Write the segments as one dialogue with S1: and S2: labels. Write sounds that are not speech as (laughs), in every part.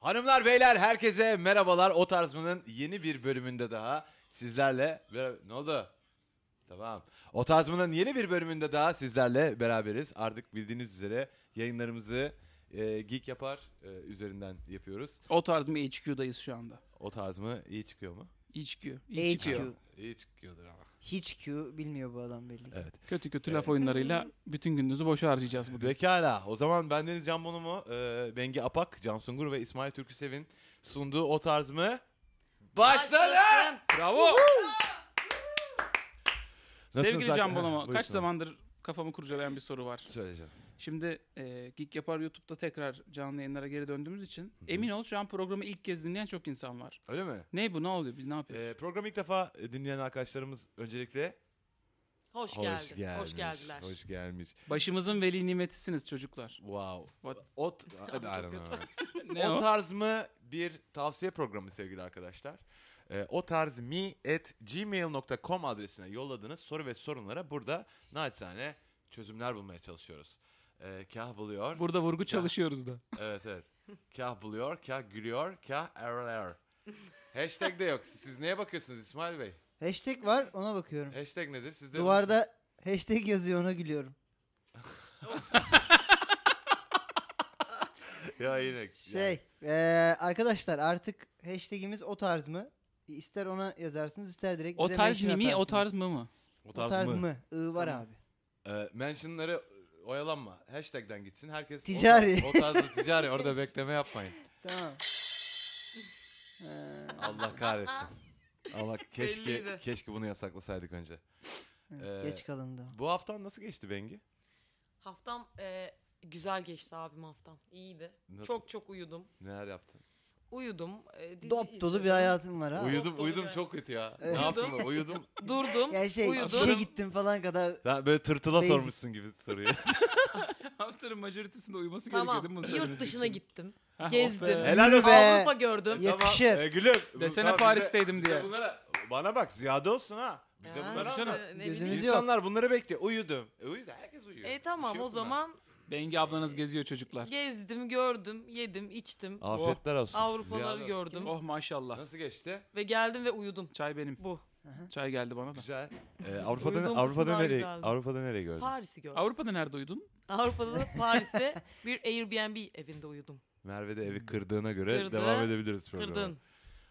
S1: Hanımlar beyler herkese merhabalar. O tarzmanın yeni bir bölümünde daha sizlerle ber- ne oldu? Tamam. O tarzmanın yeni bir bölümünde daha sizlerle beraberiz. Artık bildiğiniz üzere yayınlarımızı e, Geek Yapar e, üzerinden yapıyoruz.
S2: O tarz mı HQ'dayız şu anda?
S1: O tarz mı iyi çıkıyor mu?
S2: HQ.
S3: HQ.
S1: İyi çıkıyordur ama.
S3: Hiç Q bilmiyor bu adam belli. ki.
S1: Evet.
S2: Kötü kötü laf oyunlarıyla bütün gününüzü boşa harcayacağız bugün.
S1: Pekala. O zaman bendeniz Can Bonomo, e, Bengi Apak, Can Sungur ve İsmail Türküsev'in sunduğu o tarz mı? Başladı!
S2: Bravo!
S1: Nasılsınız
S2: Sevgili
S1: Hakan? (laughs)
S2: Can
S1: Ha,
S2: Bonomo,
S1: buyursun.
S2: kaç zamandır kafamı kurcalayan bir soru var.
S1: Söyleyeceğim.
S2: Şimdi e, Geek Yapar YouTube'da tekrar canlı yayınlara geri döndüğümüz için emin ol şu an programı ilk kez dinleyen çok insan var.
S1: Öyle mi?
S2: Ne bu ne oluyor biz ne yapıyoruz?
S1: Ee, programı ilk defa dinleyen arkadaşlarımız öncelikle
S4: Hoş,
S1: hoş,
S4: geldin.
S1: gelmiş.
S4: Hoş geldiler.
S1: Hoş gelmiş.
S2: Başımızın veli
S1: (laughs)
S2: nimetisiniz çocuklar.
S1: Wow.
S2: What?
S1: Ot,
S4: Çok
S2: Ne
S1: o
S2: o?
S1: tarz mı bir tavsiye programı sevgili arkadaşlar. Ee, o tarz mi at gmail.com adresine yolladığınız soru ve sorunlara burada naçizane çözümler bulmaya çalışıyoruz. Ee, kah buluyor.
S2: Burada vurgu çalışıyoruz da.
S1: evet evet. Kah buluyor, kah gülüyor, kah error. Hashtag de yok. Siz neye bakıyorsunuz İsmail Bey?
S3: Hashtag var ona bakıyorum.
S1: Hashtag nedir? Sizde
S3: Duvarda hashtag yazıyor ona gülüyorum.
S1: (laughs) ya yine.
S3: Şey eee, arkadaşlar artık hashtagimiz o tarz mı? İster ona yazarsınız ister direkt
S2: O
S3: bize
S2: tarz
S3: mention
S2: mi o
S3: şey atarsınız.
S2: tarz mı mı?
S1: O
S3: O
S1: tarz, mı?
S3: mı? I var
S2: Tamam.
S3: abi.
S1: Ee, mentionları oyalanma. Hashtag'den gitsin. Herkes o
S3: Ticari.
S1: tar- O, tarzda ticari. Orada bekleme yapmayın.
S3: Tamam. Eee,
S1: Allah kahretsin. Allah keşke
S4: Belliydi.
S1: keşke bunu yasaklasaydık önce.
S3: evet,
S1: Ee,
S3: geç kalındı. o.
S1: Bu haftan nasıl geçti Bengi?
S4: Haftam e, güzel geçti abim haftam. İyiydi.
S1: Nasıl?
S4: Çok çok uyudum.
S1: Neler yaptın?
S4: Uyudum. e, dizi
S3: Dop dolu bir
S4: izledim.
S3: hayatım var ha.
S4: Uyu-
S1: uyudum,
S4: dolu
S1: uyudum
S4: yani.
S1: çok kötü ya.
S3: Evet.
S1: Ne yaptın? lan? Uyudum.
S4: Durdum.
S3: Yani şey
S4: uyudum.
S3: işe gittim falan kadar.
S1: Lan böyle tırtıla
S3: Basic.
S1: sormuşsun gibi soruyu.
S2: Haftanın majoritesinde uyuması gerekiyor
S4: Tamam.
S2: değil mi? (laughs)
S4: Yurt dışına gittim.
S2: Ha, of
S4: gezdim.
S2: Ah, oh be.
S1: Helal olsun.
S3: Be.
S4: Avrupa gördüm.
S3: Ya- Yakışır.
S1: Ee, gülüm. bu-
S2: Desene
S1: tamam, bize-
S2: Paris'teydim
S1: bize
S2: diye.
S1: bunlara, bana bak ziyade olsun ha. Bize
S4: Ya, e,
S1: bunlara anlat.
S4: ne
S3: Gözünüz-
S4: bileyim.
S3: Biz yok.
S1: İnsanlar bunları bekliyor. Uyudum. E, uyudu. Herkes uyuyor. Bir
S4: E tamam
S1: şey yok
S4: o
S1: bunda.
S4: zaman
S2: Bengi ablanız geziyor çocuklar.
S4: gezdim, gördüm, yedim, içtim.
S1: Afiyetler olsun.
S4: Avrupaları
S1: Ziyade-
S4: gördüm
S2: Oh maşallah.
S1: Nasıl geçti?
S4: ve geldim ve uyudum.
S2: Çay benim.
S4: Bu.
S2: Çay geldi bana da.
S1: Güzel. Ee, Avrupa'da
S4: Uyuduğum
S1: Avrupa'da
S4: kısımlar
S1: nereye
S4: güzeldi.
S1: Avrupa'da nereye gördün?
S4: Paris'i gördüm.
S2: Avrupa'da nerede uyudun?
S4: Avrupa'da da Paris'te bir Airbnb evinde uyudum.
S1: Merve de evi kırdığına göre
S4: Kırdı.
S1: devam edebiliriz programa.
S4: Kırdın.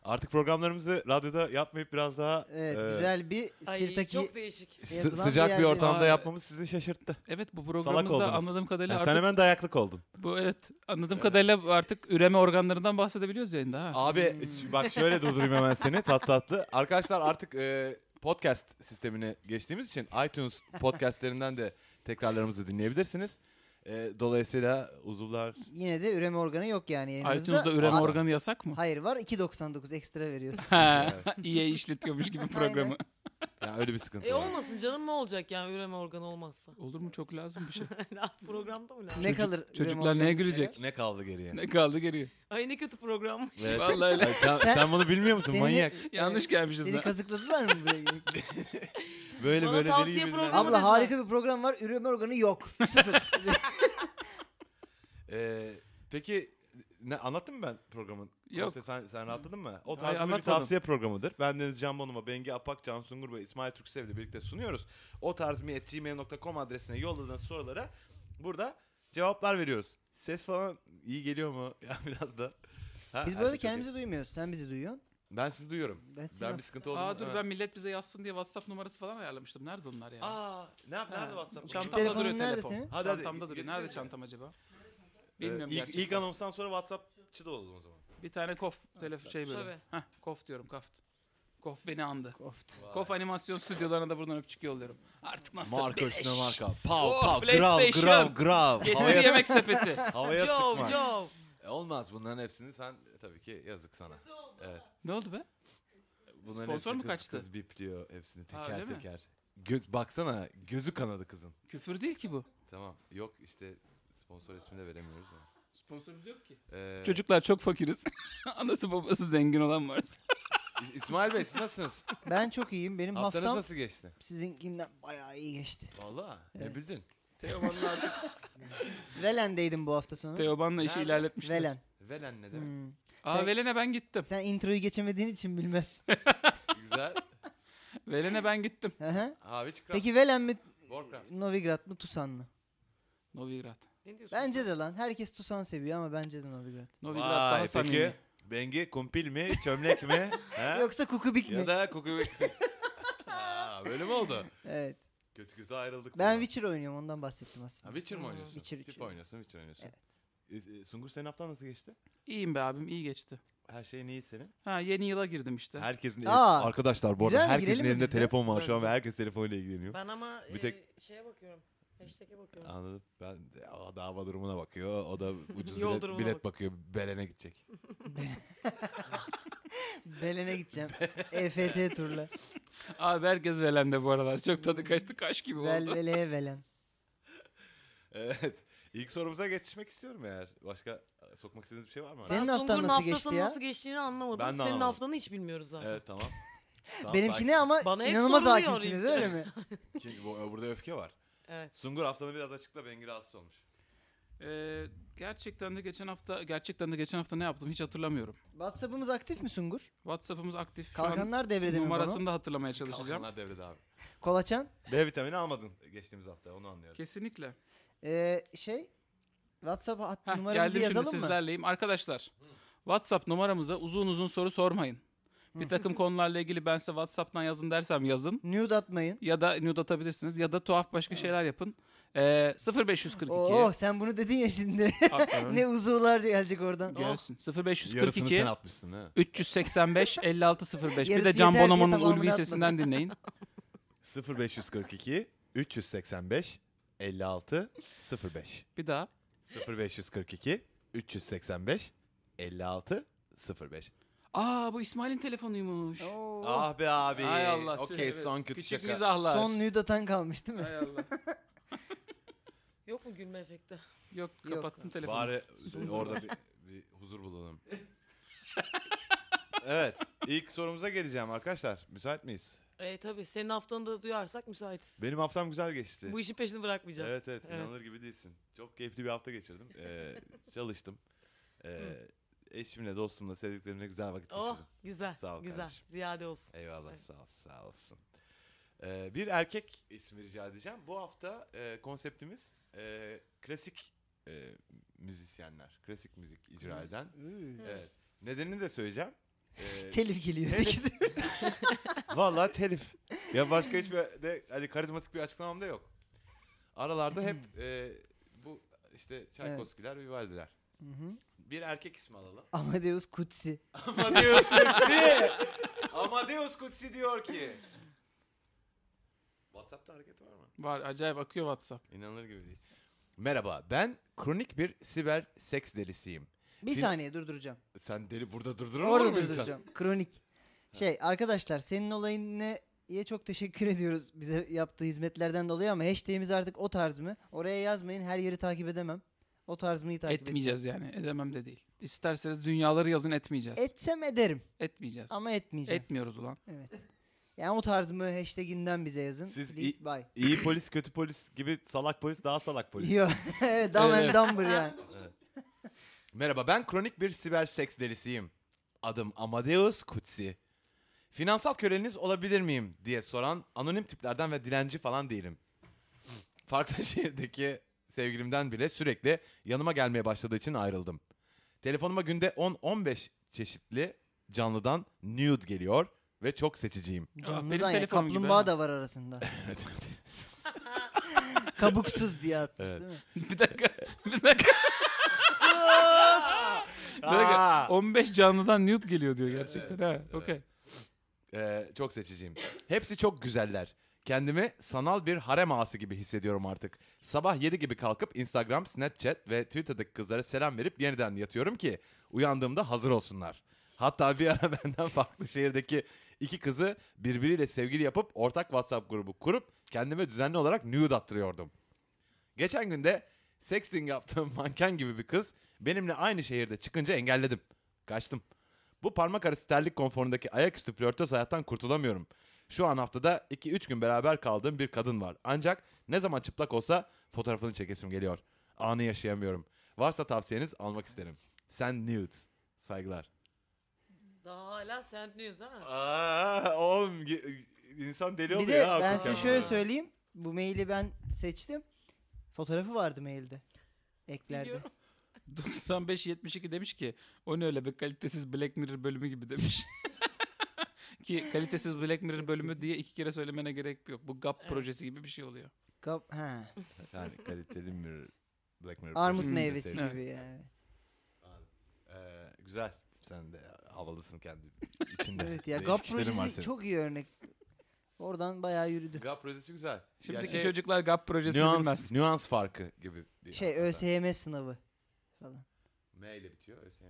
S1: Artık programlarımızı radyoda yapmayıp biraz daha
S3: Evet
S1: e,
S3: güzel bir
S4: Ay
S3: sirtaki.
S4: çok değişik.
S1: sı-
S3: yapılan bir
S1: sıcak bir
S3: yerde-
S1: ortamda
S2: Aa,
S1: yapmamız sizi şaşırttı.
S2: Evet bu
S1: oldunuz.
S2: programımızda anladığım kadarıyla
S1: Yani
S2: artık
S1: sen hemen dayaklık oldun.
S2: bu evet anladığım kadarıyla artık üreme organlarından bahsedebiliyoruz yayında ha.
S1: Abi
S4: Hmm.
S1: ş- bak şöyle durdurayım hemen seni tat tatlı. Arkadaşlar artık e, podcast sistemine geçtiğimiz için iTunes podcastlerinden de tekrarlarımızı dinleyebilirsiniz. E, dolayısıyla uzuvlar
S3: Yine de üreme organı yok yani yayınımızda.
S2: iTunes'da üreme
S1: Var.
S3: Aa,
S2: organı yasak mı?
S3: Hayır var 2.99 ekstra
S1: (laughs)
S3: veriyorsun.
S2: Ha, (laughs) İyi işletiyormuş gibi programı.
S1: yani öyle bir sıkıntı
S4: E
S1: var.
S4: olmasın canım ne olacak yani üreme organı olmazsa.
S2: Olur mu çok lazım bir şey.
S4: Programda mı lazım?
S3: ne
S2: Çocuk-
S3: kalır? üreme
S2: Çocuklar neye
S3: organı?
S2: gülecek?
S1: Ne kaldı geriye?
S2: Ne kaldı geriye?
S4: Ay ne kötü program.
S1: Evet.
S2: Vallahi öyle.
S1: Ay, sen, sen bunu bilmiyor musun
S3: Seni-
S1: manyak?
S2: Yanlış gelmişiz
S3: Seni
S2: daha.
S3: kazıkladılar mı
S1: (laughs)
S3: buraya? gelip?
S1: Böyle
S4: Bana
S1: böyle deli
S4: tavsiye
S1: gibi. bilmem-
S4: programı-
S3: Abla harika bir program var. Üreme
S1: (laughs)
S3: organı yok. Sıfır.
S1: Ee, peki ne anlattım mı ben programın?
S2: Yok.
S1: Konsepti Sen, sen rahatladın mı? O
S2: Hayır,
S1: tarz bir
S2: anlatmadım.
S1: tavsiye programıdır. Ben Deniz Can Bonomo, Bengi Apak, Can Sungur ve İsmail Türksev ile birlikte sunuyoruz. O tarz mi at gmail.com adresine yolladığınız sorulara burada cevaplar veriyoruz. Ses falan iyi geliyor mu? (laughs) Ya biraz da. Ha,
S3: Biz
S1: her şey
S3: böyle
S1: çok iyi.
S3: kendimizi duymuyoruz. Sen bizi duyuyorsun.
S1: Ben sizi duyuyorum.
S3: That's
S1: ben
S3: enough.
S1: bir sıkıntı oldu. mu?
S2: Aa dur
S1: Ha.
S2: ben millet bize yazsın diye WhatsApp numarası falan ayarlamıştım. Nerede onlar ya?
S1: Aa, ne yap? Nerede
S2: Ha,
S1: WhatsApp?
S2: Çantamda
S3: Telefonun
S2: duruyor
S3: nerede
S2: telefon.
S3: senin?
S1: Hadi, hadi,
S2: Çantamda duruyor.
S1: getirsene.
S2: Nerede çantam acaba? Bilmiyorum
S1: Ee, ilk,
S2: gerçekten.
S1: ilk anonstan sonra WhatsApp'çı da olalım o zaman.
S2: Bir tane kof telefon şey böyle.
S4: Tabii.
S2: Heh, kof diyorum kaft. Kof beni andı.
S3: Koft.
S2: Kof animasyon stüdyolarına da buradan öpücük yolluyorum. Artık nasıl
S1: Marka
S2: beleş.
S1: üstüne marka.
S2: Oo,
S1: Pav pav. Grav
S2: Oh,
S1: grav
S2: PlayStation.
S1: grav.
S2: Getir yemek sepeti.
S1: Havaya
S4: Joe,
S1: sıkma.
S4: Joe.
S1: E, olmaz bunların hepsini sen e, tabii ki yazık sana. Evet.
S2: ne oldu be?
S1: Bunların
S2: Sponsor
S1: hepsini
S2: mu
S1: kız-
S2: kaçtı?
S1: Kız bipliyor hepsini
S2: Ha,
S1: teker
S2: öyle mi?
S1: teker. Göz baksana gözü kanadı kızın.
S2: Küfür değil ki bu.
S1: Tamam. Yok işte sponsor ismi de veremiyoruz ama.
S2: Sponsorumuz yok ki.
S1: Ee,
S2: Çocuklar çok fakiriz. (laughs) Anası babası zengin olan varsa.
S1: İ- İsmail Bey siz
S2: (laughs)
S1: nasılsınız?
S3: (laughs) Ben çok iyiyim. Benim
S1: Haftanız
S3: haftam
S1: nasıl geçti?
S3: sizinkinden bayağı iyi geçti.
S1: Vallahi ne
S3: Evet.
S1: bildin?
S2: Teoman'la artık.
S3: Velen'deydim bu hafta sonu.
S2: Teoman'la işi
S1: Nerede?
S2: ilerletmişler.
S3: Velen.
S1: Velen ne demek?
S3: Hmm.
S2: Aa
S3: Sen-
S2: Velen'e ben gittim.
S3: Sen introyu geçemediğin
S1: (laughs)
S3: için bilmezsin.
S1: Güzel.
S2: Velen'e ben gittim.
S3: Hı hı.
S1: Abi hiç kral-
S3: Peki Velen mi,
S1: Warcraft.
S3: Novigrad mı, Tusan mı?
S2: Novigrad.
S4: Ne diyorsun?
S3: Bence de lan. Herkes Tusan seviyor ama bence de Novigrad.
S2: Novigrad
S1: Vay,
S2: daha samimi.
S1: Bengi kumpil mi? Çömlek
S3: (laughs)
S1: mi? ha?
S3: Yoksa Kukubik mi?
S1: Ya da koku...
S3: (laughs)
S1: Aa, böyle mi oldu?
S3: Evet.
S1: Kötü kötü ayrıldık.
S3: Ben
S1: buradan.
S3: Witcher oynuyorum ondan bahsettim
S1: Ha,
S3: aslında.
S1: Witcher mi
S4: Aa,
S1: oynuyorsun?
S3: Witcher,
S1: Tip
S3: Witcher.
S1: oynuyorsun, Witcher oynuyorsun.
S3: Evet.
S1: E, e, Sungur senin haftan nasıl geçti?
S2: İyiyim be abim iyi geçti.
S1: Her şeyin iyi senin.
S2: Ha yeni yıla girdim işte.
S1: Herkesin
S3: Aa,
S1: arkadaşlar bu
S3: güzel
S1: arada
S3: mi?
S1: herkesin
S3: Girelim mi
S1: elinde
S3: biz de?
S1: telefon var
S4: Güzel,
S1: şu an ve
S4: güzel.
S1: herkes telefonla ilgileniyor.
S4: Ben ama
S1: Bir tek-
S4: e, şeye bakıyorum. Hashtag'e bakıyorum.
S1: Anladım. Ben o da hava durumuna bakıyor.
S3: (laughs)
S1: O da ucuz
S4: Yol
S1: bilet,
S4: durumuna
S1: bilet
S4: bak-
S1: bakıyor. Belen'e gidecek. (laughs)
S3: Belen'e gideceğim.
S1: (laughs)
S3: EFT turla.
S2: Abi herkes Velen'de bu aralar. Çok tadı kaçtı kaş gibi oldu.
S3: Velvele'ye Velen.
S1: Evet. İlk sorumuza geçmek istiyorum eğer. Başka e, sokmak istediğiniz bir şey var mı?
S3: Senin haftan
S4: Sungur'un
S3: nasıl geçti
S4: haftasının
S3: ya?
S4: nasıl geçtiğini anlamadım.
S1: Ben de
S4: Senin
S1: anlamadım.
S4: haftanı hiç bilmiyoruz zaten.
S1: Evet tamam. Tamam,
S3: Benimki
S1: sakin.
S3: ne ama
S4: Bana hep
S3: inanılmaz
S4: soruluyor
S3: hakimsiniz
S4: işte.
S3: öyle mi?
S2: (laughs)
S1: Çünkü bu- e, burada öfke var.
S4: Evet.
S1: Sungur haftanı biraz açıkla. Bengi rahatsız olmuş.
S2: Ee, gerçekten de geçen hafta gerçekten de geçen hafta ne yaptım hiç hatırlamıyorum.
S3: WhatsApp'ımız aktif mi Sungur?
S2: WhatsApp'ımız aktif. Şu an
S3: Kalkanlar devrede mi
S2: numarasını
S3: Bono?
S2: da hatırlamaya çalışacağım.
S1: Kalkanlar devrede abi.
S3: Kolaçan?
S1: B vitamini almadın geçtiğimiz hafta. Onu anlıyorum.
S2: Kesinlikle.
S3: Ee, şey WhatsApp hat-
S2: Heh,
S3: numaramızı
S2: geldim şimdi
S3: yazalım mı?
S2: sizlerleyim. Arkadaşlar WhatsApp numaramıza uzun uzun soru sormayın. Bir
S3: (laughs)
S2: takım konularla ilgili ben size WhatsApp'tan yazın dersem yazın.
S3: Nude atmayın.
S2: Ya da nude atabilirsiniz ya da tuhaf başka şeyler yapın. Ee, 0542.
S3: Oo sen bunu dedin ya şimdi. (laughs)
S2: Aferin.
S3: Oh.
S2: (laughs)
S3: ne uzuvlar gelecek oradan.
S2: Görsün.
S1: Yarısını sen
S2: 0542
S1: atmışsın ha.
S2: 385 5605. Bir de
S3: Yarısı
S2: Can
S3: yeter diye
S2: Bonomo'nun
S3: tamamını
S2: Ulvi sesinden dinleyin.
S1: 0542 385 56 05
S2: Bir daha.
S1: 0542 385 56 05
S2: Aa bu İsmail'in telefonuymuş.
S3: Oo.
S1: Ah be abi.
S2: Ay Allah. tüh,
S1: Okey
S2: evet.
S1: son kötü
S2: Küçük
S1: şaka.
S2: mizahlar.
S3: Oh.
S2: (laughs)
S3: Son nude atan kalmış değil mi?
S2: Ay Allah.
S4: Yok mu gülme efekti?
S2: Yok
S3: Yok.
S2: kapattım telefonu.
S1: Bari e, orada bir, bir huzur bulalım. (laughs) evet. ilk sorumuza geleceğim arkadaşlar. Müsait miyiz?
S4: E tabii senin haftanı da duyarsak müsaitiz.
S1: Benim haftam güzel geçti.
S4: Bu işin peşini bırakmayacağım.
S1: Evet evet
S4: Evet.
S1: inanılır gibi değilsin. Çok keyifli bir hafta geçirdim. Ee, çalıştım. Ee, eşimle, dostumla, sevdiklerimle güzel vakit
S4: Oh
S1: geçirdim.
S4: güzel.
S1: Sağ ol
S4: güzel.
S1: kardeşim.
S4: Ziyade olsun.
S1: Eyvallah
S4: Evet.
S1: sağ ol, sağ olsun. Ee, bir erkek ismi rica edeceğim. Bu hafta e, konseptimiz e, klasik e, müzisyenler. Klasik müzik icra eden.
S3: Üü.
S1: evet. Nedenini de söyleyeceğim.
S3: (laughs)
S1: Ee,
S3: Telif geliyor.
S1: Vallahi telif. Ya başka hiçbir de hani karizmatik bir açıklamam da yok. Aralarda
S3: (laughs)
S1: hep e, bu işte Çaykovskiler, Vivaldiler.
S3: Hı hı.
S1: Bir erkek ismi alalım.
S3: (laughs) Amadeus Kutsi.
S1: (laughs) Amadeus Kutsi. Amadeus Kutsi diyor ki. WhatsApp'ta hareket var mı?
S2: Var acayip akıyor WhatsApp.
S1: İnanılır gibi değil. Merhaba ben kronik bir siber seks delisiyim.
S3: Bir
S1: Din-
S3: saniye durduracağım.
S1: Sen deli burada durdurur
S3: Orada
S1: mu
S3: durduracağım. Kronik. Şey arkadaşlar senin olayın ne? İyi çok teşekkür ediyoruz bize yaptığı hizmetlerden dolayı ama hashtag'imiz artık o tarz mı? Oraya yazmayın her yeri takip edemem. O tarz mıyı takip edeceğim.
S2: Etmeyeceğiz yani. Edemem de değil. İsterseniz dünyaları yazın etmeyeceğiz.
S3: Etsem ederim
S2: Etmeyeceğiz.
S3: ama etmeyeceğim.
S2: Etmiyoruz ulan. (laughs)
S3: Evet. Yani o tarz mı hashtag'inden bize yazın.
S1: Siz
S3: Please
S1: i-
S3: bye.
S1: İyi polis, kötü polis gibi salak polis daha salak polis.
S3: Yo, (laughs) evet, dumb and
S2: Evet.
S3: dumber yani.
S1: Merhaba ben kronik bir siber seks delisiyim. Adım Amadeus Kutsi. Finansal köleniz olabilir miyim diye soran anonim tiplerden ve dilenci falan değilim. Farklı (laughs) şehirdeki sevgilimden bile sürekli yanıma gelmeye başladığı için ayrıldım. Telefonuma günde 10-15 çeşitli canlıdan nude geliyor ve çok seçiciyim.
S3: Canlıdan
S2: benim
S3: ya,
S2: telefonum gibi
S3: kaplumbağa
S2: ha.
S3: da
S1: (laughs)
S3: var arasında. (laughs) Kabuksuz diye atmış
S1: Evet.
S3: değil mi?
S2: bir dakika. Bir dakika. Bir dakika.
S1: Aa!
S2: 15 canlıdan nude geliyor diyor gerçekten ha. Okey.
S1: Ee, çok seçiciyim. Hepsi çok güzeller. Kendimi sanal bir harem ağası gibi hissediyorum artık. Sabah 7 gibi kalkıp Instagram, Snapchat ve Twitter'daki kızlara selam verip yeniden yatıyorum ki uyandığımda hazır olsunlar. Hatta bir ara (laughs) benden farklı şehirdeki iki kızı birbiriyle sevgili yapıp ortak WhatsApp grubu kurup kendime düzenli olarak nude attırıyordum. Geçen günde sexting yaptığım (laughs) manken gibi bir kız benimle aynı şehirde çıkınca engelledim. Kaçtım. Bu parmak arası terlik konforundaki ayaküstü flörtöz hayattan kurtulamıyorum. Şu an haftada 2-3 gün beraber kaldığım bir kadın var. Ancak ne zaman çıplak olsa fotoğrafını çekesim geliyor. Anı yaşayamıyorum. Varsa tavsiyeniz almak isterim. Sen nude. Saygılar.
S4: Daha hala sent nude değil mi?
S1: Aa, oğlum ge- insan deli
S3: Bir
S1: oluyor
S3: de
S1: ha
S3: ben
S1: hakikaten.
S3: size
S4: hakikaten.
S3: şöyle söyleyeyim. Bu maili ben seçtim. Fotoğrafı vardı mailde. Eklerde.
S4: Biliyorum.
S2: 95-72 demiş ki o ne öyle bir kalitesiz Black Mirror bölümü gibi demiş. (laughs) ki kalitesiz Black Mirror bölümü diye iki kere söylemene gerek yok. Bu GAP
S4: Evet.
S2: projesi gibi bir şey oluyor.
S3: Kap- ha.
S1: Yani kaliteli mirror, Black Mirror
S3: Armut
S1: projesini de
S3: meyvesi
S1: sevdim.
S3: gibi yani.
S1: Ee, güzel. Sen de havalısın
S3: (laughs)
S1: kendi içinde.
S3: Evet ya.
S1: Değişik
S3: Gap
S1: işlerin var
S3: projesi
S1: senin.
S3: çok iyi örnek. Oradan bayağı yürüdü.
S1: GAP projesi güzel. şey-
S2: Şimdiki
S1: Yani
S2: çocuklar GAP projesini bilmez.
S1: nüans, nüans farkı gibi. Bir
S3: Şey
S1: hakikaten.
S3: ÖSYM sınavı falan.
S1: M ile bitiyor ÖSYM.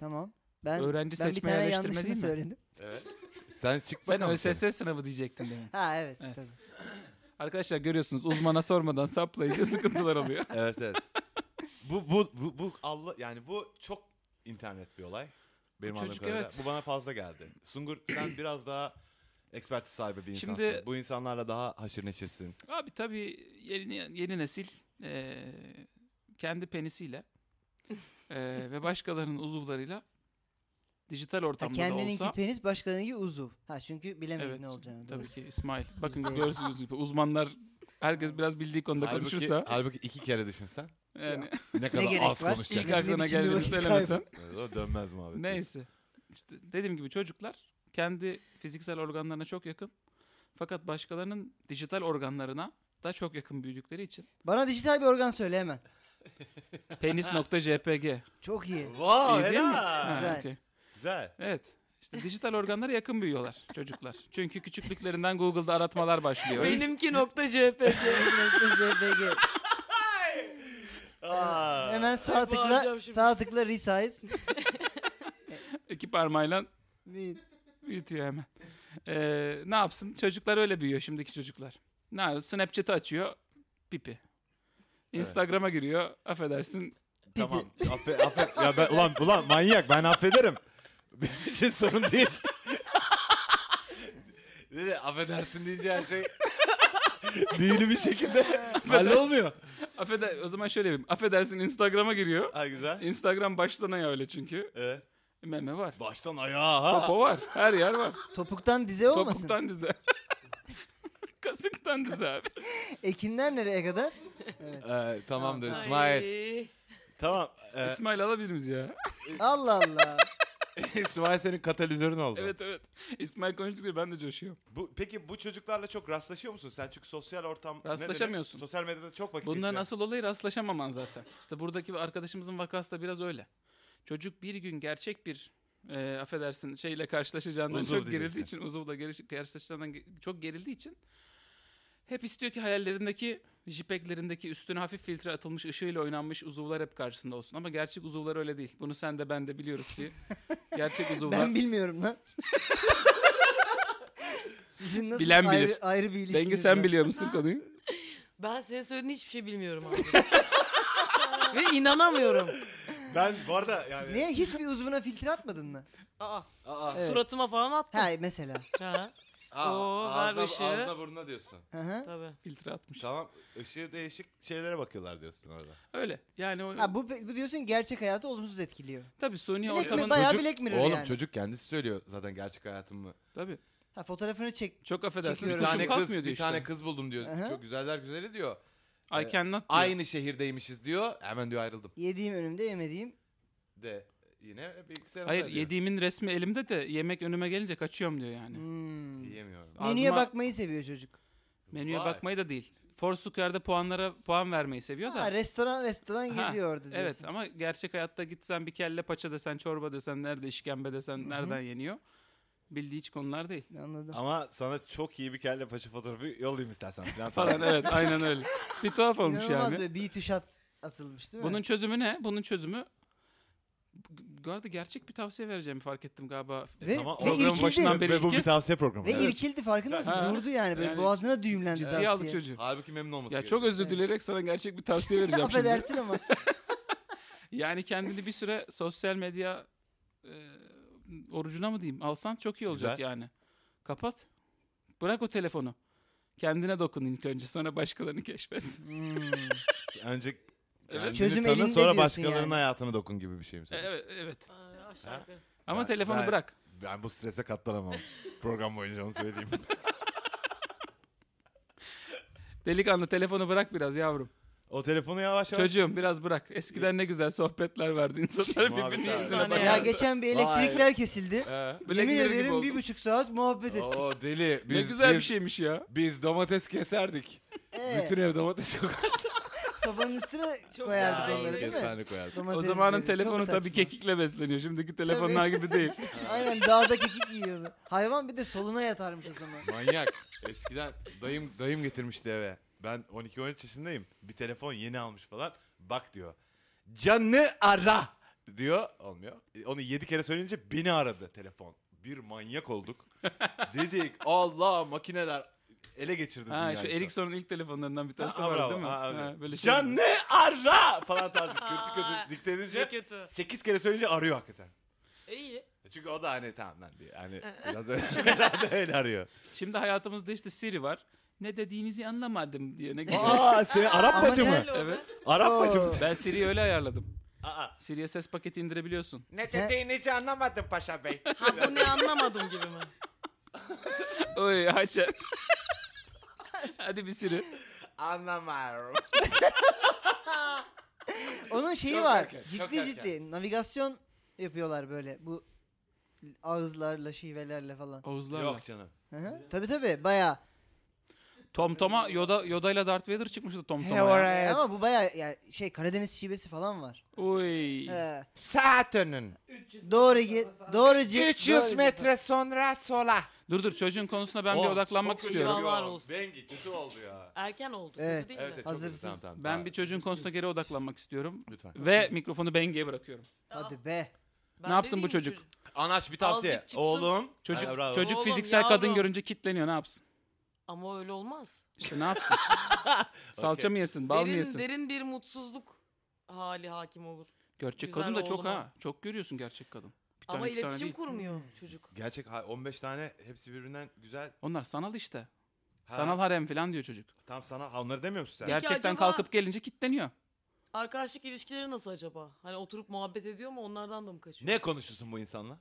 S3: Tamam. Ben
S2: Öğrenci
S3: ben bir
S2: seçme
S3: tane
S2: yerleştirme
S3: yanlışını
S2: değil mi?
S3: söyledim. (laughs)
S1: Evet. Sen çık
S2: Sen
S1: bakalım.
S2: ÖSS sınavı diyecektin demin.
S3: Ha evet.
S2: Evet.
S3: Tabii.
S2: Arkadaşlar görüyorsunuz uzmana sormadan saplayınca (laughs) sıkıntılar oluyor.
S1: Evet
S2: (laughs)
S1: evet. bu, bu, bu, bu Allah yani bu çok internet bir olay. Benim
S2: Bu
S1: anladığım
S2: çocuk,
S1: kadarıyla.
S2: evet.
S1: Bu bana fazla geldi. Sungur
S2: (clears throat)
S1: sen biraz daha ekspertiz sahibi bir insansın.
S2: Şimdi-
S1: Bu insanlarla daha haşır neşirsin.
S2: Abi tabii yeni, yeni nesil eee, kendi penisiyle
S3: (laughs)
S2: eee, ve başkalarının uzuvlarıyla dijital
S3: Ha,
S2: ortamda da
S3: kendininki
S2: olsa...
S3: penis başkalarınınki uzuv. Ha çünkü bilemeyiz
S2: Evet,
S3: ne olacağını.
S2: Tabii ki İsmail. Bakın
S3: Biz de-
S2: gördüğünüz gibi uzmanlar herkes biraz bildiği konuda
S1: halbuki,
S2: konuşursa
S1: halbuki iki kere düşünsen
S2: yani
S1: ne kadar
S3: gerek
S1: az
S3: var?
S2: ilk
S1: konuşacaksın.
S3: Bizim
S2: aklına
S3: için bir
S2: geldiğini
S3: vakit
S2: söylemesen.
S3: kaybı.
S1: Evet, Dönmez muhabbet.
S2: Neyse. İşte dediğim gibi çocuklar kendi fiziksel organlarına çok yakın. Fakat başkalarının dijital organlarına da çok yakın büyüdükleri için.
S3: Bana dijital bir organ söyle hemen.
S2: Penis.jpg.
S3: Çok iyi.
S1: Vay
S2: İyi değil mi? Ha,
S1: helal.
S3: Güzel.
S2: okey.
S1: Güzel.
S2: Evet. İşte dijital organlara yakın büyüyorlar çocuklar. Çünkü küçüklüklerinden Google'da aratmalar başlıyor.
S4: Benimki nokta JPG.
S3: (laughs) JPG.
S1: Aa.
S3: Hemen sağ tıkla,
S4: bağıracağım şimdi.
S3: sağ tıkla resize.
S2: İki parmağıyla
S3: Bir-
S2: Büyütüyor hemen. Ee, ne yapsın? Çocuklar öyle büyüyor şimdiki çocuklar. Ne yapıyor? Snapchat'i açıyor. Pipi. Instagram'a giriyor. Affedersin.
S1: Tamam. Affe, affe, ya ben, ulan, ulan manyak ben affederim. (laughs) Benim için sorun değil. (laughs) Dedi, affedersin deyince her şey (laughs) büyülü bir (laughs) şekilde hallolmuyor.
S2: Affeder o zaman şöyle yapayım. Affedersin Instagram'a giriyor.
S1: Ha güzel.
S2: Instagram baştan ayağı öyle çünkü.
S1: Evet.
S2: Meme var.
S1: Baştan ayağa ha.
S2: Popo var. Her yer var.
S3: Topuktan dize olmasın.
S2: Topuktan dize. (laughs) Kasıktan dize abi.
S3: Ekinler nereye kadar?
S1: Ee, tamamdır
S4: Ay.
S1: İsmail. Tamam. ee,
S2: İsmail alabilir miyiz ya?
S3: Allah Allah.
S1: İsmail senin katalizörün oldu.
S2: evet evet. İsmail konuştukça ben de coşuyorum.
S1: Bu, peki bu çocuklarla çok rastlaşıyor musun? Sen çünkü sosyal ortam... ne denir?
S2: Rastlaşamıyorsun.
S1: Sosyal medyada çok vakit
S2: Bunların
S1: geçiriyorsun.
S2: asıl olayı rastlaşamaman zaten. İşte buradaki bir arkadaşımızın vakası da biraz öyle. Çocuk bir gün gerçek bir e, affedersin şeyle karşılaşacağından
S1: Uzuv
S2: çok gerildiği
S1: diyeceksin.
S2: için uzuvla geri- karşılaşacağından ge- çok gerildiği için hep istiyor ki hayallerindeki JPEG'lerindeki üstüne hafif filtre atılmış ışığıyla oynanmış uzuvlar hep karşısında olsun. Ama gerçek uzuvlar öyle değil. Bunu sen de ben de biliyoruz
S1: (laughs)
S2: ki gerçek uzuvlar
S3: ben bilmiyorum lan. (laughs) Sizin nasıl
S2: Bilen
S3: ayrı,
S2: bilir.
S3: ayrı bir ilişkiniz
S2: Bengi sen
S3: var?
S2: biliyor musun konuyu?
S4: Ben senin söylediğin hiçbir şey bilmiyorum abi. Ve inanamıyorum.
S1: Ben bu arada
S2: (laughs)
S1: yani...
S3: Ne? Hiçbir uzvuna filtre atmadın mı?
S4: Aa,
S1: Aa,
S3: Evet.
S4: suratıma falan attım.
S3: Ha mesela.
S4: Ha,
S1: Aa,
S4: Oo,
S1: ağzına,
S4: ver ışığı.
S1: ağzına burnuna diyorsun.
S3: Hı hı.
S4: tabii.
S2: Filtre atmış.
S1: Tamam. Işığı değişik şeylere bakıyorlar diyorsun orada.
S2: Öyle. Yani o,
S3: Ha bu, bu diyorsun gerçek hayatı olumsuz etkiliyor.
S2: tabii Sony
S3: Black Mirror
S2: ortamın
S3: bayağı Black Mirror
S1: Oğlum
S3: yani.
S1: çocuk kendisi söylüyor zaten gerçek hayatımı.
S2: tabii
S3: Ha fotoğrafını çek.
S2: çok
S1: Bir
S2: affedersiniz.
S3: Çekiyorum.
S2: kuşum
S1: tane
S2: kalkmıyor
S1: kız,
S2: diyor
S1: bir
S2: işte.
S1: tane kız buldum diyor.
S3: Aha.
S1: Çok güzeller güzeli diyor.
S2: I
S1: Ee,
S2: cannot diyor.
S1: Aynı şehirdeymişiz diyor. Hemen diyor ayrıldım.
S3: Yediğim önümde yemediğim.
S1: De yine bilgisayarımda
S2: Hayır
S1: diyor.
S2: yediğimin resmi elimde de yemek önüme gelince kaçıyorum diyor yani.
S3: Hmm.
S1: Yiyemiyorum.
S2: Ağzıma-
S3: Menüye bakmayı seviyor çocuk.
S2: Menüye
S1: Vay.
S2: bakmayı da değil. Foursquare'da puanlara puan vermeyi seviyor da.
S3: Ha, restoran restoran
S2: Ha,
S3: geziyor orada diyorsun.
S2: evet ama gerçek hayatta gitsen bir kelle paça desen, çorba desen, nerede işkembe desen, nereden yeniyor? Bildiği hiç konular değil.
S3: Anladım.
S1: Ama sana çok iyi bir kelle paça fotoğrafı yollayayım (laughs) istersen. Falan
S2: Falan evet aynen öyle. Bir tuhaf olmuş
S3: İnanılmaz
S2: yani.
S3: böyle bir shot atılmış değil mi?
S2: Bunun çözümü ne? Bunun çözümü bu arada gerçek bir tavsiye vereceğimi fark ettim galiba.
S3: ve,
S1: Tamam,
S3: ve
S1: programın
S3: irkildi.
S2: başından beri
S1: Ve bu
S2: ilk
S1: bir
S2: kez-
S1: tavsiye programı.
S3: Ve
S1: Evet.
S3: irkildi farkında mısın?
S2: Ha.
S3: Durdu yani böyle
S2: Yani
S3: boğazına düğümlendi
S2: Ciddiye aldık
S3: tavsiye.
S2: çocuğu.
S1: Halbuki memnun olması
S2: Ya
S1: gerekiyor.
S2: çok özür dileyerek sana gerçek bir
S3: (laughs)
S2: tavsiye vereceğim şimdi.
S3: Affedersin ama.
S2: Yani kendini bir süre sosyal medya e, orucuna mı diyeyim? Alsan çok iyi olacak
S1: Güzel.
S2: yani. Kapat. Bırak
S1: (laughs)
S2: o telefonu. Kendine dokun ilk önce sonra başkalarını keşfet.
S3: Hmm.
S1: Önce
S2: Evet.
S3: Çözüm
S1: Kendini tanı,
S3: elinde
S1: sonra
S3: diyorsun
S1: başkalarının
S3: yani.
S1: hayatını dokun gibi bir şey mi?
S2: E,
S1: söylüyorsun?
S2: Evet, evet.
S4: Aa, aşağı yukarı.
S2: Ama
S1: Ben-
S2: telefonu
S1: ben-
S2: bırak.
S1: Ben bu strese katlanamam. Program boyunca onu söyleyeyim.
S2: Delikanlı telefonu bırak biraz yavrum.
S1: o telefonu yavaş yavaş.
S2: Çocuğum biraz bırak. Eskiden ne güzel sohbetler vardı insanlar (laughs)
S1: Muhabbet
S2: birbirinin
S1: abi.
S2: yüzüne
S4: Ya
S2: bakardı.
S3: Hani Ya geçen bir elektrikler kesildi.
S1: Ee,
S2: Black
S3: Yemin
S2: Mirror gibi
S3: ederim
S2: oldu.
S3: bir buçuk saat muhabbet ettik.
S1: o deli. Biz,
S2: ne güzel
S1: biz,
S2: bir şey. şeymiş ya.
S1: Biz domates keserdik.
S3: Ee,
S1: Bütün ev domates kokardık.
S3: sobanın üstüne
S4: Çok
S3: koyardık
S4: daha iyi.
S3: onları değil mi?
S1: Kestane koyardık.
S2: O
S3: Domatesleri.
S2: zamanın
S3: Çok
S2: telefonu
S3: saçma.
S2: tabii kekikle besleniyor. Şimdiki telefonlar gibi değil.
S3: Aynen dağda kekik yiyordu. Hayvan bir de soluna yatarmış o
S1: (laughs)
S3: zaman.
S1: Manyak. Eskiden dayım dayım getirmişti eve. Ben 12-13 yaşındayım. Bir telefon yeni almış falan. Bak diyor. Canı ara diyor. Olmuyor. E, Onu 7 kere söyleyince beni aradı telefon. Bir manyak
S2: (laughs)
S1: olduk. Dedik Allah makineler ele geçirdi
S2: ha
S1: dünyayı
S2: şu
S1: şu an.
S2: Ericsson'un ilk telefonlarından bir tanesi de
S1: Ha,
S2: vardı
S1: bravo.
S2: değil mi?
S1: Ha, evet.
S2: Ha, böyle şey.
S1: Canı ara falan tarzı kötü kötü dikte
S4: Ne
S1: edince
S4: kötü.
S1: 8 kere söyleyince arıyor hakikaten.
S4: İyi.
S1: Çünkü o da hani tamam lan diye. Hani biraz öyle, (laughs) herhalde öyle arıyor.
S2: Şimdi hayatımızda işte Siri var. Ne dediğinizi anlamadım diye. Ne güzel.
S1: Aa seni Arap
S3: Ama
S1: bacı mı?
S4: Güzel oldu.
S2: evet.
S1: Arap bacı mı?
S3: Oo.
S2: Ben Siri'yi öyle ayarladım.
S1: Aa.
S2: Siri'ye ses paketi indirebiliyorsun.
S1: Ne
S3: Sen-
S1: dediğinizi anlamadım Paşa Bey.
S4: Ha bu ne anlamadım gibi mi?
S2: Oy Hacer. (laughs) Hadi bir Siri. (laughs)
S1: Anlamıyorum.
S3: Onun şeyi
S1: Çok
S3: var.
S1: erken, çok
S3: ciddi
S1: erken.
S3: ciddi navigasyon yapıyorlar böyle bu ağızlarla, şivelerle falan.
S2: Oğuzlarla.
S1: Yok canım.
S3: Hı hı. Tabii tabii bayağı.
S2: Tom Tom'a Yoda, Yoda ile Darth Vader çıkmıştı Tom Tom'a. ya.
S3: Ama bu bayağı ya şey Karadeniz şivesi falan var.
S2: Uy.
S3: He.
S1: Saturn'un
S3: doğru git. Doğru git.
S1: 300 metre sonra sola.
S2: Dur dur çocuğun konusuna
S1: Oh,
S2: ben bir odaklanmak istiyorum.
S4: Eyvallah olsun.
S1: Bengi kötü oldu ya.
S4: Erken oldu.
S3: Evet.
S4: Evet. Değil mi?
S1: çok
S3: Hazırsız.
S1: kötü. Tamam, tamam,
S2: Ben
S1: tamam.
S2: bir çocuğun konusuna geri odaklanmak istiyorum.
S1: Lütfen.
S2: Ve mikrofonu Bengi'ye bırakıyorum.
S3: Hadi be.
S4: Ben
S2: Ne yapsın
S4: dediğim
S2: bu çocuk?
S4: gibi
S1: Anaç bir tavsiye.
S4: Azıcık çıksın.
S1: Oğlum.
S2: Çocuk
S1: Ha, bravo.
S2: çocuk
S4: Oğlum,
S2: fiziksel kadın
S4: yavrum.
S2: görünce kitleniyor ne yapsın?
S4: Ama öyle olmaz.
S2: İşte
S1: (laughs)
S2: ne yapsın? Salça
S1: Okey.
S2: mı yesin, bal mı
S4: Derin,
S2: yesin?
S4: derin bir mutsuzluk hali hakim olur.
S2: Gerçek
S4: Güzel
S2: kadın da çok
S4: oğluma.
S2: ha. Çok görüyorsun gerçek kadın. Bir
S4: Ama
S2: tane, iki tane
S4: iletişim
S2: değil.
S4: kurmuyor çocuk.
S1: Gerçek ha- 15 tane hepsi birbirinden güzel.
S2: Onlar sanal işte.
S1: Ha,
S2: Sanal harem falan diyor çocuk.
S1: Tam sanal. Ha, Onları demiyor musun sen?
S4: Ger-
S2: Gerçekten
S4: acaba-
S2: kalkıp gelince kitleniyor.
S4: Arkadaşlık ilişkileri nasıl acaba? Hani oturup muhabbet ediyor mu onlardan da mı kaçıyor?
S1: ne konuşuyorsun bu insanla?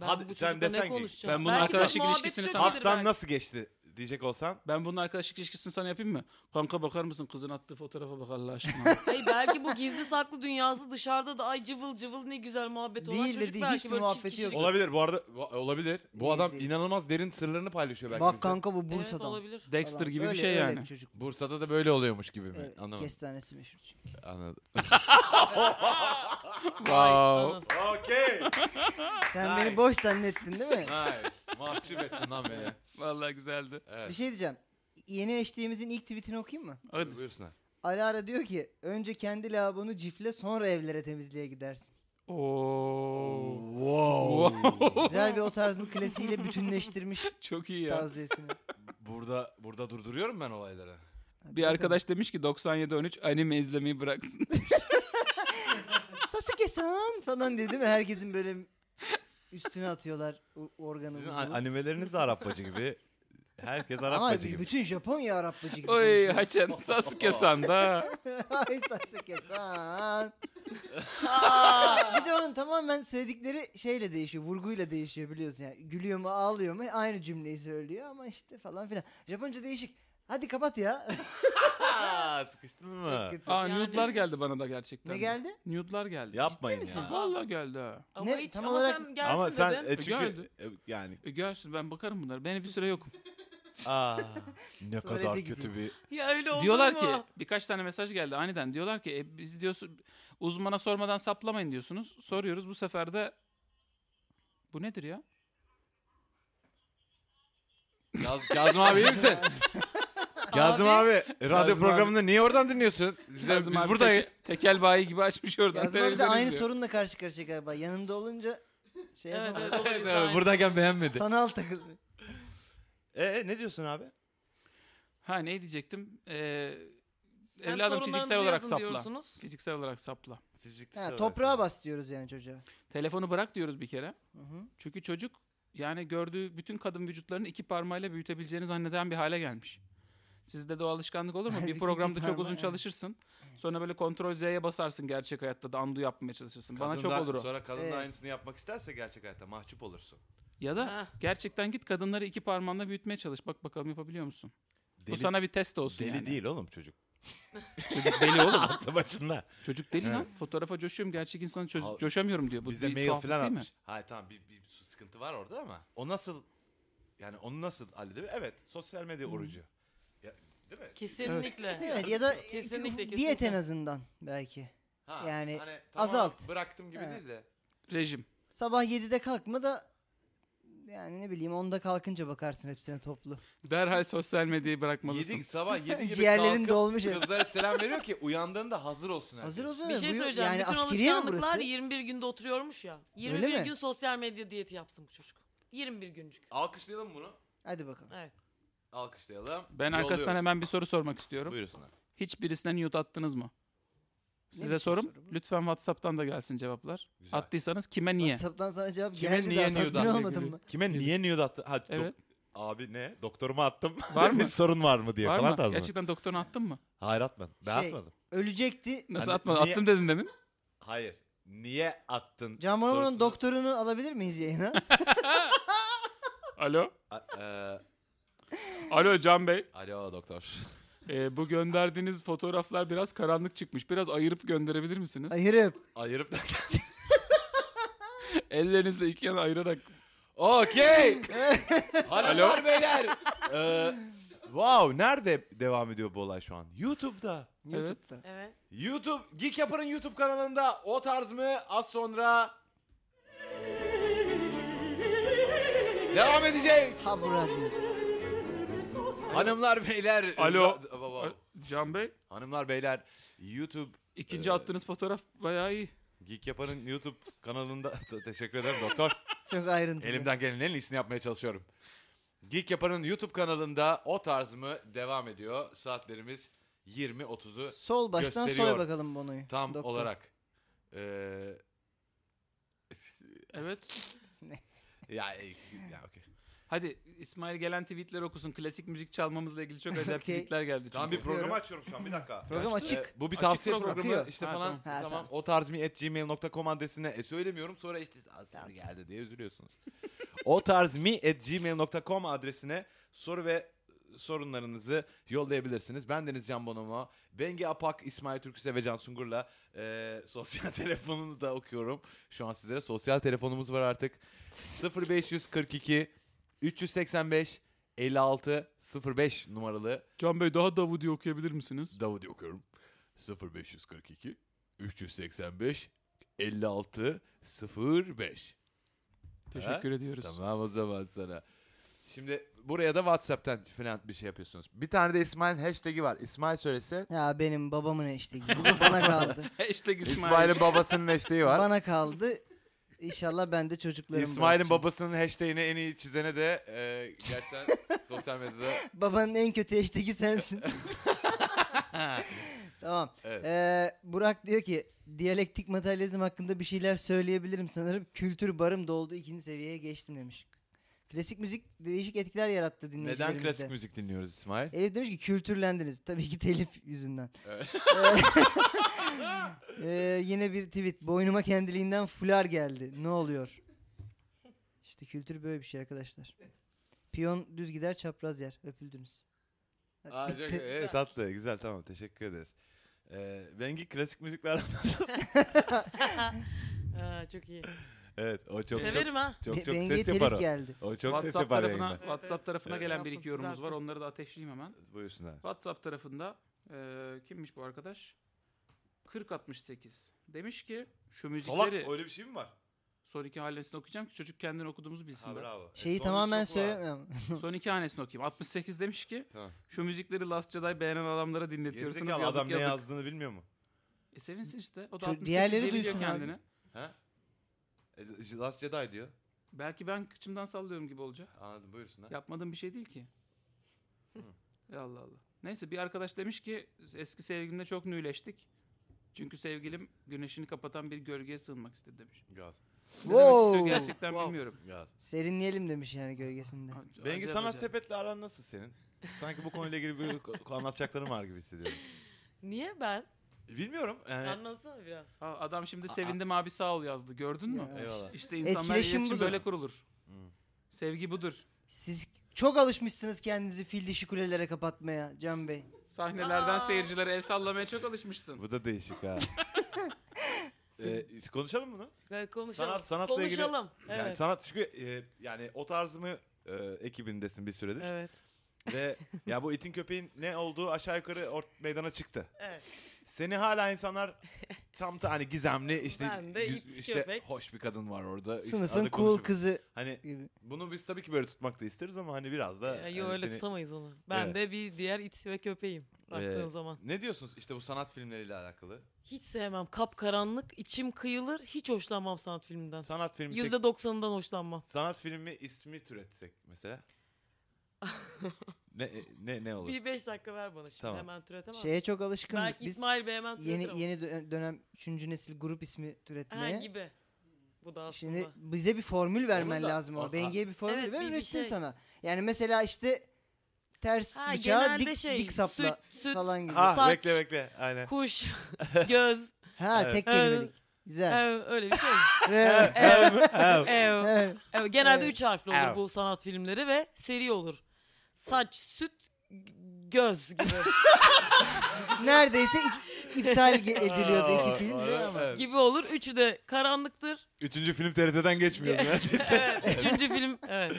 S4: Ben
S1: Hadi
S4: bu
S1: sen
S4: çocukla
S1: desen
S4: ne
S1: ki-
S4: konuşacağım?
S2: Ben bunun
S4: Belki de
S2: arkadaşlık
S4: muhabbet
S2: ilişkisini
S4: çok
S2: sana-
S4: iyidir
S1: Haftan
S4: belki.
S1: nasıl geçti diyecek olsan.
S2: Ben bunun arkadaşlık ilişkisini sana yapayım mı? Kanka bakar mısın kızın attığı fotoğrafa bak Allah aşkına.
S4: Hayır belki bu gizli saklı dünyası dışarıda da ay cıvıl cıvıl ne güzel muhabbet olan
S3: Değil
S4: çocuk
S3: dedi,
S4: belki
S3: hiçbir
S4: böyle
S3: muhabbeti
S4: çift
S3: yok.
S4: kişilik-
S1: Olabilir bu arada bu- olabilir. Bu
S3: İyi
S1: adam
S3: değil.
S1: inanılmaz derin sırlarını paylaşıyor belki
S3: Bak
S1: bize.
S3: kanka bu
S4: Evet,
S3: Bursa'dan.
S4: olabilir.
S2: Dexter
S3: falan.
S2: gibi bir
S3: Öyle-
S2: şey
S3: öyle
S2: yani.
S3: bir çocuk.
S1: Bursa'da da böyle oluyormuş gibi mi?
S3: Evet,
S1: Anlamadım.
S3: kestanesi meşhur
S2: (laughs)
S3: çünkü.
S1: Anladım.
S4: Ay,
S2: Wow.
S4: anasını.
S1: Okey.
S3: Sen
S1: Nice.
S3: beni boş zannettin değil mi?
S1: Nice. Mahcup ettin lan beni.
S2: Vallahi güzeldi.
S3: bir
S1: Evet.
S3: şey diyeceğim. Yeni eşliğimizin ilk tweetini okuyayım mı?
S2: Hadi.
S1: Buyursunlar.
S3: Alara diyor ki önce kendi lavabonu cifle sonra evlere temizliğe gidersin.
S2: Oo.
S1: Wow.
S3: Güzel bir o tarzın
S1: (laughs)
S3: klasiğiyle bütünleştirmiş (laughs)
S2: Çok iyi ya.
S3: tavsiyesini.
S1: burada burada durduruyorum ben olayları.
S2: Bir arkadaş demiş ki 97-13 anime izlemeyi bıraksın.
S3: Sasuke-san falan diye değil mi? Herkesin böyle üstüne atıyorlar o- organı.
S1: Sizin
S3: uzunu.
S1: an- animeleriniz de Arap bacı gibi. Herkes Arap
S3: Ama
S1: bacı gibi.
S3: bütün Japonya Arap bacı gibi.
S2: Oy
S3: konuşuyor.
S2: Haçen Sasuke-san da.
S3: (laughs) Ay Sasuke-san. (laughs)
S4: Aa,
S3: Bir de onun tamamen söyledikleri şeyle değişiyor. Vurguyla değişiyor biliyorsun. Yani gülüyor mu ağlıyor mu aynı cümleyi söylüyor ama işte falan filan. Japonca değişik. Hadi kapat ya. (laughs)
S1: Aa, sıkıştın mı?
S3: Çok kötü.
S2: Aa
S4: Yani-
S2: nude'lar geldi bana da gerçekten.
S3: ne
S2: de.
S3: geldi?
S2: Nude'lar geldi.
S1: Yapmayın
S3: Ciddi
S1: ya.
S4: misin?
S2: Vallahi geldi ha.
S4: ama
S3: Ne,
S4: hiç
S3: tam
S4: ama
S3: olarak-
S4: sen gelsin
S1: Ama sen
S4: dedin.
S1: e, çünkü
S2: Geldi.
S1: e,
S3: (laughs)
S1: yani
S2: E gelsin ben bakarım bunlara. Benim bir süre yokum.
S1: aa ne kadar
S3: Tuvalete
S1: kötü bir
S4: Ya öyle olur
S2: diyorlar
S4: mu?
S2: ki birkaç tane mesaj geldi aniden. Diyorlar ki e, biz diyorsun uzmana sormadan saplamayın diyorsunuz. Soruyoruz bu sefer de bu nedir ya?
S1: Kaz, Kazım abi iyi misin? Kazım
S4: Abi.
S1: abi radyo
S2: Kazım
S1: programında niye oradan dinliyorsun? Bize-
S2: Kazım
S1: biz
S2: abi
S1: buradayız.
S2: teke- tekel bayi gibi açmış oradan.
S3: Yazma bir de
S2: televizyon
S3: aynı
S2: izliyor.
S3: sorunla karşı karşıya galiba. Yanında olunca şey
S4: Evet,
S3: yapamaz.
S4: evet, o da
S1: evet,
S4: bizde
S1: evet,
S2: Ee,
S4: aynı.
S1: buradayken beğenmedi.
S3: (laughs) Sanal takıldı.
S1: E ne diyorsun abi?
S2: Ha ne diyecektim? Ee,
S4: Hem
S2: evladım
S4: sorunlarınızı
S2: fiziksel olarak
S4: yazın
S2: sapla.
S4: diyorsunuz.
S2: Fiziksel olarak sapla.
S1: Fiziksel
S3: Ha,
S1: olarak.
S3: toprağa bas diyoruz yani çocuğa.
S2: Telefonu bırak diyoruz bir kere.
S3: Hı hı.
S2: Çünkü çocuk yani gördüğü bütün kadın vücutlarını iki parmağıyla büyütebileceğini zanneden bir hale gelmiş. Sizde de o alışkanlık olur
S3: (laughs)
S2: mu?
S3: Her
S2: Bir
S3: iki
S2: programda
S3: bir
S2: çok
S3: parmağı,
S2: uzun
S3: evet.
S2: çalışırsın. Sonra böyle kontrol Z'ye basarsın gerçek hayatta da undo yapmaya çalışırsın. Bana çok
S1: Kadın da-
S2: olur o.
S1: Sonra kadın da
S3: Evet.
S1: aynısını yapmak isterse gerçek hayatta mahcup olursun.
S2: Ya da
S4: Ha.
S2: gerçekten git kadınları iki parmağınla büyütmeye çalış. Bak bakalım yapabiliyor musun? Bu
S1: Deli-
S2: sana bir test olsun
S1: Deli
S2: yani.
S1: değil oğlum çocuk.
S2: Çocuk
S1: (laughs)
S2: deli oğlum.
S1: Aklı başında.
S2: Çocuk deli
S1: Evet.
S2: lan. Fotoğrafa coşuyorum. Gerçek insanı çöz-
S1: Al-
S2: coşamıyorum diyor. Bu
S1: Bize
S2: bir
S1: mail
S2: tuhaflık
S1: falan
S2: değil mi?
S1: atmış. Hayır tamam bir, bir su- sıkıntı var orada ama. O nasıl yani onu nasıl halledebilir? Evet sosyal medya orucu. Ya, değil mi?
S4: Kesinlikle.
S3: Evet ya da
S4: Kesinlikle,
S3: diyet
S4: kesinlikle.
S3: en azından belki.
S1: Ha,
S3: Yani
S1: hani tamam,
S3: azalt.
S1: Bıraktım gibi
S3: Evet.
S1: değil de.
S2: Rejim.
S3: Sabah 7'de kalkma da yani ne bileyim 10'da kalkınca bakarsın hepsine toplu.
S2: Derhal sosyal medyayı bırakmalısın.
S1: Yedi, sabah
S3: (laughs)
S1: yedi gibi
S3: Ciğerlerin
S1: kalkıp
S3: dolmuş.
S1: kızlara selam veriyor ki uyandığında hazır olsun herkes.
S3: Hazır olsun.
S4: Bir
S3: bu-
S4: şey söyleyeceğim.
S3: Yani
S4: Bütün
S3: askeriye mi
S4: alışkanlıklar
S3: burası?
S4: 21 günde oturuyormuş ya.
S3: Öyle
S4: 21
S3: mi?
S4: gün sosyal medya diyeti yapsın bu çocuk. 21 güncük.
S1: Alkışlayalım bunu.
S3: Hadi bakalım.
S4: Evet.
S1: Alkışlayalım.
S2: Ben arkasından
S1: Yolluyoruz.
S2: hemen bir soru sormak istiyorum.
S1: Buyursunlar.
S2: Hiçbirisine nude attınız mı? Size
S3: biçim
S2: sorum.
S3: soru bu?
S2: Lütfen WhatsApp'tan da gelsin cevaplar.
S1: Güzel.
S2: Attıysanız kime niye?
S3: WhatsApp'tan sana cevap
S1: Kime
S3: geldi
S1: niye
S3: daha
S1: nude
S3: tatmin
S1: attı?
S3: olmadın mı?
S1: Kime niye nude attı? Ha, dok-
S2: Evet.
S1: abi ne? Doktoruma attım.
S2: Var
S1: (laughs)
S2: mı?
S1: bir sorun var mı diye
S2: Var
S1: falan
S2: mı?
S1: tarzı.
S2: Gerçekten doktoruna attın mı?
S1: Hayır atmadım. Ben
S3: Şey-
S1: atmadım.
S3: Ölecekti.
S2: Nasıl
S1: Hani
S2: atmadın?
S1: niye-
S2: Attım dedin demin.
S1: Hayır. Niye attın?
S3: Can Bonomo'nun
S1: sorusunu-
S3: doktorunu alabilir miyiz yayına? (laughs)
S2: Alo.
S1: A- e, eee,
S2: Alo Can Bey.
S1: Alo doktor. (laughs)
S2: Ee, bu gönderdiğiniz fotoğraflar biraz karanlık çıkmış. Biraz ayırıp gönderebilir misiniz?
S3: Ayırıp.
S1: Ayırıp da
S2: Ellerinizle iki yana ayırarak. (laughs)
S1: Okey.
S2: Alo.
S1: Hanımlar beyler. Eee, wow nerede devam ediyor bu olay şu an? YouTube'da.
S3: YouTube'da.
S4: Evet.
S1: YouTube Geek Yapar'ın YouTube kanalında o tarz mı? Az sonra devam edecek.
S3: Ha bu radyo.
S1: Hanımlar beyler.
S2: Alo.
S1: Ra- Wow.
S2: Can Bey.
S1: Hanımlar beyler YouTube
S2: ikinci
S1: Ee,
S2: attığınız fotoğraf bayağı iyi.
S1: Geek Yapar'ın YouTube kanalında (laughs) teşekkür ederim doktor.
S3: Çok ayrıntılı.
S1: Elimden gelenin en iyisini yapmaya çalışıyorum. Geek Yapar'ın YouTube kanalında o tarz mı devam ediyor. Saatlerimiz 20.30'u
S3: Sol baştan
S1: gösteriyor.
S3: soy bakalım Bono'yu.
S1: tam
S3: Doktor.
S1: olarak. Ee, (laughs)
S2: Evet.
S1: ya, ya okey.
S2: Hadi İsmail gelen tweetler okusun. Klasik müzik çalmamızla ilgili çok acayip
S3: (laughs) Okey.
S2: tweetler geldi.
S1: Tam bir
S2: çünkü.
S1: programı açıyorum şu an bir dakika.
S3: (laughs) Program
S1: İşte,
S3: açık.
S1: e, bu bir
S2: Açık
S1: tavsiye
S2: program.
S1: programı
S3: Akıyor.
S1: işte
S2: Ha,
S1: falan.
S3: tamam. Ha,
S1: tamam.
S3: tamam.
S1: O tarzmi at gmail.com adresine e, söylemiyorum. Sonra işte az sonra
S3: Tamam.
S1: geldi diye üzülüyorsunuz. o tarzmi at gmail.com adresine soru ve sorunlarınızı yollayabilirsiniz. Ben Deniz Can Bonomo, Bengi Apak, İsmail Türküse ve Can Sungur'la e, sosyal (laughs) telefonunuzu da okuyorum. Şu an sizlere sosyal telefonumuz var artık. 0542 385 56 05 numaralı
S2: Can Bey daha Davudi okuyabilir misiniz?
S1: Davudi okuyorum. 0542 385 56 05.
S2: Teşekkür ediyoruz.
S1: Tamam o zaman sana. Şimdi buraya da WhatsApp'tan falan bir şey yapıyorsunuz. Bir tane de İsmail'in hashtag'i var. İsmail söylese.
S3: Ya benim babamın
S1: (laughs)
S3: işte bana kaldı.
S2: (laughs) Hashtag İsmail.
S1: İsmail'in babasının hashtag'i var.
S3: (laughs) Bana kaldı. İnşallah ben de çocuklarım
S1: İsmail'in
S3: babası.
S1: babasının hashtag'ini en iyi çizene de e,
S3: (laughs)
S1: gerçekten sosyal medyada.
S3: Babanın en kötü
S1: (laughs)
S3: eşteki sensin. tamam.
S1: Evet.
S3: Ee, Burak diyor ki diyalektik materyalizm hakkında bir şeyler söyleyebilirim sanırım. Kültür barım doldu ikinci seviyeye geçtim demiş. Klasik müzik değişik etkiler yarattı dinleyicilerimizde.
S1: Neden klasik müzik dinliyoruz İsmail?
S3: Elif demiş ki kültürlendiniz. Tabii ki telif yüzünden.
S1: Evet.
S3: (laughs) Ee, ee, yine bir tweet. Boynuma kendiliğinden fular geldi. Ne oluyor? İşte kültür böyle bir şey arkadaşlar. Piyon düz gider çapraz yer. Öpüldünüz. Hadi
S1: Aa, çok,
S3: bitti.
S1: evet, tatlı güzel tamam teşekkür ederiz. Ee, Bengi klasik müzikler nasıl?
S4: Aa, Ee, çok iyi.
S1: (laughs) evet o çok çok
S4: Severim ha.
S1: Çok
S3: Be-
S1: çok
S3: Bengi'ye
S1: ses yapar
S3: telif
S1: o.
S3: geldi.
S1: O çok ses
S2: WhatsApp
S1: yapar
S2: tarafına,
S1: yayında.
S2: WhatsApp tarafına
S1: Evet.
S2: gelen bir
S4: Yaptım,
S2: iki yorumumuz var.
S4: düzelttim.
S2: Onları da ateşleyeyim hemen.
S1: Buyursunlar.
S2: WhatsApp tarafında eee, kimmiş bu arkadaş? 4068. Demiş ki şu
S1: Salak
S2: müzikleri
S1: öyle bir şey mi var?
S2: son iki hanesini okuyacağım ki çocuk kendini okuduğumuzu bilsin.
S1: Ha
S2: ben.
S1: bravo. E,
S3: Şeyi
S1: sonu
S3: tamamen
S1: çok var.
S3: söylemiyorum.
S2: Son iki hanesini okuyayım. 68 demiş ki
S1: Tamam.
S2: şu müzikleri Last Jedi beğenen adamlara dinletiyorsunuz.
S1: Gerizekalı
S2: Yazık
S1: adam ne
S2: yazık.
S1: yazdığını bilmiyor mu?
S2: E sevinsin işte. O da
S3: Çocuk-
S2: 68
S3: diğerleri
S2: diyebiliyor
S3: duysun abi.
S2: kendini.
S1: He? E, Last Jedi diyor.
S2: Belki ben kıçımdan sallıyorum gibi olacak.
S1: Anladım buyursunlar.
S2: Yapmadığım bir şey değil ki.
S1: Hı.
S2: Ya Allah Allah. Neyse bir arkadaş demiş ki eski sevgilimle çok nüleştik. Çünkü sevgilim güneşini kapatan bir gölgeye sığınmak istedi demiş.
S1: Gaz.
S2: Ne demek istiyor
S3: Wow.
S2: gerçekten
S4: Wow.
S2: bilmiyorum.
S1: Gaz.
S3: Serinleyelim demiş yani gölgesinde.
S2: Ac-
S1: Bengi
S2: acayip
S1: sanat
S2: acayip.
S1: sepetle aran nasıl senin? Sanki bu konuyla ilgili bir ko- anlatacaklarım var gibi hissediyorum.
S4: Niye ben?
S1: E, Bilmiyorum. Yani
S4: Anlatsana biraz.
S2: Ha, adam şimdi sevindim abi sağ ol yazdı. Gördün mü?
S3: Ya.
S1: Eyvallah.
S2: İşte insanlar
S3: Etkileşim
S2: iletişim
S3: budur.
S2: böyle kurulur.
S1: Hı.
S2: Sevgi budur.
S3: Siz çok alışmışsınız kendinizi fil dişi kulelere kapatmaya Can Bey.
S2: Sahnelerden
S4: Aa.
S2: seyircilere el sallamaya çok alışmışsın.
S1: bu da değişik (laughs) ha. Ee, konuşalım bunu.
S4: Ben konuşalım.
S1: Sanat- sanatla ilgili-
S4: konuşalım. Evet.
S1: Yani sanat çünkü e, yani o tarzımı e, ekibindesin bir süredir.
S4: evet. (laughs)
S1: Ve ya bu itin köpeğin ne olduğu aşağı yukarı ort- meydana çıktı.
S4: Evet.
S1: Seni hala
S4: (laughs)
S1: insanlar tam da hani gizemli işte
S4: Ben de
S1: güz-
S4: it
S1: işte
S4: köpek.
S1: hoş bir kadın var orada. işte
S3: Sınıfın
S1: adı
S3: cool
S1: konuşulmuyor.
S3: kızı
S1: Hani
S3: gibi.
S1: bunu biz tabii ki böyle tutmak da isteriz ama hani biraz da
S4: Ya, yo
S1: hani
S4: öyle
S1: seni-
S4: tutamayız onu. Ben
S1: Evet.
S4: de bir diğer it ve köpeğim. Baktığın
S1: Ee,
S4: zaman.
S1: Ne diyorsunuz işte bu sanat filmleriyle alakalı?
S4: Hiç sevmem. Kapkaranlık, içim kıyılır. Hiç hoşlanmam sanat filminden.
S1: Sanat filmi çek-
S4: %90'ından hoşlanmam.
S1: sanat filmi ismi türetsek mesela. ne ne
S4: (laughs)
S1: ne olur?
S4: Bir 5 dakika ver bana şimdi.
S1: Tamam.
S4: Hemen türetemem.
S3: Şeye çok alışkındık
S4: Belki
S3: Şey, biz.
S4: İsmail Bey hemen
S3: Yeni
S4: türetir ama.
S3: yeni dö- dönem 3. nesil grup ismi
S4: Ha,
S3: türetmeye.
S4: gibi. Bu da aslında.
S3: Şimdi bize bir formül vermen
S1: Olur da-
S3: lazım
S1: Aa.
S3: o. Benge'ye bir formül
S4: Evet,
S3: ver
S4: bir- bir
S3: üretsin
S4: şey.
S3: sana. Yani mesela işte ters
S4: ha,
S3: bıçağa
S4: genelde
S3: dik,
S4: şey,
S3: dik sapla
S4: süt, süt,
S3: falan gibi.
S1: Ha
S4: Saç.
S1: Ah, bekle bekle. Aynen. (laughs)
S4: kuş, göz.
S3: Ha
S1: Evet.
S3: tek
S4: Evet.
S3: kelimelik. Güzel.
S4: ev, öyle bir şey.
S1: (laughs)
S3: Evet.
S4: Ev, ev,
S3: Evet.
S4: ev. Genelde
S3: Evet.
S4: 3 harfli olur
S1: Ev.
S4: bu sanat filmleri ve seri olur. Saç, süt, göz gibi.
S3: Neredeyse iki- iptal ge- ediliyordu iki film
S1: Aa,
S3: de ama.
S1: (laughs) evet.
S4: gibi olur. Üçü de
S1: (laughs)
S4: karanlıktır.
S1: Üçüncü film TRT'den
S4: (laughs)
S1: geçmiyor neredeyse.
S4: Evet. Üçüncü film. Evet.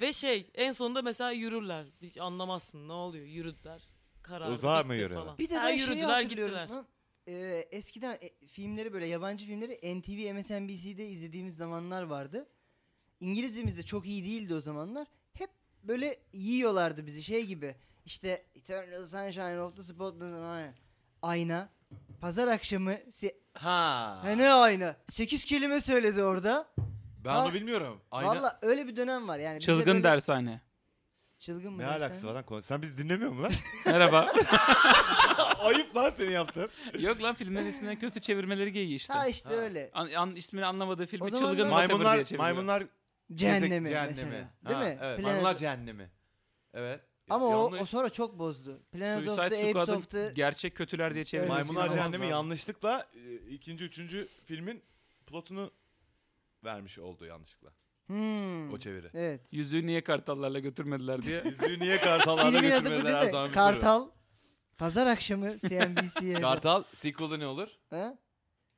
S4: Ve şey en sonunda mesela yürürler. Bir Anlamazsın ne oluyor yürüdüler. Karar.
S1: Uzağa mı yürüyorlar?
S3: Bir de
S4: Ha,
S3: ben şeyi
S4: yürüdüler,
S3: hatırlıyorum.
S4: gittiler.
S3: lan. Ee, eskiden e, filmleri böyle yabancı filmleri NTV, MSNBC'de izlediğimiz zamanlar vardı. İngilizcemiz de çok iyi değildi o zamanlar. Hep böyle yiyorlardı bizi şey gibi. İşte Eternal Sunshine of the Spotless Mind. Ayna. Pazar akşamı. Se-
S1: Ha.
S3: ha ne ayna? 8 kelime söyledi orada.
S1: Ben
S3: Ha.
S1: onu bilmiyorum. Aynen.
S3: Valla öyle bir dönem var yani. bize
S2: Çılgın
S3: böyle-
S2: dershane.
S3: Çılgın mı
S1: Ne
S3: dersen?
S1: alakası var lan konu? Sen bizi dinlemiyor musun lan? (laughs)
S2: Merhaba. (laughs)
S1: Ayıp lan senin yaptığın.
S2: Yok lan filmlerin isminden kötü çevirmeleri geyiği işte.
S3: Ha işte
S1: Ha.
S3: öyle.
S2: An, an- ismini anlamadığı filmi
S3: O zamanlar-
S2: çılgın Maymunlar, diye
S1: Maymunlar,
S2: çeviriyor.
S1: maymunlar
S3: Cehennemi,
S1: gezeg-
S3: mesela. Değil
S1: Ha,
S3: mi?
S1: Evet.
S3: Planet-
S1: Maymunlar cehennemi. Evet.
S3: Ama o,
S1: Yanlış-
S3: o sonra çok bozdu. Planet of
S2: Suicide
S3: the Apes
S2: Squad'ın
S3: of the...
S2: gerçek kötüler diye çevirmesi.
S1: Maymunlar
S3: Sinema
S1: cehennemi
S3: olmaz.
S1: yanlışlıkla e, ikinci, üçüncü filmin plotunu vermiş oldu yanlışlıkla.
S3: Hmm.
S1: O
S3: (laughs)
S1: çeviri.
S3: Evet.
S2: Yüzüğü niye kartallarla götürmediler
S3: (laughs)
S2: diye.
S1: Yüzüğü niye kartallarda
S3: Filmin adı bu
S1: götürmediler her
S3: değil
S1: zaman
S3: mi?
S1: bir soru.
S3: Kartal. Pazar akşamı
S1: (laughs)
S3: CNBC'ye.
S1: Kartal sequel'da ne olur?
S3: ha?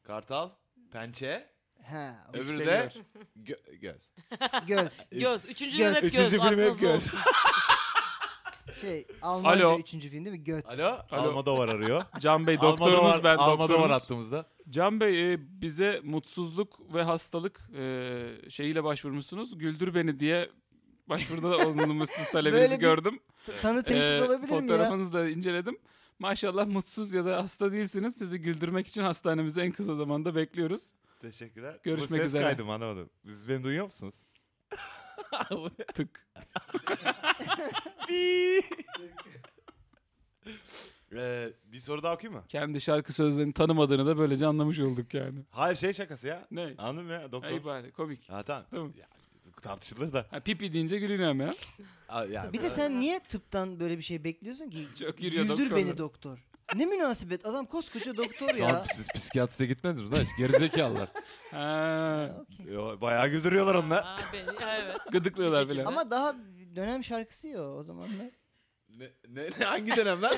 S1: Kartal, pençe,
S3: ha. o
S1: öbürü de
S2: Yükseliyor.
S1: gö- göz.
S3: Göz.
S4: Göz. Üçüncü
S3: Göz.
S4: film hep göz.
S1: Üçüncü film hep
S4: aklınızda
S1: göz.
S4: olsun.
S1: (laughs)
S3: Şey Almanca
S2: Alo.
S3: üçüncü film değil mi? Göt.
S1: Alo,
S2: Alo.
S1: Almodovar arıyor.
S2: Can Bey doktorunuz ben
S1: Almodovar
S2: doktorunuz.
S1: attığımızda.
S2: Can Bey e, bize mutsuzluk ve hastalık e, şeyiyle başvurmuşsunuz. Güldür beni diye başvuruda
S3: (laughs)
S2: da bulunmuşsunuz
S3: Böyle
S2: talebinizi
S3: bir-
S2: gördüm.
S3: T- Tanı teşhis
S2: Ee,
S3: olabilir mi ya?
S2: Fotoğrafınızı da inceledim. Maşallah mutsuz ya da hasta değilsiniz. Sizi güldürmek için hastanemize en kısa zamanda bekliyoruz.
S1: Teşekkürler.
S2: Görüşmek
S1: Bu ses
S2: üzere.
S1: kaydı mı anlamadım. Siz beni duyuyor musunuz?
S2: Tık.
S1: Ee, bir soru daha okuyayım mı?
S2: Kendi şarkı sözlerini tanımadığını da böylece anlamış olduk yani.
S1: Hayır şey şakası ya.
S2: Ne?
S1: Anladın mı ya doktor?
S2: Ay bari komik.
S1: Ha tamam.
S2: Tamam.
S1: Ya, tartışılır da.
S2: Ha, pipi deyince gülüyorum ya.
S1: Aa, yani
S3: Bir de
S1: böyle-
S3: sen niye tıptan böyle bir şey bekliyorsun ki?
S2: (laughs) Çok giriyor
S3: Güldür
S2: doktorlar.
S3: beni doktor. Ne münasebet adam
S1: (laughs)
S3: koskoca doktor ya.
S1: Tamam, siz psikiyatriste gitmediniz mi lan? Gerizekalılar.
S2: Ha,
S3: (laughs) Okey.
S1: Yo, Bayağı güldürüyorlar onlar.
S4: Aa, beni, evet.
S2: gıdıklıyorlar bile.
S3: Ama daha dönem şarkısı ya o zamanlar.
S1: Ne, ne, ne- hangi dönem lan?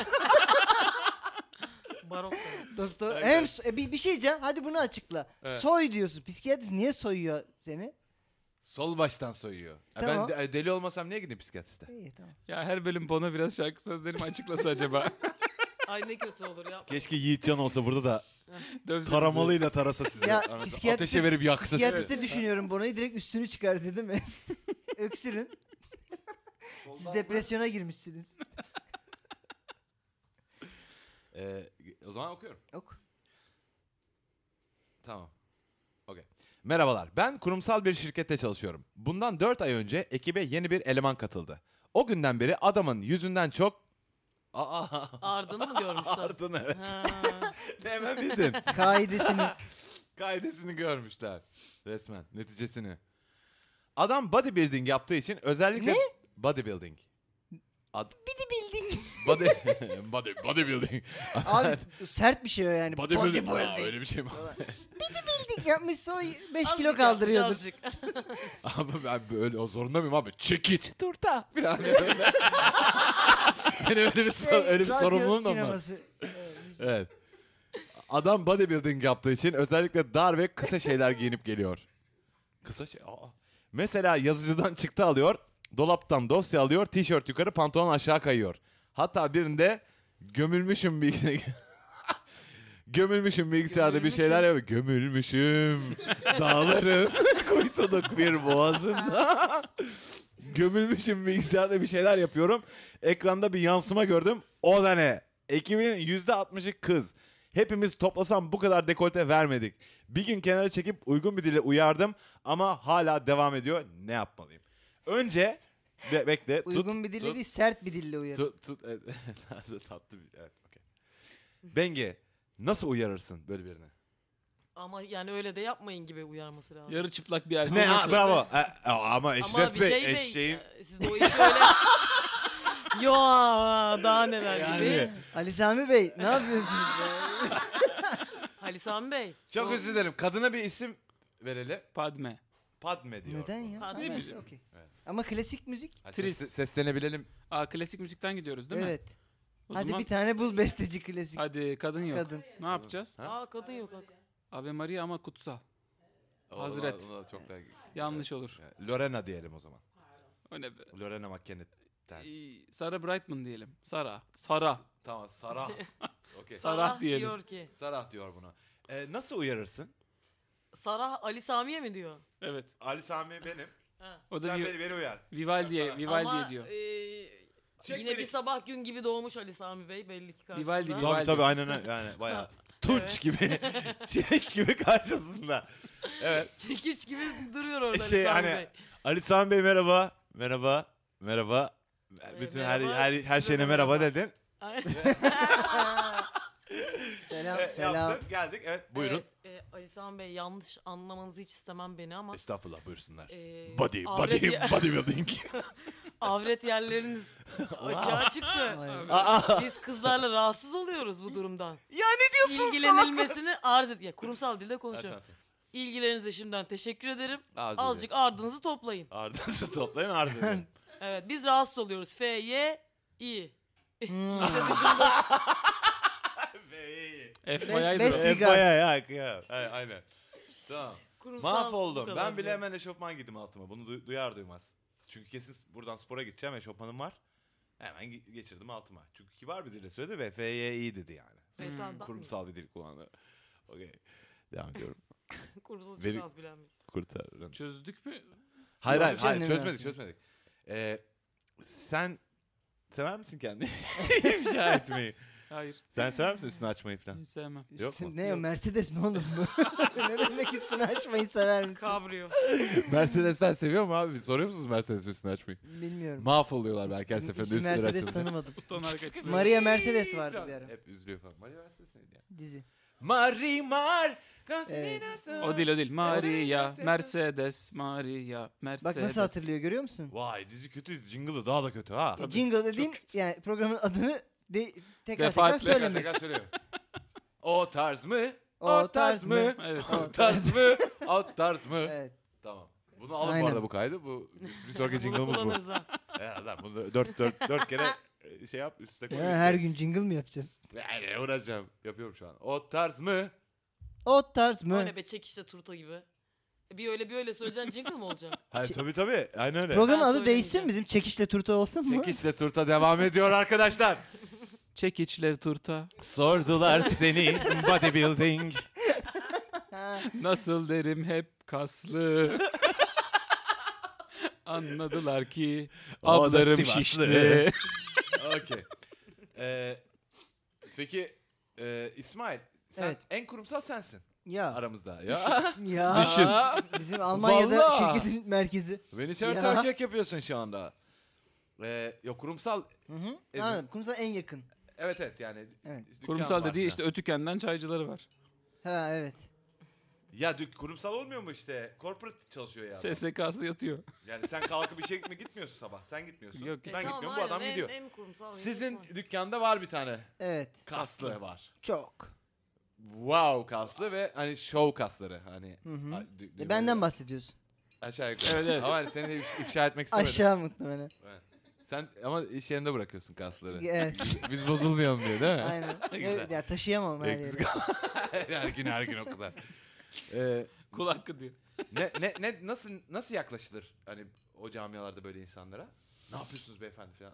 S4: Barok.
S3: Doktor
S1: Aynen.
S3: hem so- e, bir, bir şey diyeceğim hadi bunu açıkla.
S1: Evet.
S3: Soy diyorsun. Psikiyatrist niye soyuyor seni?
S1: (laughs) Sol baştan soyuyor. Ha,
S3: Tamam.
S1: Ben de- e, deli olmasam niye gideyim psikiyatriste?
S3: İyi tamam.
S2: Ya her bölüm bana biraz şarkı sözlerimi açıklasa acaba.
S3: (laughs)
S4: Ay ne kötü olur ya.
S1: Keşke Yiğitcan olsa burada da
S2: Dövse bizi.
S1: Taramalıyla tarasa sizi.
S3: Ya,
S1: Anasını
S3: psikiyatrist-
S1: Ateşe verip yaksa sizi.
S3: Psikiyatriste düşünüyorum Bono'yu direkt üstünü çıkartıyor değil mi? (laughs) Öksürün. Siz depresyona girmişsiniz.
S1: Ee, o zaman okuyorum.
S3: Yok.
S1: Tamam. Okey. Merhabalar. Ben kurumsal bir şirkette çalışıyorum. Bundan 4 ay önce ekibe yeni bir eleman katıldı. O günden beri adamın yüzünden çok... Aa,
S4: Ardını mı
S1: (laughs)
S4: görmüşler?
S1: ardın (laughs) evet.
S4: Ha.
S1: Ne Hemen (laughs) bildin.
S4: (laughs)
S3: Kaidesini.
S1: Kaidesini görmüşler. Resmen. Neticesini. Adam bodybuilding yaptığı için özellikle...
S3: Ne?
S1: Bodybuilding. Ad... Body building. (laughs) body, bodybuilding.
S3: Abi sert bir şey o yani.
S1: Bodybuilding. Aa,
S3: Bodybuilding.
S1: öyle bir şey mi? (laughs)
S3: Bodybuilding yapmışsa o 5 kilo
S4: Azıcık
S3: kaldırıyordur.
S4: azıcık.
S1: abi ben böyle o zorunda mıyım abi? Check it. Dur da. Falan. (laughs) Benim öyle bir,
S3: Şey,
S1: sor- öyle bir
S3: radyo
S1: sorumluluğum da var.
S3: sineması. Evet.
S1: Evet. Adam bodybuilding yaptığı için özellikle dar ve kısa şeyler giyinip geliyor. Kısa şey. Aa. Mesela yazıcıdan çıktı alıyor, dolaptan dosya alıyor, tişört yukarı, pantolon aşağı kayıyor. Hatta birinde gömülmüşüm bilgisayarda. (laughs) gömülmüşüm bilgisayarda bir şeyler yapıyor. Gömülmüşüm dağların (laughs) kuytuluk bir boğazında. gömülmüşüm bilgisayarda bir şeyler yapıyorum. Ekranda bir yansıma gördüm. O da ne? Ekibin %60'ı kız. Hepimiz toplasam bu kadar dekolte vermedik. Bir gün kenara çekip uygun bir dille uyardım ama hala devam ediyor. Ne yapmalıyım? Önce Be- bekle. tut,
S3: Uygun bir dille
S1: tut,
S3: değil sert bir dille uyarı.
S1: Tut, tut, evet. (laughs) tatlı bir, evet, okey. Bengi, nasıl uyarırsın böyle birine?
S4: Ama yani öyle de yapmayın gibi uyarması lazım.
S2: Yarı çıplak bir erkek.
S1: Ne, ha,
S2: nasıl-
S1: bravo. E, e, ama
S4: Ama
S1: Eşref
S4: bir
S1: Bey,
S4: şey bey,
S1: eşeğin...
S4: e, siz de o işi öyle... (laughs) Yo daha neler
S1: Yani,
S4: gibi.
S3: Ali Sami Bey ne yapıyorsunuz? be?
S4: Halis Han Bey.
S1: çok
S4: Doğru.
S1: özür dilerim. Kadına bir isim verelim.
S2: Padme.
S1: Padme diyor.
S3: Neden ya?
S4: Ha,
S3: Ha,
S4: ne
S3: neyse,
S2: bileyim.
S3: okey.
S1: Evet.
S3: Ama klasik müzik.
S1: Ha,
S2: Tris.
S1: ses- seslenebilelim.
S2: Aa klasik müzikten gidiyoruz değil mi?
S3: evet.
S2: O
S3: Hadi
S2: zaman
S3: bir tane bul besteci klasik
S2: hadi kadın yok. (laughs)
S3: kadın.
S2: Ne yapacağız?
S1: Ha?
S4: Aa kadın yok. hak-
S2: Ave Maria ama kutsal.
S1: O-
S2: Hazret.
S1: o- o- çok daha
S2: Yanlış olur.
S1: Evet. Lorena diyelim o zaman.
S2: O ne be?
S1: Lorena McKennett'ten.
S2: Ee, Sarah Brightman diyelim. Sara. Sara.
S1: Tamam, Sarah. Okey.
S2: Sa- Sarah diyelim.
S4: diyor ki.
S1: Sarah diyor buna. E, nasıl uyarırsın?
S4: Sarah Ali Sami'ye mi diyor?
S2: Evet.
S1: Ali Sami benim.
S4: Ha.
S2: O da
S1: Sen
S2: Vi-
S1: beni, beni uyar.
S2: Vivaldi'ye
S1: Sarah.
S2: Vivaldi'ye
S4: Ama,
S2: diyor.
S4: e,
S1: Çek
S4: yine
S1: beni.
S4: bir sabah gün gibi doğmuş Ali Sami Bey belli ki karşısında.
S2: Vivaldi, Vivaldi.
S1: Tabii tabii aynen öyle. yani bayağı tunç
S4: Evet.
S1: gibi, çelik gibi karşısında. Evet.
S4: (laughs) Çekiç gibi duruyor orada
S1: Şey,
S4: Ali Sami
S1: hani,
S4: Bey.
S1: Ali Sami Bey merhaba, merhaba, merhaba.
S4: Ee,
S1: Bütün
S4: merhaba,
S1: her her her
S4: size
S1: şeyine
S4: de
S1: merhaba,
S4: merhaba.
S1: dedin.
S3: Selam
S1: Evet,
S3: selam.
S1: yaptık, E, geldik. Evet, (laughs) buyurun.
S4: Evet, e, Ali Sami Bey yanlış anlamanızı hiç istemem beni ama.
S1: Estağfurullah buyursunlar.
S4: e,
S1: Body,
S4: avret,
S1: body, (laughs)
S4: (laughs) ye-
S1: bodybuilding.
S4: avret yerleriniz açığa çıktı.
S3: Vay be.
S1: Aa,
S4: Biz kızlarla rahatsız oluyoruz bu durumdan.
S1: ya ne diyorsunuz
S4: İlgilenilmesini arz et. Ya kurumsal dilde konuşuyorum.
S1: salak?
S4: İlgilerinize şimdiden teşekkür ederim.
S1: Arz
S4: Azıcık ardınızı toplayın.
S1: Ardınızı toplayın arz
S4: (laughs)
S1: edin.
S4: Evet biz rahatsız oluyoruz. F, Y, İ.
S3: Hmm.
S2: F
S3: Best-
S2: bayağı
S3: best-
S2: duruyor.
S1: Evet,
S3: Stigat.
S1: E, bayağı ya, kıya. Evet, Aynen. Tamam.
S4: Kurumsal bu
S1: Mahvoldum.
S4: kadar
S1: Ben bile
S4: diyorum.
S1: hemen eşofman giydim altıma. Bunu du- duyar duymaz. Çünkü kesin s- buradan spora gideceğim. Eşofmanım var. Hemen gi- geçirdim altıma. Çünkü kibar bir dille söyledi ve FYI iyi dedi yani.
S4: Beyefendi, bakmayın.
S1: Kurumsal bir dil kullandı. Okey. Devam ediyorum.
S4: (laughs)
S3: (laughs)
S4: Kurumsal çok
S1: Veri-
S4: az bilen bir-
S1: Kurtarın.
S2: Çözdük mü?
S1: Hayır
S3: Yok, şey
S1: hayır, hayır
S3: çözmedim
S1: çözmedik
S3: aslında.
S1: çözmedik. Ee, sen sever misin kendini (laughs) ifşa etmeyi?
S2: Hayır.
S1: Sen sever misin üstünü açmayı falan?
S2: Hiç sevmem.
S1: Yok mu?
S3: ne o Mercedes mi oğlum bu? (laughs) ne demek üstünü açmayı sever misin?
S4: Kabrio.
S1: Mercedes'ler seviyor mu abi? Soruyor musunuz Mercedes üstünü (laughs) açmayı?
S3: Bilmiyorum.
S1: Mahvoluyorlar belki her
S3: Hiç-
S1: seferinde
S3: hiçbir
S1: üstünü
S3: Mercedes
S1: açınca.
S3: tanımadım.
S2: Utan arkadaşlar.
S3: Maria Mercedes vardı bir ara.
S1: Hep üzülüyor falan. Maria Mercedes neydi ya?
S2: (laughs)
S3: Dizi.
S1: Marimar
S2: O değil o değil. Maria, Mercedes, Maria, Mercedes.
S3: Bak nasıl hatırlıyor görüyor musun?
S1: Vay dizi kötü. Jingle'ı daha da kötü ha.
S3: E, jingle dediğin yani programın adını de, tekrar tekrar
S2: Defaatle.
S3: söylemek. (laughs)
S1: söylüyor. O tarz mı?
S3: O tarz mı?
S2: Evet.
S1: O tarz mı? O tarz mı?
S3: Evet.
S1: Tamam. Bunu alın bu
S3: Aynen.
S1: arada bu kaydı. Bu biz, bir sonraki
S4: Bunu
S1: jingle'ımız bu.
S4: kullanırız ha.
S1: Ya lan bunu dört, dört, dört kere e, şey yap üste koy.
S3: Ya, her gün jingle mi yapacağız?
S1: Yani uğraşacağım. Yapıyorum şu an. O tarz mı?
S3: O tarz
S4: O
S3: mı?
S4: ne be çek işte turta gibi. E, Bir öyle bir öyle söyleyeceksin jingle mı olacak?
S1: Hayır tabii tabii. Aynen öyle.
S3: Programın
S4: Ben
S3: adı değişsin
S4: söylemeyeceğim.
S3: bizim çekişle turta olsun mu?
S1: Çekiçle turta devam ediyor arkadaşlar.
S2: Çekiçle turta.
S1: Sordular seni bodybuilding.
S3: Ha,
S2: Nasıl derim hep kaslı. Anladılar ki
S1: O da
S2: ablarım
S1: Sivaslı. (laughs)
S2: şişti.
S1: Okey. Ee, peki e, İsmail sen
S3: Evet.
S1: en kurumsal sensin
S3: ya.
S1: aramızda. Ya. (laughs)
S3: Ya.
S2: Düşün.
S1: Aa,
S3: Bizim Almanya'da
S1: Vallahi.
S3: şirketin merkezi.
S1: Beni çevir
S3: Ya.
S1: erkek yapıyorsun şu anda. Ee, yok kurumsal
S3: Hı hı.
S1: Evet.
S3: Anladım. Kumsal en yakın.
S1: evet evet yani.
S3: Evet.
S1: dükkan
S2: Kurumsal
S1: var
S2: dediği
S1: falan.
S2: işte Ötüken'den çaycıları var.
S3: Ha evet.
S1: Ya dük- kurumsal olmuyor mu işte? Corporate çalışıyor ya. adam.
S2: SSK'sı yatıyor. (laughs)
S1: Yani sen kalkıp işe gitme gitmiyorsun sabah. Sen gitmiyorsun.
S2: Yok.
S1: Ben
S4: E, tamam,
S1: gitmiyorum bu adam
S4: aynen, en-
S1: gidiyor.
S4: En, kurumsal.
S1: Sizin
S4: yönetmen.
S1: dükkanda var bir tane
S3: Evet.
S1: kaslı var.
S3: Çok.
S1: Wow kaslı ve hani şov kasları hani.
S3: Hı hı.
S1: a- dü-
S3: E,
S1: dü-
S3: benden bahsediyorsun.
S1: Aşağı yukarı.
S2: Evet, evet.
S1: Ama hani seni de if- ifşa
S3: (laughs)
S1: etmek istemedim.
S3: Aşağı muhtemelen.
S1: Sen ama iş yerinde bırakıyorsun kasları.
S3: Evet.
S1: Biz bozulmayalım diye değil mi?
S3: Aynen.
S1: Güzel.
S3: ya taşıyamam her
S1: Eksik-
S3: yeri.
S1: (laughs) her gün her gün o kadar. Ee,
S2: Kul hakkı diyor.
S1: ne, ne, ne, nasıl nasıl yaklaşılır hani o camialarda böyle insanlara? Ne yapıyorsunuz beyefendi falan.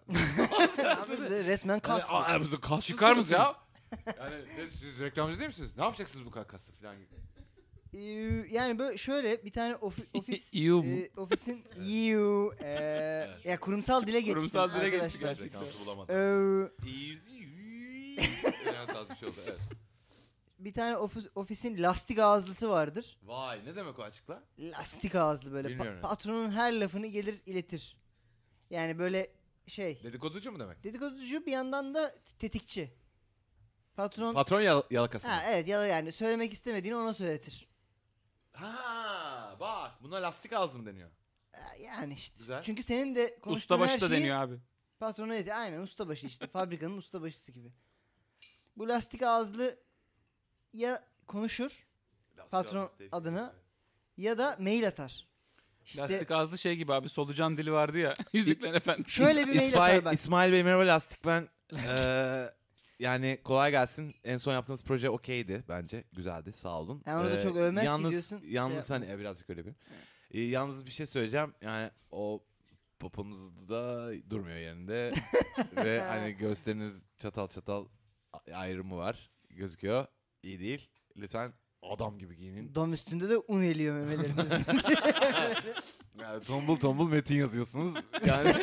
S3: Abi, Resmen (laughs) kas.
S1: Hani, "Aa, bu kassız
S2: Çıkar
S1: mısınız
S2: mısınız?"
S1: ya? yani siz- siz reklamcı değil misiniz? Ne yapacaksınız bu kadar kası falan gibi.
S3: Ee, yani böyle şöyle bir tane ofi- ofis
S2: İyu mu?
S3: e, ofisin iyu e, ya kurumsal dile geçti.
S2: Kurumsal dile geçti
S3: arkadaşlar.
S2: gerçekten.
S1: Rekansı bulamadım.
S3: Ee,
S1: yani tarzı bir şey oldu. Evet.
S3: bir tane ofis, ofisin lastik ağızlısı vardır.
S1: Vay ne demek o açıkla?
S3: Lastik ağızlı böyle. Pa-
S1: Bilmiyorum.
S3: patronun her lafını gelir iletir. Yani böyle şey.
S1: Dedikoducu mu demek?
S3: Dedikoducu bir yandan da tetikçi. Patron
S1: Patron yal- yalakası. mı?
S3: Ha evet ya da yani söylemek istemediğini ona söyletir.
S1: Ha bak buna lastik ağız mı deniyor?
S3: Ha, Yani işte.
S1: Güzel.
S3: Çünkü senin de konuştuğun her
S2: Ustabaşı
S3: şeyi
S2: da deniyor abi.
S3: patrona yetiyor. Aynen ustabaşı işte. (laughs) Fabrikanın ustabaşısı gibi. Bu lastik ağızlı ya konuşur
S1: Lastik
S3: Patron
S1: ağız değil.
S3: adına- ya da mail atar. İşte
S2: Lastik ağızlı şey gibi abi. Solucan dili vardı ya. (laughs) Yüzükler Efendisi.
S3: şöyle bir mail atar
S1: İsmail,
S3: bak.
S1: İsmail Bey merhaba lastik ben. Eee, (laughs) yani kolay gelsin. En son yaptığınız proje okeydi bence. Güzeldi sağ olun. Ee,
S3: Yani orada çok övmez ki
S1: yalnız,
S3: diyorsun, şey
S1: Yalnız hani
S3: yapmaz.
S1: e, birazcık öyle bir. Ee, yalnız bir şey söyleyeceğim. Yani o poponuzda durmuyor
S3: (laughs)
S1: yerinde. Ve hani gösteriniz çatal çatal a- ayrımı var. Gözüküyor. İyi değil. Lütfen adam gibi giyinin.
S3: Dom üstünde de un eliyor memelerimiz.
S1: Yani tombul tombul metin
S3: (laughs)
S1: yazıyorsunuz. Yani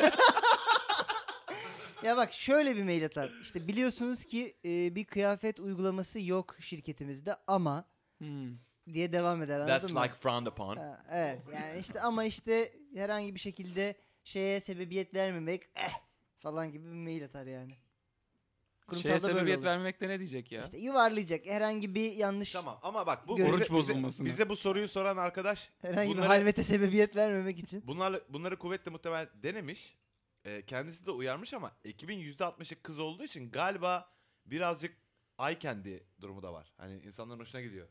S3: ya bak şöyle bir mail atar. İşte biliyorsunuz ki e, bir kıyafet uygulaması yok şirketimizde ama
S2: Hmm.
S3: diye devam eder anladın
S1: that's
S3: mı?
S1: like frowned upon.
S3: Ha, evet yani işte ama işte herhangi bir şekilde şeye sebebiyet vermemek eh, falan gibi bir mail atar yani.
S2: Şeye
S3: Kurumsalda böyle
S2: sebebiyet
S3: olur.
S2: vermemek de ne diyecek ya?
S3: İşte yuvarlayacak herhangi bir yanlış
S1: Tamam ama bak bu
S3: Görüş-
S2: Oruç bozulmasına.
S1: Bize, bize bu soruyu soran arkadaş
S3: herhangi
S1: bunları,
S3: bir halvete sebebiyet vermemek için.
S1: bunlarla, bunları kuvvetle muhtemel denemiş. Ee, kendisi de uyarmış ama ekibin %60'ı kız olduğu için galiba birazcık ay kendi durumu da var. Hani insanların hoşuna gidiyor.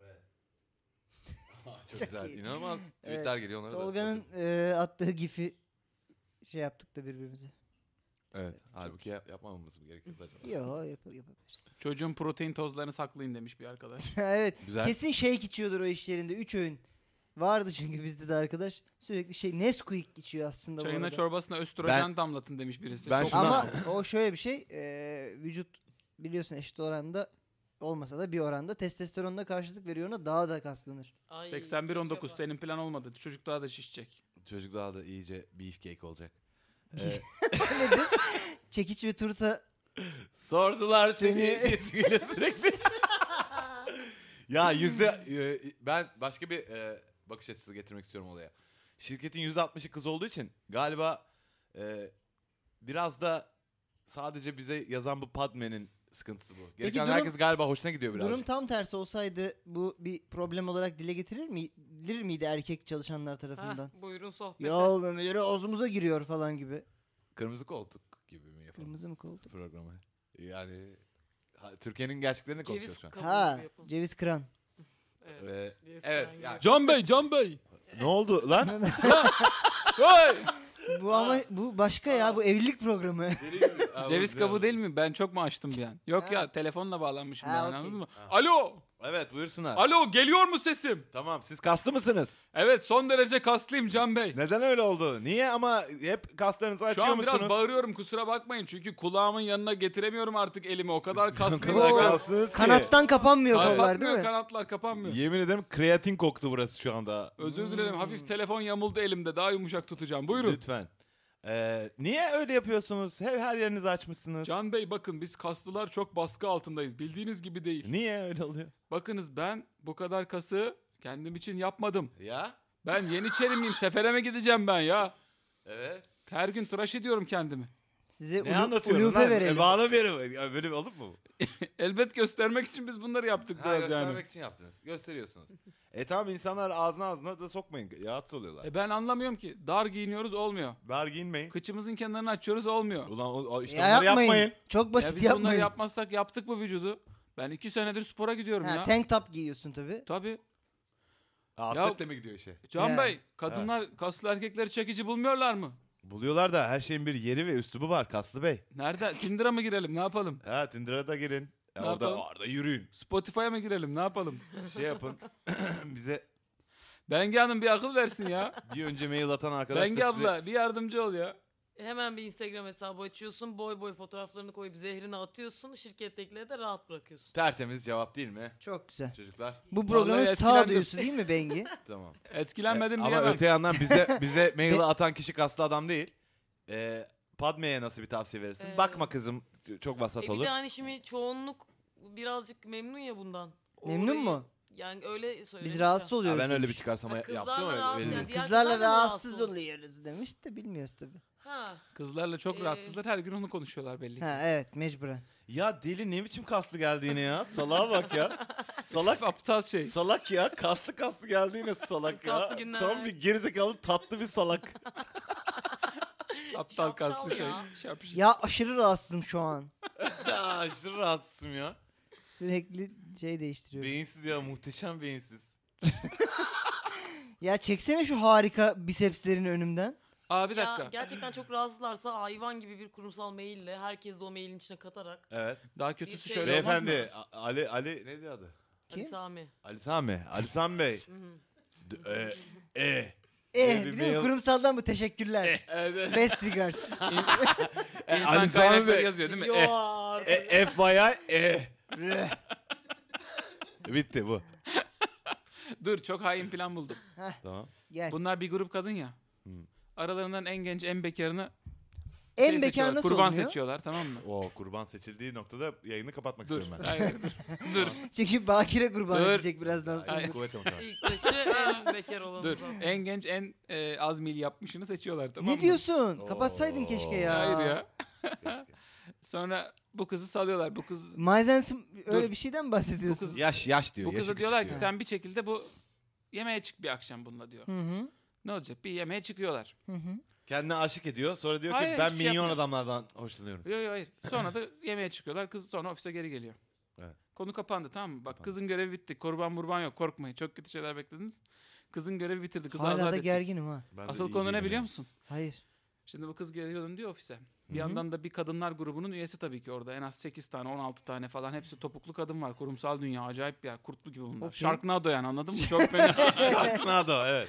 S1: Evet. (laughs) Çok,
S3: Çok
S1: güzel.
S3: iyi.
S1: İnanılmaz. Tweetler geliyor onlara da.
S3: Tolga'nın e, attığı gifi şey yaptık da birbirimize.
S1: Evet. Halbuki yap- yapmamamız mı gerekiyordu acaba?
S3: Yo yap yapabiliriz. (laughs)
S2: Çocuğun protein tozlarını saklayın demiş bir arkadaş.
S3: evet
S1: Güzel.
S3: kesin shake içiyordur o işlerinde 3 öğün. Vardı çünkü bizde de arkadaş sürekli şey Nesquik içiyor aslında bu
S2: Çayına
S3: arada.
S2: çorbasına östrojen damlatın demiş birisi.
S1: Ben
S2: Çok
S1: şuna-
S2: ama
S3: Ama o şöyle bir şey. eee, vücut biliyorsun eşit oranda olmasa da bir oranda testosteronla karşılık veriyor ona daha da kaslanır.
S4: Ay,
S2: 81-19
S4: çok
S2: senin plan olmadı. Çocuk daha da şişecek.
S1: Çocuk daha da iyice beefcake olacak.
S3: Çekiç ve turta
S1: Sordular
S3: seni.
S2: (laughs)
S1: seni sürekli. (laughs) ya yüzde e, ben başka bir e, bakış açısı getirmek istiyorum olaya. Şirketin yüzde altmışı kız olduğu için galiba e, biraz da sadece bize yazan bu Padme'nin sıkıntısı bu. Gereken
S3: durum-
S1: herkes galiba hoşuna gidiyor birazcık.
S3: durum tam tersi olsaydı bu bir problem olarak dile getirir mi dilir miydi erkek çalışanlar tarafından?
S4: Ha, buyurun sohbete.
S3: Ya memeleri ağzımıza giriyor falan gibi.
S1: Kırmızı koltuk gibi mi yapalım
S3: Kırmızı mı koltuk?
S1: programı? Yani ha, Türkiye'nin gerçeklerini
S4: Ceviz
S1: konuşuyoruz şu an.
S4: kabuğu
S3: Ha,
S4: yapalım.
S3: ceviz kıran.
S4: Evet.
S1: Ve-
S4: Ceviz
S1: evet.
S4: kabuğu
S1: Yani,
S2: Can Bey, Can Bey.
S1: ne oldu lan?
S3: Bu ama bu başka ya bu evlilik programı.
S2: (laughs) Ceviz kabuğu değil mi? Ben çok mu açtım bir an? Yok
S3: Ha.
S2: ya telefonla bağlanmışım
S3: Ha,
S2: ben
S3: okey.
S2: anladın mı?
S1: Ha.
S2: Alo,
S1: Evet buyursunlar.
S2: alo geliyor mu sesim?
S1: Tamam siz kaslı mısınız?
S2: Evet son derece kaslıyım Can Bey.
S1: Neden öyle oldu? Niye ama hep kaslarınızı
S2: Şu
S1: açıyor
S2: an
S1: musunuz?
S2: biraz bağırıyorum kusura bakmayın çünkü kulağımın yanına getiremiyorum artık elimi
S1: (laughs)
S2: o kadar
S1: O
S2: kaslıyım.
S1: kadar
S2: ki ben-
S1: kaslısınız ki.
S3: Kanattan kapanmıyor kollar değil
S2: Kapatmıyor
S3: mi?
S2: kanatlar kapanmıyor.
S1: Yemin ederim kreatin koktu burası şu anda.
S2: Özür dilerim
S3: Hmm.
S2: hafif telefon yamuldu elimde daha yumuşak tutacağım. Buyurun.
S1: Lütfen. Ee, niye öyle yapıyorsunuz? Hep her yerinizi açmışsınız.
S2: Can Bey bakın biz kaslılar çok baskı altındayız. Bildiğiniz gibi değil.
S1: Niye öyle oluyor?
S2: Bakınız ben bu kadar kası kendim için yapmadım.
S1: Ya
S2: Ben Yeniçeri miyim? Sefere mi gideceğim ben ya?
S1: evet.
S2: Her gün tıraş ediyorum kendimi.
S3: Size
S1: Ne
S3: ulu,
S1: anlatıyorum
S3: ulufe
S1: lan?
S3: verelim.
S1: E, bağlamıyorum. Ya Böyle olur mu? bu?
S2: Elbet göstermek için biz bunları yaptık
S1: Ha,
S2: biraz
S1: göstermek
S2: yani.
S1: için yaptınız. Gösteriyorsunuz. e tamam insanlar ağzına ağzına da sokmayın. Rahatsız oluyorlar.
S2: E ben anlamıyorum ki. Dar giyiniyoruz olmuyor.
S1: Ver giyinmeyin.
S2: Kıçımızın kenarını açıyoruz olmuyor.
S1: Ulan o- o, işte
S3: Ya
S1: bunları yapmayın.
S3: Çok
S2: ya
S3: basit
S2: biz bunları
S3: yapmayın.
S2: yapmazsak yaptık bu vücudu. Ben iki senedir spora gidiyorum
S3: ha,
S2: ya.
S3: tank top giyiyorsun tabii.
S2: Tabii.
S1: Ha,
S2: Ya-
S1: atletle mi gidiyor işe?
S2: Can
S3: Ya.
S2: Bey, kadınlar kaslı erkekleri çekici bulmuyorlar mı?
S1: Buluyorlar da her şeyin bir yeri ve üslubu var Kaslı Bey.
S2: Nerede? Tinder'a mı girelim? Ne yapalım?
S1: Ha Tinder'a da girin. Ya
S2: Ne
S1: orada,
S2: yapalım?
S1: orada yürüyün.
S2: Spotify'a mı girelim? Ne yapalım?
S1: Şey (laughs) yapın. Bize
S2: Bengi Hanım bir akıl
S1: (laughs)
S2: versin ya.
S1: bir önce mail atan arkadaş
S2: Bengi
S1: da size...
S2: abla bir yardımcı ol ya.
S4: Hemen bir Instagram hesabı açıyorsun. Boy boy fotoğraflarını koyup zehrini atıyorsun. Şirkettekileri de rahat bırakıyorsun. E,
S1: Tertemiz cevap değil mi?
S3: Çok güzel.
S1: Çocuklar
S3: Bu
S2: Vallahi
S3: programın
S2: etkilendim.
S3: sağduyusu değil
S2: (laughs)
S3: mi Bengi?
S1: tamam.
S2: Etkilenmedim
S1: E, Ama
S2: diyemem.
S1: öte yandan (laughs) bize bize maili atan kişi kaslı adam değil. E, Padme'ye nasıl bir tavsiye verirsin?
S4: Ee,
S1: Bakma kızım çok vasat
S4: E bir
S1: olur.
S4: de hani şimdi çoğunluk birazcık memnun ya bundan. O
S3: Memnun
S4: orayı-
S3: mu?
S4: Yani öyle söyleyeyim.
S3: Biz rahatsız
S1: Ha,
S3: oluyoruz.
S1: ben öyle bir
S3: demiş.
S1: çıkarsama
S4: Ha,
S1: ya-
S4: kızlarla
S1: yaptım öyle. öyle
S2: şey
S4: rahatsız-
S1: değil.
S4: yani diğer
S3: Kızlarla
S4: kızlar da
S3: rahatsız
S4: rahatsız oldu.
S3: oluyoruz demiş de bilmiyoruz tabii.
S4: Ha.
S2: Kızlarla çok
S4: Ee,
S2: rahatsızlar. Her gün onu konuşuyorlar belli ki.
S3: Ha evet mecburen.
S1: Ya deli ne biçim kaslı geldiğine ya? Salağa bak ya. Salak
S2: Hafif aptal şey.
S1: salak ya. Kaslı kaslı geldiğine salak ya.
S4: Kaslı günler.
S1: Tam bir gerizekalı tatlı bir salak.
S2: Aptal kastı şey.
S4: Şapşal ya.
S2: Şapşal.
S3: Ya aşırı rahatsızım şu an.
S1: ya aşırı rahatsızım ya.
S3: Sürekli şey değiştiriyorum.
S1: Beyinsiz ya muhteşem beyinsiz.
S3: Ya çeksene şu harika bisepslerini önümden.
S2: Aa bir
S4: Ya
S2: dakika.
S4: gerçekten çok rahatsızlarsa hayvan gibi bir kurumsal maille herkes de o mailin içine katarak.
S1: Evet.
S2: Daha kötüsü
S4: şey-
S2: şöyle olmaz mı?
S1: Beyefendi A- Ali Ali ne diyor adı?
S4: Hani
S3: Kim?
S4: Sami.
S1: Ali Sami. Ali Sami
S2: (laughs)
S1: Bey.
S4: Hı hı.
S1: D- e, e.
S3: Eh
S1: Ee, bir
S3: bir de
S1: mail-
S3: bu kurumsaldan bu teşekkürler.
S1: (laughs)
S2: Evet.
S3: Best regards.
S1: E,
S2: (laughs) İnsan
S1: Ali Sami
S2: kaynakları
S1: Bey.
S2: yazıyor değil mi?
S4: Yo
S2: Eh.
S4: artık.
S1: E, FYI e.
S2: (laughs)
S3: Rüh.
S1: Bitti bu.
S2: Dur çok hain plan buldum.
S1: Tamam.
S3: Gel.
S2: Bunlar bir grup kadın ya.
S1: Hı.
S2: Aralarından en genç en bekarını şey
S3: en
S2: seçiyorlar,
S3: bekar nasıl
S2: kurban
S3: oluyor?
S2: seçiyorlar tamam mı?
S1: O kurban seçildiği noktada yayını kapatmak
S2: Dur.
S1: istiyorum ben.
S2: Hayır, dur. dur.
S3: (laughs) Çünkü bakire kurban
S2: Dur.
S3: edecek birazdan sonra.
S2: Ay.
S1: Ay, kuvvet
S2: (laughs)
S1: ortağı.
S4: İlk başı en bekar olanı
S2: Dur.
S4: zaten.
S2: En genç en e, az mil yapmışını seçiyorlar tamam mı?
S3: Ne diyorsun?
S1: Oo.
S3: Kapatsaydın keşke ya.
S2: Hayır ya. Sonra bu kızı salıyorlar. Bu kız
S3: Maizensim
S2: Dur.
S3: öyle bir şeyden mi bahsediyorsun?
S2: Bu kız-
S1: yaş yaş diyor.
S2: bu
S1: yaşı
S2: kıza
S1: küçük
S2: diyorlar ki
S1: diyor.
S2: sen bir şekilde bu yemeğe çık bir akşam bununla diyor.
S3: Hı hı.
S2: Ne olacak? Bir yemeğe çıkıyorlar.
S3: Hı hı.
S1: Kendine aşık ediyor. Sonra diyor
S2: Hayır,
S1: ki ben
S2: hiçbir şey
S1: minyon
S2: yapmıyor."
S1: adamlardan hoşlanıyorum.
S2: Yok
S1: (laughs)
S2: yok hayır. Sonra da yemeğe çıkıyorlar. Kız sonra ofise geri geliyor.
S1: Evet.
S2: Konu kapandı tamam mı? Bak
S1: Kapandı.
S2: kızın görevi bitti. Korban burban yok. Korkmayın. Çok kötü şeyler beklediniz. Kızın görevi bitirdi. Kızı
S3: Hala
S2: azat
S3: da
S2: ettik.
S3: gerginim ha.
S1: Ben de
S2: Asıl
S1: iyi
S2: konu ne
S1: değilim
S2: biliyor
S1: yani. (laughs)
S2: musun?
S3: Hayır.
S2: Şimdi bu kız geliyor diyor ofise. Bir
S1: Hı hı.
S2: yandan da bir kadınlar grubunun üyesi tabii ki orada. En az 8 tane 16 tane falan hepsi topuklu kadın var. Kurumsal dünya acayip bir yer. Kurtlu gibi bunlar.
S3: Okey.
S2: Sharknado yani anladın mı? Çok
S3: (laughs)
S2: fena.
S1: Sharknado evet.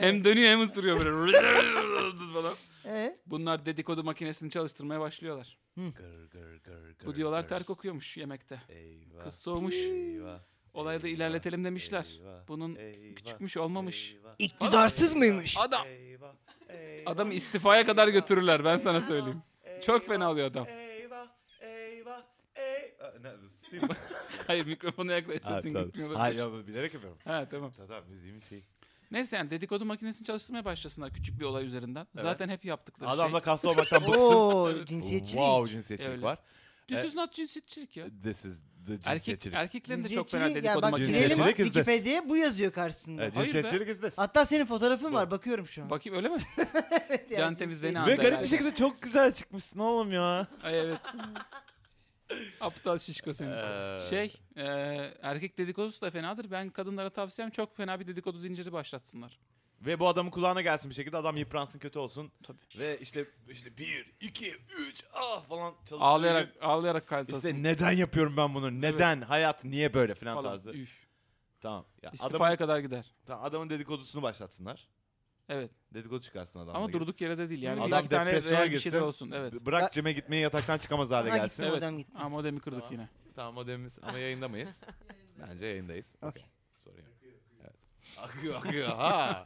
S2: hem dönüyor hem ısırıyor böyle. (laughs) falan.
S3: Ee?
S2: Bunlar dedikodu makinesini çalıştırmaya başlıyorlar.
S1: Gır gır gır gır.
S2: Bu diyorlar
S1: gır.
S2: ter kokuyormuş yemekte.
S1: Eyvah.
S2: Kız soğumuş.
S1: Eyvah.
S2: Olayda
S1: eyvah,
S2: ilerletelim demişler.
S1: eyvah,
S2: Bunun
S1: eyvah,
S2: küçükmüş olmamış.
S1: eyvah.
S3: İktidarsız
S1: Eyvah,
S3: mıymış?
S2: Adam
S1: eyvah, eyvah,
S2: adam istifaya kadar götürürler ben
S1: (laughs)
S2: sana söyleyeyim. Çok fena oluyor adam.
S1: Eyvah, eyvah, eyvah. Ne, film mi?
S2: Hayır mikrofona yaklaş
S1: Ha,
S2: (laughs) sesin
S1: tamam.
S2: gitmiyor.
S1: Hayır, ya, bu bilerek yapıyorum.
S2: Ha tamam.
S1: Tamam, tamam, müziğimin şeyi.
S2: Neyse yani dedikodu makinesini çalıştırmaya başlasınlar küçük bir olay üzerinden. Zaten hep yaptıkları
S1: Adam da
S2: şey.
S1: kaslı
S2: (laughs)
S1: olmaktan bıksın.
S3: Oo cinsiyetçilik.
S1: Wow cinsiyetçilik
S2: Öyle.
S1: var.
S2: This is not cinsiyetçilik ya.
S1: This is the
S2: Erkek,
S1: E, cinsiyetçilik.
S2: erkeklerin de çok
S3: Cinsiyetçiliği-
S2: fena dedikodu
S3: ya bak
S2: makinesi
S3: girelim
S1: Cinsiyetçilik
S2: var.
S1: is this.
S3: Wikipedia'ya bu yazıyor karşısında.
S1: Evet,
S2: Hayır be.
S1: cinsiyetçilik is this.
S3: Hatta senin fotoğrafın var bakıyorum şu an.
S2: Bakayım öyle mi?
S3: Evet,
S2: Can
S3: (laughs) yani
S2: temiz
S3: cinsiyet-
S2: beni
S1: Ve
S2: anladı
S1: garip bir
S2: herhalde.
S1: şekilde çok güzel çıkmışsın oğlum ya. (laughs)
S2: Ay evet. Aptal şişko senin.
S1: Ee.
S2: Şey, e, erkek dedikodusu da fenadır. Ben kadınlara tavsiyem çok fena bir dedikodu zinciri başlatsınlar.
S1: Ve bu adamın kulağına gelsin bir şekilde adam yıpransın kötü olsun.
S2: Tabii.
S1: Ve işte işte bir, iki, üç, ah falan çalıştığı
S2: Ağlayarak ağlayarak
S1: gün,
S2: kalitesini.
S1: İşte neden yapıyorum ben bunu? Neden? Hayat niye böyle falan,
S2: falan.
S1: tarzı.
S2: Üf.
S1: Tamam. Ya
S2: İstifaya
S1: adamın,
S2: kadar gider.
S1: tamam, adamın dedikodusunu başlatsınlar.
S2: Evet.
S1: Dedikodu çıkarsın adamla.
S2: Ama
S1: ilgili.
S2: durduk yere de değil. Yani
S1: Adam
S2: bir iki tane
S1: depresyona
S2: real bir
S1: girsin.
S2: şeyler olsun. Evet.
S1: B- Bırak Cem'e gitmeyi yataktan çıkamaz hale
S3: Aha,
S1: gelsin.
S3: gitsin
S2: Evet.
S3: oradan gitti.
S2: Ama modemi kırdık
S1: Tamam.
S2: yine.
S1: Tamam modemimiz ama
S3: (laughs)
S1: yayındamayız. Bence yayındayız.
S3: Okey.
S1: Sorun yok. Evet. Akıyor akıyor ha.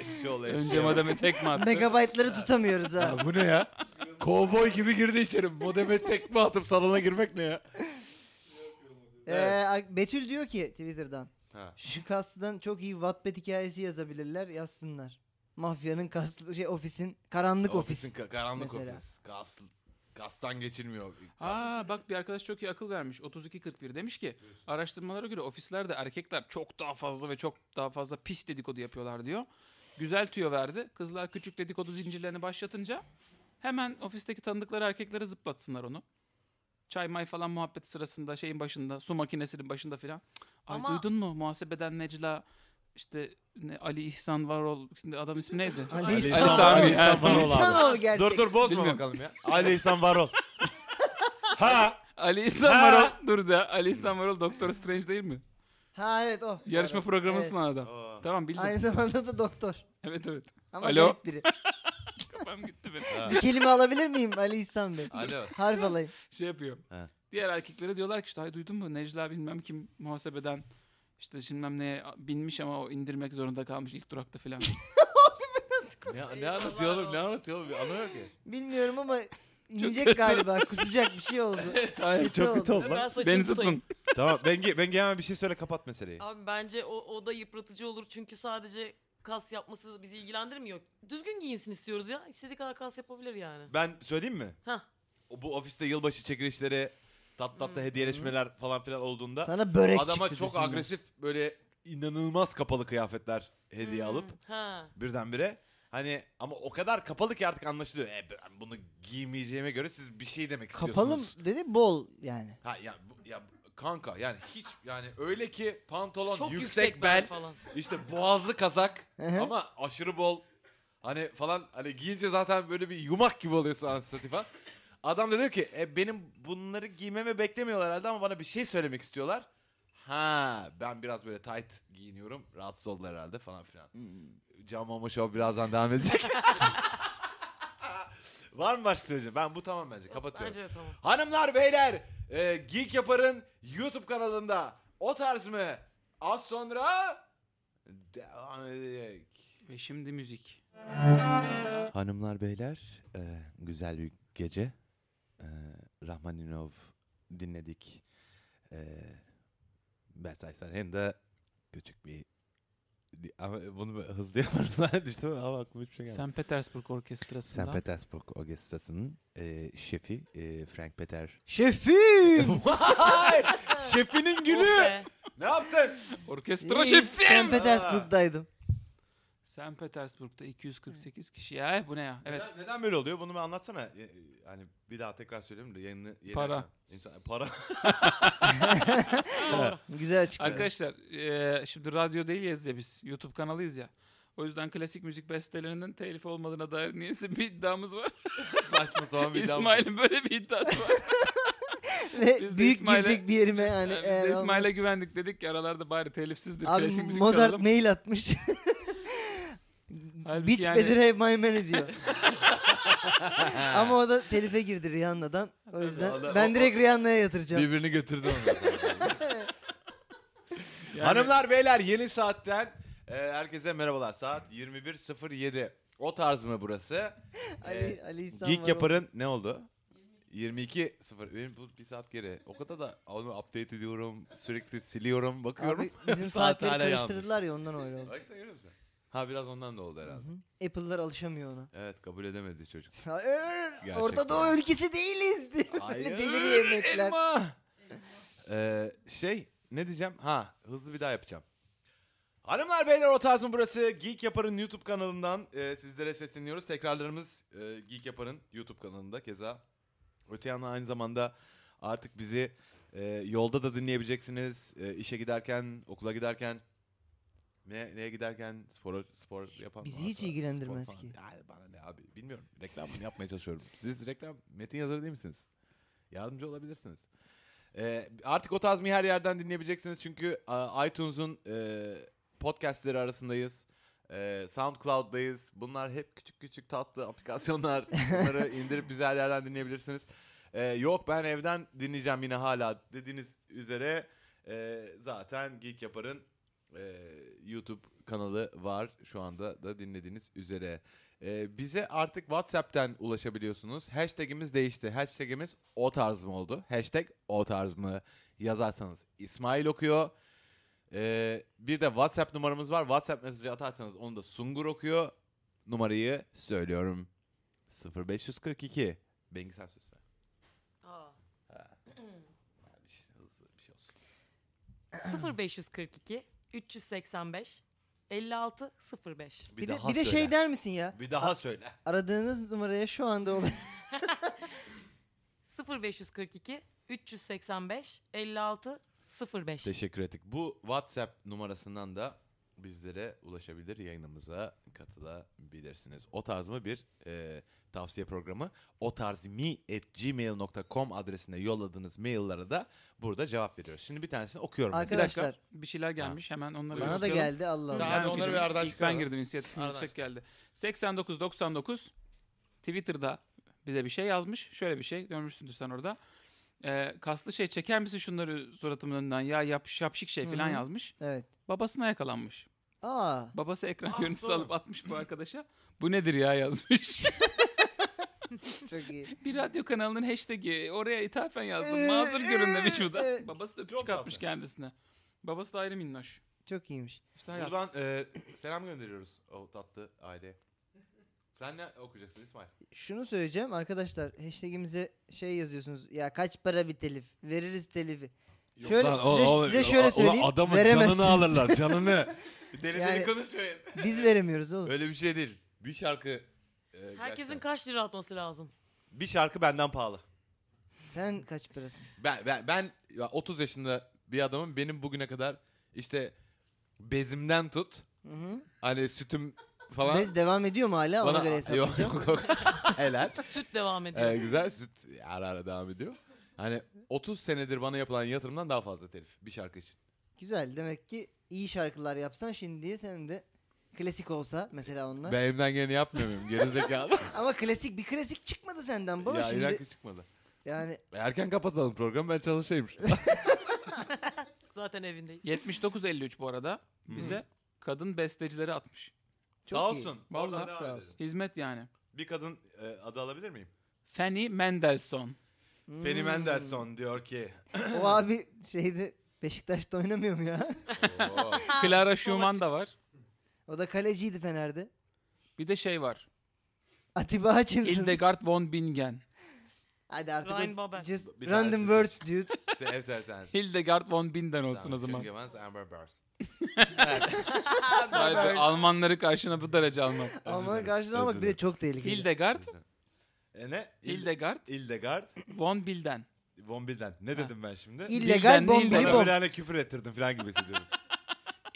S1: Eşşoğlu
S2: Önce
S1: eşşoğlu.
S2: modemi tekme attı.
S3: Megabaytları tutamıyoruz ha.
S1: Ya bu ne ya? Kovboy gibi girdi içeri. Modeme tekme atıp salona girmek ne ya?
S3: Ee,
S1: (laughs) Evet.
S3: ar- Betül diyor ki Twitter'dan.
S1: Ha.
S3: Şu kaslıdan çok iyi Wattpad hikayesi yazabilirler, yazsınlar. Mafyanın kaslı şey ofisin karanlık
S1: Ofisin
S3: ofis.
S1: ka- karanlık
S3: mesela.
S1: ofis. Kaslı, Gastan geçilmiyor. Gas.
S2: Aa bak bir arkadaş çok iyi akıl vermiş. 3241 demiş ki araştırmalara göre ofislerde erkekler çok daha fazla ve çok daha fazla pis dedikodu yapıyorlar diyor. Güzel tüyo verdi. Kızlar küçük dedikodu zincirlerini başlatınca hemen ofisteki tanıdıkları erkeklere zıplatsınlar onu. Çay may falan muhabbet sırasında şeyin başında su makinesinin başında filan. Cık, Ay
S4: Ama-
S2: duydun mu muhasebeden Necla işte ne, Ali İhsan Varol şimdi adam ismi neydi?
S1: İhsan-
S3: Ali
S2: Ali
S3: İhsan.
S2: Sami.
S1: Ali İhsan
S2: Ha.
S1: Varol.
S3: İhsan o gerçek.
S1: Dur dur bozma
S2: Bilmiyorum.
S1: bakalım ya. (laughs) Ali İhsan Varol. ha.
S2: Ali İhsan
S1: Ha.
S2: Varol dur da Ali İhsan Varol Doktor Strange değil mi?
S3: Ha evet o.
S2: Yarışma
S3: Pardon.
S2: programı
S3: Evet.
S2: sunan adam. Tamam bildim. (laughs)
S3: Aynı zamanda da doktor.
S2: Evet evet.
S3: Ama
S2: Alo?
S3: garip biri.
S2: Kafam gitti benim.
S1: Ha.
S3: Bir kelime alabilir miyim Ali İhsan Bey?
S1: Alo.
S3: Harf alayım.
S2: Şey yapıyor.
S1: He.
S2: Diğer erkeklere diyorlar ki işte "Ay, duydun mu Necla bilmem kim muhasebeden işte bilmem neye binmiş ama o indirmek zorunda kalmış ilk durakta
S3: (laughs)
S2: falan.
S1: Ne, ne anlatıyor oğlum? Ne anlatıyor oğlum? Bir Anlamıyor ki.
S3: Bilmiyorum ama
S2: kötü.
S3: inecek galiba. Kusacak bir şey oldu.
S1: Hayır çok kötü oldu.
S4: Ben saçımı
S2: Beni
S4: tutayım.
S2: tutun.
S1: tamam Bengi, Bengi hemen bir şey söyle kapat meseleyi.
S4: Abi bence o, o da yıpratıcı olur çünkü sadece kas yapması bizi ilgilendirmiyor. Düzgün giyinsin istiyoruz ya. İstediği kadar kas yapabilir yani.
S1: Ben söyleyeyim mi?
S4: Hah.
S1: O- Bu ofiste yılbaşı çekilişleri, tatlı tatlı hediyeleşmeler falan filan olduğunda
S3: Sana börek
S1: adama
S3: çıktı
S1: çok
S3: desinler.
S1: agresif böyle inanılmaz kapalı kıyafetler hediye
S4: Hmm,
S1: alıp
S4: Ha.
S1: birdenbire hani ama o kadar kapalı ki artık anlaşılıyor. E, ben bunu giymeyeceğime göre siz bir şey demek
S3: Kapalı
S1: istiyorsunuz.
S3: mı dedi bol yani.
S1: Ha ya, bu- ya bu- kanka yani hiç yani öyle ki pantolon
S4: Çok
S1: yüksek,
S4: yüksek,
S1: bel,
S4: bel falan.
S1: işte boğazlı kazak
S3: Hı hı.
S1: ama aşırı bol. Hani falan hani giyince zaten böyle bir yumak gibi oluyorsun anasını falan. Adam da diyor ki e, benim bunları giymemi beklemiyorlar herhalde ama bana bir şey söylemek istiyorlar. Ha ben biraz böyle tight giyiniyorum. Rahatsız oldular herhalde falan filan.
S3: Hmm.
S1: Can Mama Show birazdan devam
S3: (laughs)
S1: edecek. Var mı başka söyleyeceğim? Ben bu tamam bence. Kapatıyorum.
S4: Bence de tamam.
S1: Hanımlar beyler e, Geek Yapar'ın YouTube kanalında o tarz mı? Az sonra devam edecek.
S2: Ve şimdi müzik.
S1: Hanımlar beyler e, güzel bir gece. E, Rahmaninov dinledik. E, ben saysan hem de küçük bir ama bunu böyle hızlı (laughs) yaparız düştüm ama aklıma hiçbir şey gelmedi.
S2: St. Petersburg Orkestrası'ndan.
S1: St. Petersburg Orkestrası'nın e, şefi e, Frank Peter
S3: Şefim!
S1: Vay! Şefinin
S4: Oh
S1: gülü.
S4: be.
S1: ne yaptın?
S2: Orkestra
S3: Ee,
S2: şefim!
S3: St. Petersburg'daydım.
S2: St. Petersburg'da 248 kişi. Ya bu ne ya? Evet.
S1: Neden, neden böyle oluyor? Bunu bir anlatsana. E, e, Hani bir daha tekrar söyleyeyim de yayını yeni
S2: Para.
S1: açan insan- para. (laughs)
S3: Güzel açıkladı.
S2: Arkadaşlar eee, şimdi radyo değiliz ya biz. YouTube kanalıyız ya. O yüzden klasik müzik bestelerinin telif olmadığına dair niyeyse bir iddiamız var.
S1: Saçma sapan bir iddia.
S2: İsmail'in böyle bir iddiası var.
S3: Ve
S2: Biz de
S3: büyük
S2: İsmail'e-
S3: girecek bir yerime yani.
S2: Biz
S3: eğer
S2: de İsmail'e
S3: olmaz-
S2: güvendik dedik ki aralarda bari telifsizdir.
S3: Abi
S2: klasik müzik
S3: Mozart
S2: çalalım.
S3: mail atmış. (laughs)
S2: Halbuki
S3: Bitch
S2: yani-
S3: better have my money
S2: (laughs)
S3: diyor. Ama o da telife girdi Rihanna'dan. O yüzden
S1: o da- o-
S3: ben
S1: o-
S3: direkt Rihanna'ya yatıracağım.
S1: Birbirini götürdü (laughs) onu.
S2: Yani-
S1: Hanımlar beyler yeni saatten e, herkese merhabalar. Saat 21.07. O tarz mı burası?
S3: Ali, Ali İhsan
S1: Geek
S3: var
S1: Yapar'ın ne oldu? 22.0. Benim bu bir saat geri. O kadar da onu update ediyorum. Sürekli siliyorum.
S3: o. Abi
S1: Bakıyorum. (laughs)
S3: bizim
S1: Saat
S3: saatleri
S1: hala yanlış.
S3: karıştırdılar ya ondan öyle oldu.
S1: Baksana görüyor musun? Ha biraz ondan da oldu herhalde.
S3: Apple'lar alışamıyor ona.
S1: Evet kabul edemedi çocuk.
S3: Hayır,
S1: Gerçekten.
S3: Orta Doğu ülkesi değiliz (laughs) diye. Deli bir yemekler.
S1: elma. Ee, şey ne diyeceğim? Ha hızlı bir daha yapacağım. Hanımlar beyler o tarz mı burası? Geek Yapar'ın YouTube kanalından e, sizlere sesleniyoruz. Tekrarlarımız e, Geek Yapar'ın YouTube kanalında keza. Öte yandan aynı zamanda artık bizi e, yolda da dinleyebileceksiniz. E, işe giderken, okula giderken, ne, neye giderken spor spor yapan
S3: Bizi
S1: varsa,
S3: hiç ilgilendirmez
S1: spor falan.
S3: ki.
S1: Yani bana ne abi bilmiyorum. Reklamını yapmaya çalışıyorum. Siz reklam metin yazarı değil misiniz? Yardımcı olabilirsiniz. Ee, artık o tazmi her yerden dinleyebileceksiniz çünkü a, iTunes'un e, podcastleri arasındayız. E, SoundCloud'dayız. Bunlar hep küçük küçük tatlı
S3: (laughs)
S1: aplikasyonlar. Bunları indirip bizi her yerden dinleyebilirsiniz. E, yok ben evden dinleyeceğim yine hala dediğiniz üzere e, zaten Geek Yapar'ın e, YouTube kanalı var şu anda da dinlediğiniz üzere. Ee, bize artık WhatsApp'ten ulaşabiliyorsunuz. Hashtag'imiz değişti. Hashtag'imiz o tarz mı oldu? Hashtag o tarz mı yazarsanız İsmail okuyor. Ee, bir de WhatsApp numaramız var. WhatsApp mesajı atarsanız onu da Sungur okuyor. Numarayı söylüyorum. 0542. Bengi sen söyle. şey
S4: 0542 385 56 05.
S1: Bir,
S3: Bir, de,
S1: daha
S3: bir de şey
S1: söyle.
S3: der misin ya?
S1: Bir daha söyle.
S3: Aradığınız numaraya şu anda ulaş.
S4: 0542 385 56 05.
S1: Teşekkür ettik. Bu WhatsApp numarasından da bizlere ulaşabilir, yayınımıza katılabilirsiniz. O tarz mı bir e, tavsiye programı. O tarz gmail.com adresine yolladığınız maillara da burada cevap veriyoruz. Şimdi bir tanesini okuyorum. ben.
S2: Bir dakika,
S3: Arkadaşlar
S2: bir şeyler gelmiş hemen onları
S1: Buyurun.
S3: bana da
S2: okuyalım.
S3: geldi Allah
S1: Daha
S3: Allah.
S1: Hadi
S2: Ben
S1: onları
S2: okuyacağım.
S1: bir aradan
S2: İlk
S1: çıkaralım.
S2: ben girdim inisiyatifim
S1: Aradan
S2: yüksek geldi. 89-99 Twitter'da bize bir şey yazmış. Şöyle bir şey görmüşsündür sen orada. Ee, kaslı şey çeker misin şunları suratımın önünden ya yap, yapşık şey falan
S3: Hı hı.
S2: yazmış.
S3: Evet.
S2: Babasına yakalanmış.
S3: Aa.
S2: Babası ekran
S1: Ah,
S2: görüntüsü
S1: sonra.
S2: alıp atmış bu arkadaşa. Bu nedir ya yazmış.
S3: Çok iyi.
S2: bir radyo kanalının hashtag'i oraya ithafen yazdım.
S3: Ee,
S2: Mazur
S3: ee,
S2: görünmemiş bu da.
S3: evet.
S2: Babası da
S1: Çok
S2: öpücük
S1: tatlı.
S2: atmış kendisine. Babası da ayrı minnoş.
S3: Çok iyiymiş.
S2: İşte hayat.
S1: Buradan e, selam gönderiyoruz o tatlı aileye. Sen ne okuyacaksın İsmail?
S3: Şunu söyleyeceğim arkadaşlar hashtagimize şey yazıyorsunuz ya kaç para bir telif veririz telifi. Şöyle size, size şöyle söyleyeyim veremezsiniz.
S1: canını. (laughs) deli deli
S3: Yani-
S1: konuşmayın. (laughs)
S3: Biz veremiyoruz oğlum.
S1: Öyle bir şey değil. Bir şarkı e, gerçekten-
S4: Herkesin kaç lira atması lazım?
S1: bir şarkı benden pahalı.
S3: Sen kaç parasın?
S1: Ben ben ben ya 30 yaşında bir adamım. Benim bugüne kadar işte bezimden tut
S3: Hı hı.
S1: hani sütüm falan
S3: Bez devam ediyor mu hala ona göre hesap.
S1: yok yok yok. (laughs) Helal.
S4: Süt devam ediyor.
S1: Ee, güzel süt ara ara devam ediyor. Hani 30 senedir bana yapılan yatırımdan daha fazla telif bir şarkı için.
S3: Güzel demek ki iyi şarkılar yapsan şimdi sen de klasik olsa mesela onlar.
S1: Ben elimden geleni yapmıyor muyum?
S3: (laughs)
S1: Gerizekalı.
S3: Ama klasik bir klasik çıkmadı senden baba
S1: ya
S3: şimdi.
S1: İraki çıkmadı.
S3: Yani
S1: Erken kapatalım programı ben çalışayım.
S4: Zaten evindeyiz.
S2: 79.53 bu arada bize kadın bestecileri atmış.
S3: çok
S1: sağ
S3: iyi.
S1: olsun.
S2: Vallahi
S1: Oradan devam
S3: sağ
S1: edelim.
S3: olsun.
S2: Hizmet yani.
S1: Bir kadın e, adı alabilir miyim?
S2: Fanny Mendelssohn.
S3: Hmm.
S1: Fanny Mendelssohn diyor ki.
S3: O abi şeyde Beşiktaş'ta oynamıyor mu ya? (laughs)
S1: Oo.
S2: Clara Schumann
S4: babacığım.
S2: da var.
S3: O da kaleciydi Fener'de.
S2: Bir de şey var.
S3: Atiba Hutchinson.
S2: Hildegard von Bingen.
S3: Hadi artık
S4: Ryan
S3: o
S4: Babel.
S3: just
S1: Bir
S3: random
S1: tanesi.
S3: words dude.
S1: (laughs) Se- evet evet evet.
S2: Hildegard von Bingen olsun
S1: Tamam,
S2: o zaman.
S1: Çünkü ben Amber Bars.
S2: Vay be, Almanları karşına bu derece almak.
S3: Alman'a
S1: dilerim,
S3: karşına
S1: özür
S3: almak bir de
S1: dilerim.
S3: çok tehlikeli.
S2: Hildegard,
S1: E ne? İl-
S2: Hildegard
S1: Hildegard.
S2: von Bilden.
S1: Von Bilden. Ne dedim ben şimdi?
S3: İllegal
S2: Bilden
S3: bombayı
S1: Bana
S2: değil de-
S3: bomb.
S1: böyle hani küfür ettirdim falan gibi
S2: (laughs)
S1: hissediyorum.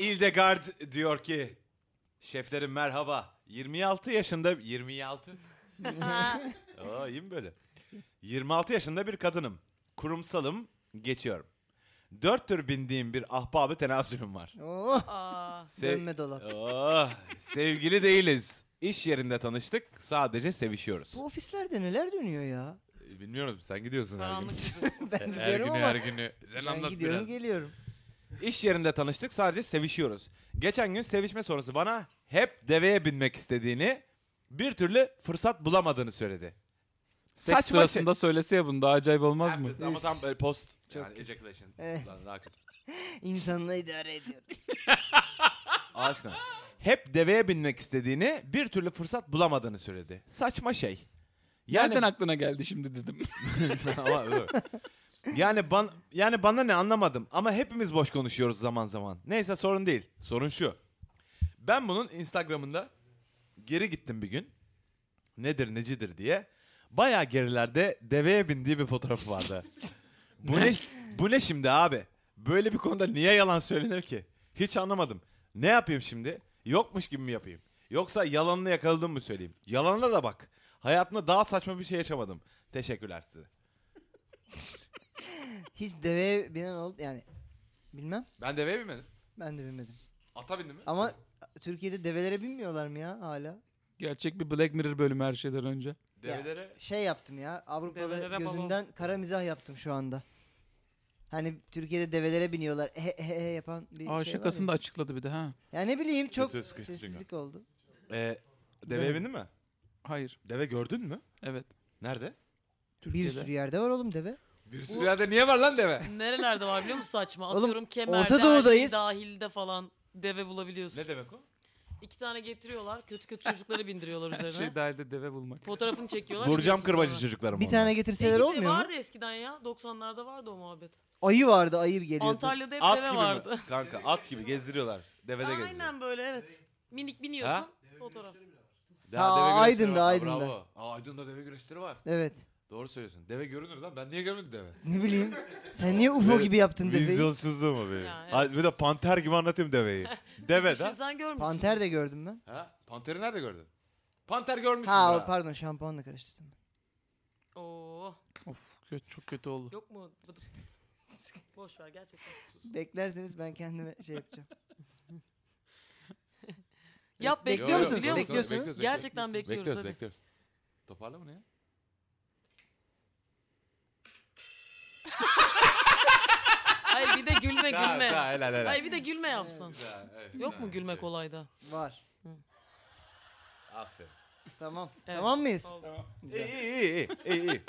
S1: Hildegard diyor ki şeflerim merhaba. 26 yaşında 26. (laughs) Aa iyi mi böyle? 26 yaşında bir kadınım. Kurumsalım, geçiyorum. Dört tür bindiğim bir ahbabı tenasülüm var.
S3: Oo,
S4: Aa,
S1: Sev-
S3: dönme dolap.
S1: Oh, sevgili değiliz. İş yerinde tanıştık. Sadece sevişiyoruz.
S3: Bu ofislerde neler dönüyor ya? (laughs)
S1: Bilmiyorum sen gidiyorsun her gün.
S4: karanlık yüzü.
S3: Ben
S1: Her günü
S3: gidiyorum ama
S1: her günü. Sen
S3: ben
S1: anlat
S3: gidiyorum
S1: biraz.
S3: geliyorum.
S1: İş yerinde tanıştık sadece sevişiyoruz. Geçen gün sevişme sonrası bana hep deveye binmek istediğini bir türlü fırsat bulamadığını söyledi. şey-
S2: Seks sırasında söylese ya bunu daha acayip olmaz mı? Eh.
S1: Ama tam böyle post
S3: Çok
S1: yani
S3: kötü.
S1: ejaculation.
S3: Evet.
S1: Lan daha kötü.
S3: İnsanla idare ediyorum. (laughs)
S1: Ağaçla. Hep deveye binmek istediğini bir türlü fırsat bulamadığını söyledi. Saçma şey.
S2: Nereden aklına geldi şimdi dedim.
S1: (laughs) Ama öyle. yani ban yani bana ne anlamadım ama hepimiz boş konuşuyoruz zaman zaman. Neyse sorun değil. Sorun şu. Ben bunun Instagram'ında geri gittim bir gün. Nedir necidir diye. Bayağı gerilerde deveye bindiği bir fotoğrafı vardı. bu ne bu ne şimdi abi? Böyle bir konuda niye yalan söylenir ki? Hiç anlamadım. Ne yapayım şimdi? Yokmuş gibi mi yapayım? Yoksa yalanını yakaladım mı söyleyeyim? Yalanına da bak. Hayatımda daha saçma bir şey yaşamadım. Teşekkürler size.
S3: Hiç deveye binen oldu yani bilmem
S1: Ben deveye binmedim.
S3: ben de binmedim.
S1: Ata bindim mi?
S3: Ama Türkiye'de develere binmiyorlar mı ya hala?
S2: Gerçek bir Black Mirror bölümü her şeyden önce.
S1: Develere.
S3: Şey yaptım ya Avrupalı
S4: Develere baba.
S3: gözünden kara mizah yaptım şu anda. Hani Türkiye'de develere biniyorlar he he he yapan bir
S2: Aa
S3: şey
S2: şakasını da
S3: var
S2: açıkladı bir de ha.
S3: ya. Ya ne bileyim çok
S1: Kötü, sıkıcı çünkü.
S3: sessizlik oldu.
S1: Ee,
S2: Deve.
S1: deveye bindin mi?
S2: Hayır.
S1: Deve gördün mü?
S2: Evet.
S1: Nerede?
S3: Bir sürü yerde var oğlum deve.
S1: Bir sürü yerde niye var lan deve?
S4: Nerelerde var biliyor musun saçma?
S3: Oğlum,
S4: Atıyorum kemerde,
S3: Orta
S4: her şey
S3: Doğu'dayız.
S4: dahilde falan deve bulabiliyorsun.
S1: ne demek o?
S4: İki tane getiriyorlar. Kötü kötü çocukları bindiriyorlar
S2: Her
S4: üzerine.
S2: şey dahil de deve bulmak.
S4: Fotoğrafını çekiyorlar.
S1: Vuracağım
S4: biliyorsun
S1: kırbacı
S4: sonra.
S1: çocuklarım
S3: Bir tane
S4: E,
S3: getirseler olmuyor mu?
S4: Vardı eskiden ya. 90'larda vardı o muhabbet.
S3: Ayı vardı ayı geliyordu.
S4: Antalya'da hep
S1: At
S4: deve
S1: gibi (laughs)
S4: vardı.
S1: mi? Kanka at gibi gezdiriyorlar. Devede gezdiriyor.
S4: Aynen böyle evet. Minik biniyorsun.
S1: Ha?
S4: Fotoğraf.
S3: Ha,
S1: deve güreşleri
S3: Aydın'da,
S1: var.
S3: Aydın'da.
S1: Bravo. Aa, Aydın'da deve güreşleri var.
S3: Evet.
S1: Doğru söylüyorsun. Deve görünür lan. Ben niye görmedim deve?
S3: Ne bileyim.
S1: (laughs)
S3: Sen niye UFO gibi yaptın deveyi?
S1: mu benim?
S4: Ya, evet.
S1: Ay, Bir de panter gibi anlatayım
S4: (laughs)
S1: deveyi. Deve da.
S4: Düşünsen görmüşsün.
S3: Panter de gördüm ben.
S1: Ha? Panteri nerede gördün? Panter görmüşsün.
S3: Ha
S1: Ha,
S3: o- pardon şampuanla karıştırdım.
S4: Oo,
S2: Of kötü, çok kötü oldu.
S4: yok mu? (laughs) Bıdı bıdı. Boş ver gerçekten. Sus.
S3: Beklerseniz ben kendime
S1: (laughs)
S3: şey yapacağım.
S4: Yap
S3: bekliyor
S4: bekliyoruz
S3: musunuz?
S4: biliyor musun?
S3: Bekliyorsunuz.
S4: Gerçekten bekliyoruz,
S1: Bekliyoruz
S4: hadi.
S1: bekliyoruz. Toparla bunu ya.
S4: Ay bir de gülme
S1: Daha,
S4: gülme.
S1: daha, helal helal.
S4: Ay bir de gülme yapsın.
S1: Daha, evet,
S4: Yok
S1: daha,
S4: mu gülme
S1: evet.
S4: kolayda?
S3: Var.
S1: Aferin.
S3: Tamam.
S4: Evet.
S3: Tamam mıyız?
S4: Oldu.
S1: İyi iyi iyi. iyi, iyi.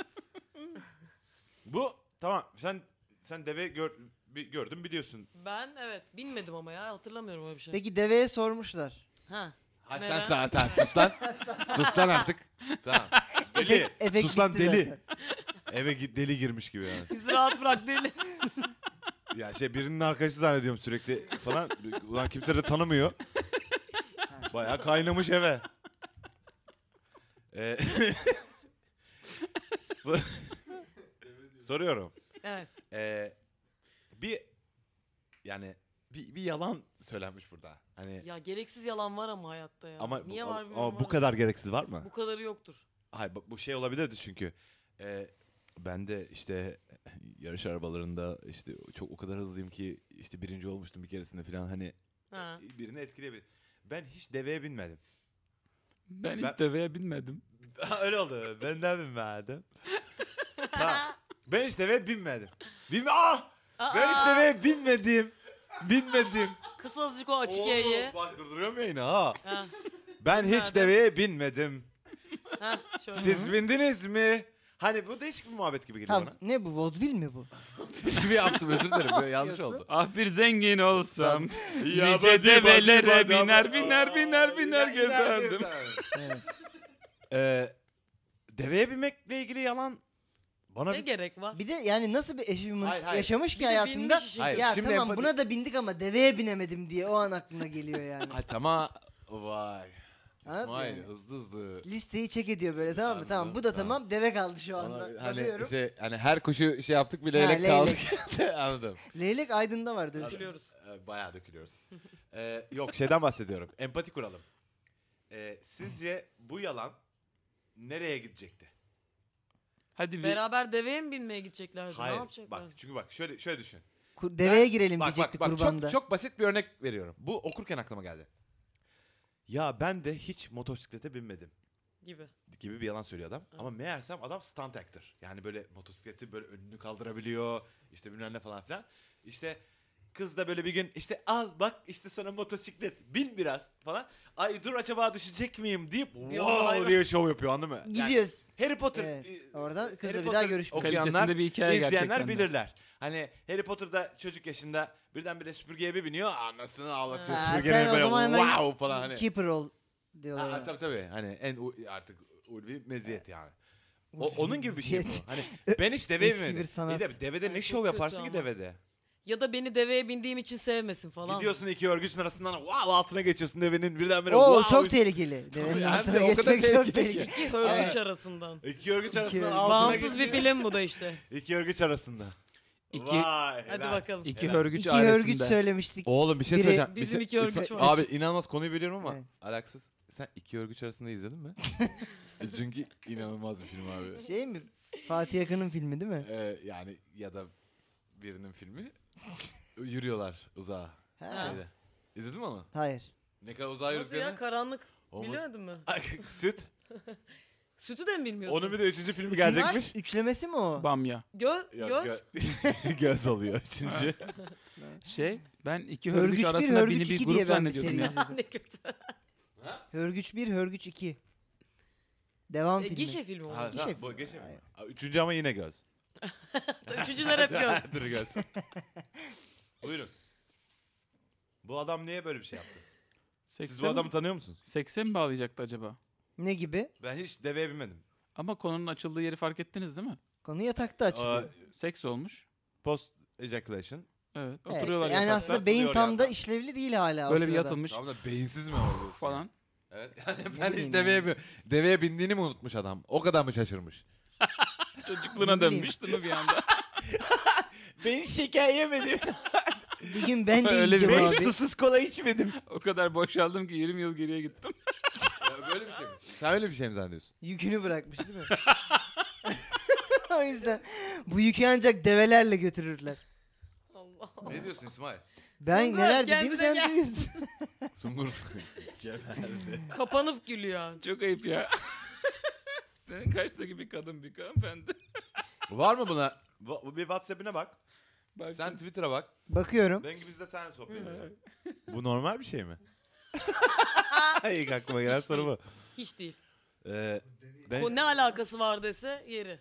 S1: Bu tamam sen sen deve gör, bir gördün biliyorsun.
S4: Ben evet binmedim ama ya hatırlamıyorum öyle bir şey.
S3: Peki deveye sormuşlar.
S4: Ha.
S1: Ha
S4: Meral.
S1: sen zaten sus (laughs) lan. sus lan artık. Tamam. Deli.
S3: Efe
S1: sus lan
S3: gitti
S1: deli.
S3: zaten.
S1: Eve gi- deli girmiş gibi yani.
S4: Bizi rahat bırak deli.
S1: Ya şey birinin arkadaşı zannediyorum sürekli falan. Ulan kimse de tanımıyor. Bayağı kaynamış eve. Ee, (laughs) so- Soruyorum.
S4: (laughs) Evet.
S1: Ee, bir yani bir, bir yalan söylenmiş burada. Hani
S4: Ya gereksiz yalan var ama hayatta ya.
S1: ama
S4: Niye
S1: bu,
S4: var bilmiyorum.
S1: ama bu
S4: ama
S1: kadar gereksiz var mı?
S4: Bu kadarı yoktur.
S1: Hayır bu- bu şey olabilirdi çünkü. Ee, ben de işte yarış arabalarında işte çok o kadar hızlıyım ki işte birinci olmuştum bir keresinde falan hani
S4: Ha.
S1: birini etkileyebilir. Ben hiç deveye binmedim.
S2: Ben hiç
S1: Ben-
S2: deveye binmedim.
S1: (laughs) Öyle oldu. Ben de binmedim. Ha, Ben hiç deveye binmedim. Binme ah! Ben hiç
S4: Aa!
S1: deveye binmedim. (laughs) Binmedim.
S4: Kısa azıcık o açık
S1: Oğlum,
S4: Y'yi.
S1: Bak durduruyorum yayını ha.
S4: Ha.
S1: Ben
S4: Binmedim.
S1: hiç deveye binmedim.
S4: Ha. Şöyle.
S1: Siz bindiniz mi? Hani bu değişik bir muhabbet gibi geliyor
S3: Ha,
S1: bana.
S3: ne bu? Vaudeville mi bu?
S1: (laughs) gibi yaptım özür dilerim. Böyle yanlış
S3: Yapıyorsun.
S1: oldu.
S2: Ah bir zengin olsam.
S1: Ya
S2: Nice
S1: badi
S2: develere
S1: badi badi
S2: biner,
S1: badi.
S2: biner,
S1: Aa,
S2: biner, biner gezerdim. (laughs)
S3: Evet.
S1: Ee, deveye binmekle ilgili yalan bana
S4: Ne
S1: bir-
S4: gerek var?
S3: Bir de yani nasıl bir achievement
S1: Hayır, hayır.
S3: yaşamış
S4: Bir
S3: ki
S4: de
S3: hayatında?
S4: binmiş işin.
S1: Hayır.
S3: Ya
S1: Şimdi
S3: tamam
S1: empati-
S3: buna da bindik ama deveye binemedim diye o an aklına geliyor
S1: (laughs)
S3: yani.
S1: Ay tamam. Vay.
S3: Anladın mı
S1: İsmail
S3: yani?
S1: hızlı hızlı.
S3: Listeyi çek ediyor böyle tamam mı? Tamam bu da
S1: Anladım,
S3: tamam, deve kaldı şu anda.
S1: Ona bir- hani,
S3: Bakıyorum.
S1: şey, hani her kuşu şey yaptık bir
S3: Ha,
S1: leylek
S3: leylek.
S1: kaldık. (laughs) Anladım.
S3: Leylek Aydın'da var dövüş.
S4: Gülüyoruz.
S1: Ee, Bayağı dökülüyoruz. Ee, yok şeyden bahsediyorum. Empati kuralım. Ee, sizce bu yalan nereye gidecekti?
S2: (laughs) Hadi bir
S4: Beraber deveye mi binmeye gideceklerdi? Ne
S1: Hayır.
S4: yapacaklar?
S1: Bak çünkü bak şöyle şöyle düşün.
S3: Kur- deveye girelim
S1: Bak
S3: diyecekti
S1: bak bak
S3: kurbanda.
S1: çok çok basit bir örnek veriyorum. Bu okurken aklıma geldi. Ya ben de hiç motosiklete binmedim
S4: Gibi.
S1: gibi bir yalan söylüyor adam. Ama meğersem adam stunt actor. Yani böyle motosikleti böyle önünü kaldırabiliyor. İşte bilmem ne falan filan. İşte kız da böyle bir gün işte al bak işte sana motosiklet bin biraz falan. Ay dur acaba düşecek miyim deyip wow
S4: olay-
S1: diye şov yapıyor anladın mı? Yani
S3: Gidiyoruz.
S1: Harry Potter.
S3: Evet,
S1: e,
S3: orada
S1: Harry
S3: kızla bir
S1: Potter
S3: daha görüşmüyor.
S1: okuyanlar-
S2: kalitesinde bir hikaye
S1: İzleyenler
S2: gerçekten. de.
S1: bilirler. Hani Harry Potter'da çocuk yaşında birdenbire süpürgeye bir biniyor. Anasını ağlatıyor.
S3: Ha,
S1: Süpürgeleri
S3: sen o
S1: böyle
S3: zaman hemen
S1: wow falan hani.
S3: Keeper ol
S1: Ha,
S3: diyorlar.
S1: ha,
S3: ona.
S1: tabii tabii. Hani en u- artık ulvi meziyet yani. O,
S3: Ulvi
S1: onun gibi bir şey bu.
S3: meziyet.
S1: Hani ben hiç deve
S3: Eski
S1: binmedim.
S3: bir sanat.
S1: İyi de devede
S4: Ay,
S1: ne
S4: çok
S1: şov
S4: kötü
S1: yaparsın ki
S4: ama.
S1: devede?
S4: Ya da beni deveye bindiğim için sevmesin falan.
S1: Gidiyorsun iki örgüsün arasından wow altına geçiyorsun devenin birdenbire
S3: Oo
S1: wow.
S3: çok
S1: üst- (laughs)
S3: tehlikeli. Devenin
S1: Hem de
S3: altına
S1: o kadar
S3: geçmek
S1: tehlikeli
S3: çok
S1: ki.
S3: tehlikeli.
S4: İki hörgüç arasından.
S1: İki örgüç arasından
S3: örgüç.
S1: altına
S4: Bağımsız bir
S1: geçiyor.
S4: film bu da işte.
S1: İki örgüç arasında.
S2: İki,
S1: Vay,
S4: Hadi
S1: helal.
S4: bakalım.
S2: iki
S1: Helal.
S2: hörgüç
S3: İki
S2: ailesinde.
S3: örgüt söylemiştik.
S1: Oğlum bir şey
S3: Biri-
S1: söyleyeceğim. Bir
S4: bizim
S1: şey-
S4: iki örgüç
S1: İsmail-
S4: var.
S1: Abi inanılmaz konuyu biliyorum ama
S3: Evet.
S1: alaksız. Sen iki örgüç arasında izledin
S4: (laughs)
S1: mi? E, Çünkü inanılmaz bir film abi.
S3: Şey mi? Fatih Akın'ın filmi değil mi?
S1: Ee, yani ya da birinin filmi. Yürüyorlar uzağa.
S3: Ha.
S1: Şeyde. İzledin mi onu?
S3: Hayır.
S1: Ne kadar uzağa
S4: Nasıl ya
S1: yürüdüklerini?
S4: karanlık.
S1: O mu-
S4: Bilmedin mi?
S1: Ay, Süt.
S4: Sütü de mi bilmiyorsun?
S1: Onun bir de üçüncü filmi gelecekmiş.
S3: Üçlemesi mi o?
S2: Bamya.
S4: Gö-
S1: Yok,
S4: göz.
S1: gö- (laughs) göz oluyor üçüncü.
S2: Şey ben iki hörgüç,
S3: Örgüç 1,
S2: arasında bini
S3: Hörgüç
S2: bir
S3: 2
S2: grup
S3: diye ben bir seri
S2: zannediyordum ya.
S3: izledim.
S4: (laughs) ne kötü.
S3: Hörgüç 1, Hörgüç 2. Devam
S4: E,
S3: filmi.
S4: gişe filmi o.
S1: ha,
S3: Gişe
S1: ha, bu
S3: filmi.
S1: gişe mi?
S3: Hayır.
S1: Aa, Üçüncü ama yine göz.
S4: Üçüncüler hep
S1: (laughs)
S4: göz.
S1: Dur göz. Buyurun. Bu adam niye böyle bir şey yaptı? Siz bu
S2: Sekse
S1: adamı
S2: mi?
S1: tanıyor musunuz?
S2: Sekse mi bağlayacaktı acaba?
S3: Ne gibi?
S1: Ben hiç deveye binmedim.
S2: Ama konunun açıldığı yeri fark ettiniz değil mi?
S3: Konu yatakta açılıyor.
S1: Aa,
S2: Seks olmuş.
S1: post ejaculation.
S2: Evet.
S3: Evet,
S2: Oturuyorlar
S3: yani
S2: yatakta.
S3: aslında
S1: Oturuyor
S3: beyin tam da
S1: yatakta.
S3: işlevli değil hala. o
S2: Böyle bir
S3: sırada.
S2: yatılmış
S1: Tamam da beyinsiz mi oldu?
S2: falan.
S1: Evet. (laughs) Yani
S3: Ne
S1: ben
S3: bileyim
S1: hiç deveye,
S3: yani.
S1: bi- deveye bindiğini mi unutmuş adam? O kadar mı şaşırmış?
S2: Çocukluğuna
S3: Ne bileyim.
S2: dönmüş değil mi bir anda?
S1: Beni şeker yemedim.
S3: (laughs) Bir gün ben de
S2: Öyle bir
S1: şey
S3: yiyeceğim
S2: beyin
S3: abi.
S1: susuz kola içmedim.
S2: (laughs) o kadar boşaldım ki 20 yıl geriye gittim. (laughs)
S1: Ya böyle bir şey mi? Sen öyle bir şey mi zannediyorsun?
S3: Yükünü bırakmış değil mi? (laughs) o yüzden bu yükü ancak develerle götürürler.
S4: Allah.
S1: Ne diyorsun İsmail?
S3: Ben
S4: Sungur,
S3: neler dediğimi
S4: kendine
S3: sen
S4: gel.
S3: duyuyorsun. (laughs)
S1: Sungur.
S4: Kapanıp gülüyor.
S2: Çok ayıp (laughs) ya. Senin karşıdaki bir kadın bir hanımefendi.
S1: Var mı buna? Bu- Bir WhatsApp'ine bak.
S2: Bak,
S1: Sen Twitter'a bak.
S3: Bakıyorum.
S1: Bengi biz de seninle sohbet edelim. Bu normal bir şey mi? İlk aklıma gelen soru bu.
S4: Hiç değil.
S1: Ee,
S4: Bu
S1: ben,
S4: ne alakası var dese yeri.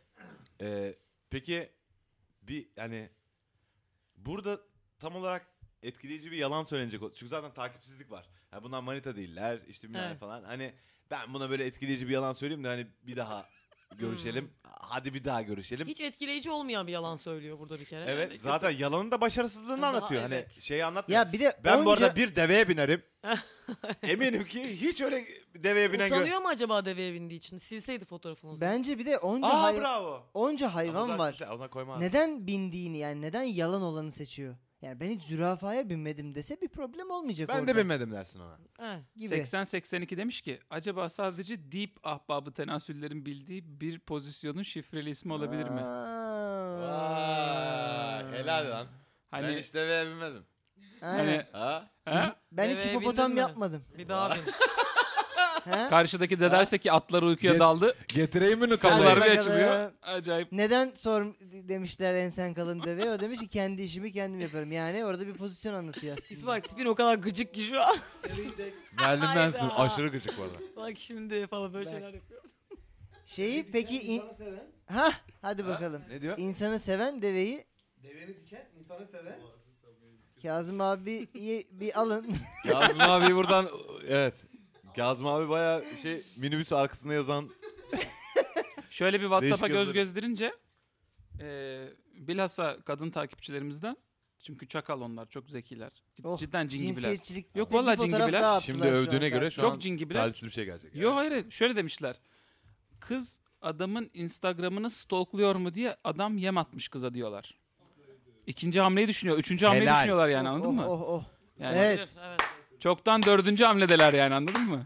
S1: Ee, peki bir yani burada tam olarak etkileyici bir yalan söylenecek. o- Çünkü zaten takipsizlik var. Yani bunlar manita değiller işte bilmem ne
S4: Evet.
S1: falan. Hani ben buna böyle etkileyici bir yalan söyleyeyim de hani bir daha görüşelim. Hadi bir daha görüşelim.
S4: Hmm. Hiç etkileyici olmayan bir yalan söylüyor burada bir kere.
S1: evet zaten yalanın da başarısızlığını
S4: Daha
S1: anlatıyor.
S4: evet.
S1: Hani şeyi anlatmıyor.
S3: Ya bir de
S1: ben bu
S3: onca-
S1: arada bir deveye
S4: (laughs)
S1: binerim. Eminim ki hiç öyle deveye binen gör-
S4: Utanıyor mu acaba deveye bindiği için? Silseydi fotoğrafını o zaman.
S3: bence bir de onca
S1: Aa
S3: hay-
S1: bravo.
S3: onca
S1: Ama o
S3: hayvan
S1: zaman
S3: var.
S1: size- o zaman koyma.
S3: Neden bindiğini yani neden yalan olanı seçiyor? Yani ben hiç zürafaya binmedim dese bir problem olmayacak
S1: Ben
S3: orada.
S1: de binmedim dersin ona.
S4: He.
S3: Gibi.
S2: 80-82 demiş ki acaba sadece deep ahbabı tenasüllerin bildiği bir pozisyonun şifreli ismi olabilir mi?
S1: Vay, helal lan.
S2: Hani
S1: Ben hiç deveye binmedim.
S2: hani
S3: Aynen.
S1: Ha?
S2: ha?
S3: Ben hiç
S4: Deveye bindin
S3: hipopotam
S4: mi?
S3: yapmadım.
S4: Bir daha bin.
S3: He?
S2: karşıdaki de derse ki atlar uykuya
S1: Get-
S2: daldı.
S1: Getireyim mi
S2: Kapılar
S3: Hadi
S2: bir
S3: bakalım.
S2: açılıyor. Acayip.
S3: Neden sor demişler ensen kalın deve. O demiş ki kendi işimi kendim yaparım. Yani orada bir pozisyon anlatıyor aslında.
S4: İsmail tipin o kadar gıcık ki şu an. (laughs)
S1: Merlin Manson
S4: Hayda.
S1: aşırı gıcık bu arada.
S4: Bak şimdi falan böyle
S3: Bak.
S4: şeyler yapıyor.
S3: Şeyi peki... in- Ha, hadi
S1: Ha?
S3: bakalım.
S1: Ne diyor?
S3: İnsanı seven deveyi
S5: Deveni diken, insanı seven.
S3: Kazım abi
S2: (laughs)
S3: bir alın. (laughs)
S1: Kazım abi buradan evet. Kazım abi baya şey minibüs arkasında yazan
S2: Şöyle bir
S1: Değişik
S2: WhatsApp'a göz
S1: yazıları.
S2: gezdirince e, bilhassa kadın takipçilerimizden çünkü çakal onlar çok zekiler. Cid-
S3: Oh,
S2: Cidden cin gibiler.
S3: Cinsiyetçilik.
S2: Yok
S3: Bir
S2: vallahi
S3: fotoğraf
S2: cingibiler.
S3: daha
S1: şimdi
S3: attılar şu an
S1: övdüğüne göre şu
S2: Çok
S1: an
S2: cin gibiler.
S1: talihsiz bir şey gelecek.
S2: Yo hayır hayır. şöyle demişler. Kız adamın Instagram'ını stalkluyor mu diye adam yem atmış kıza diyorlar. İkinci hamleyi düşünüyor. Üçüncü hamleyi
S1: Helal.
S2: düşünüyorlar yani
S3: Oh,
S2: anladın
S3: oh,
S2: mı?
S3: Oh, oh.
S2: Yani
S3: Evet.
S4: evet.
S2: çoktan dördüncü hamledeler yani anladın mı?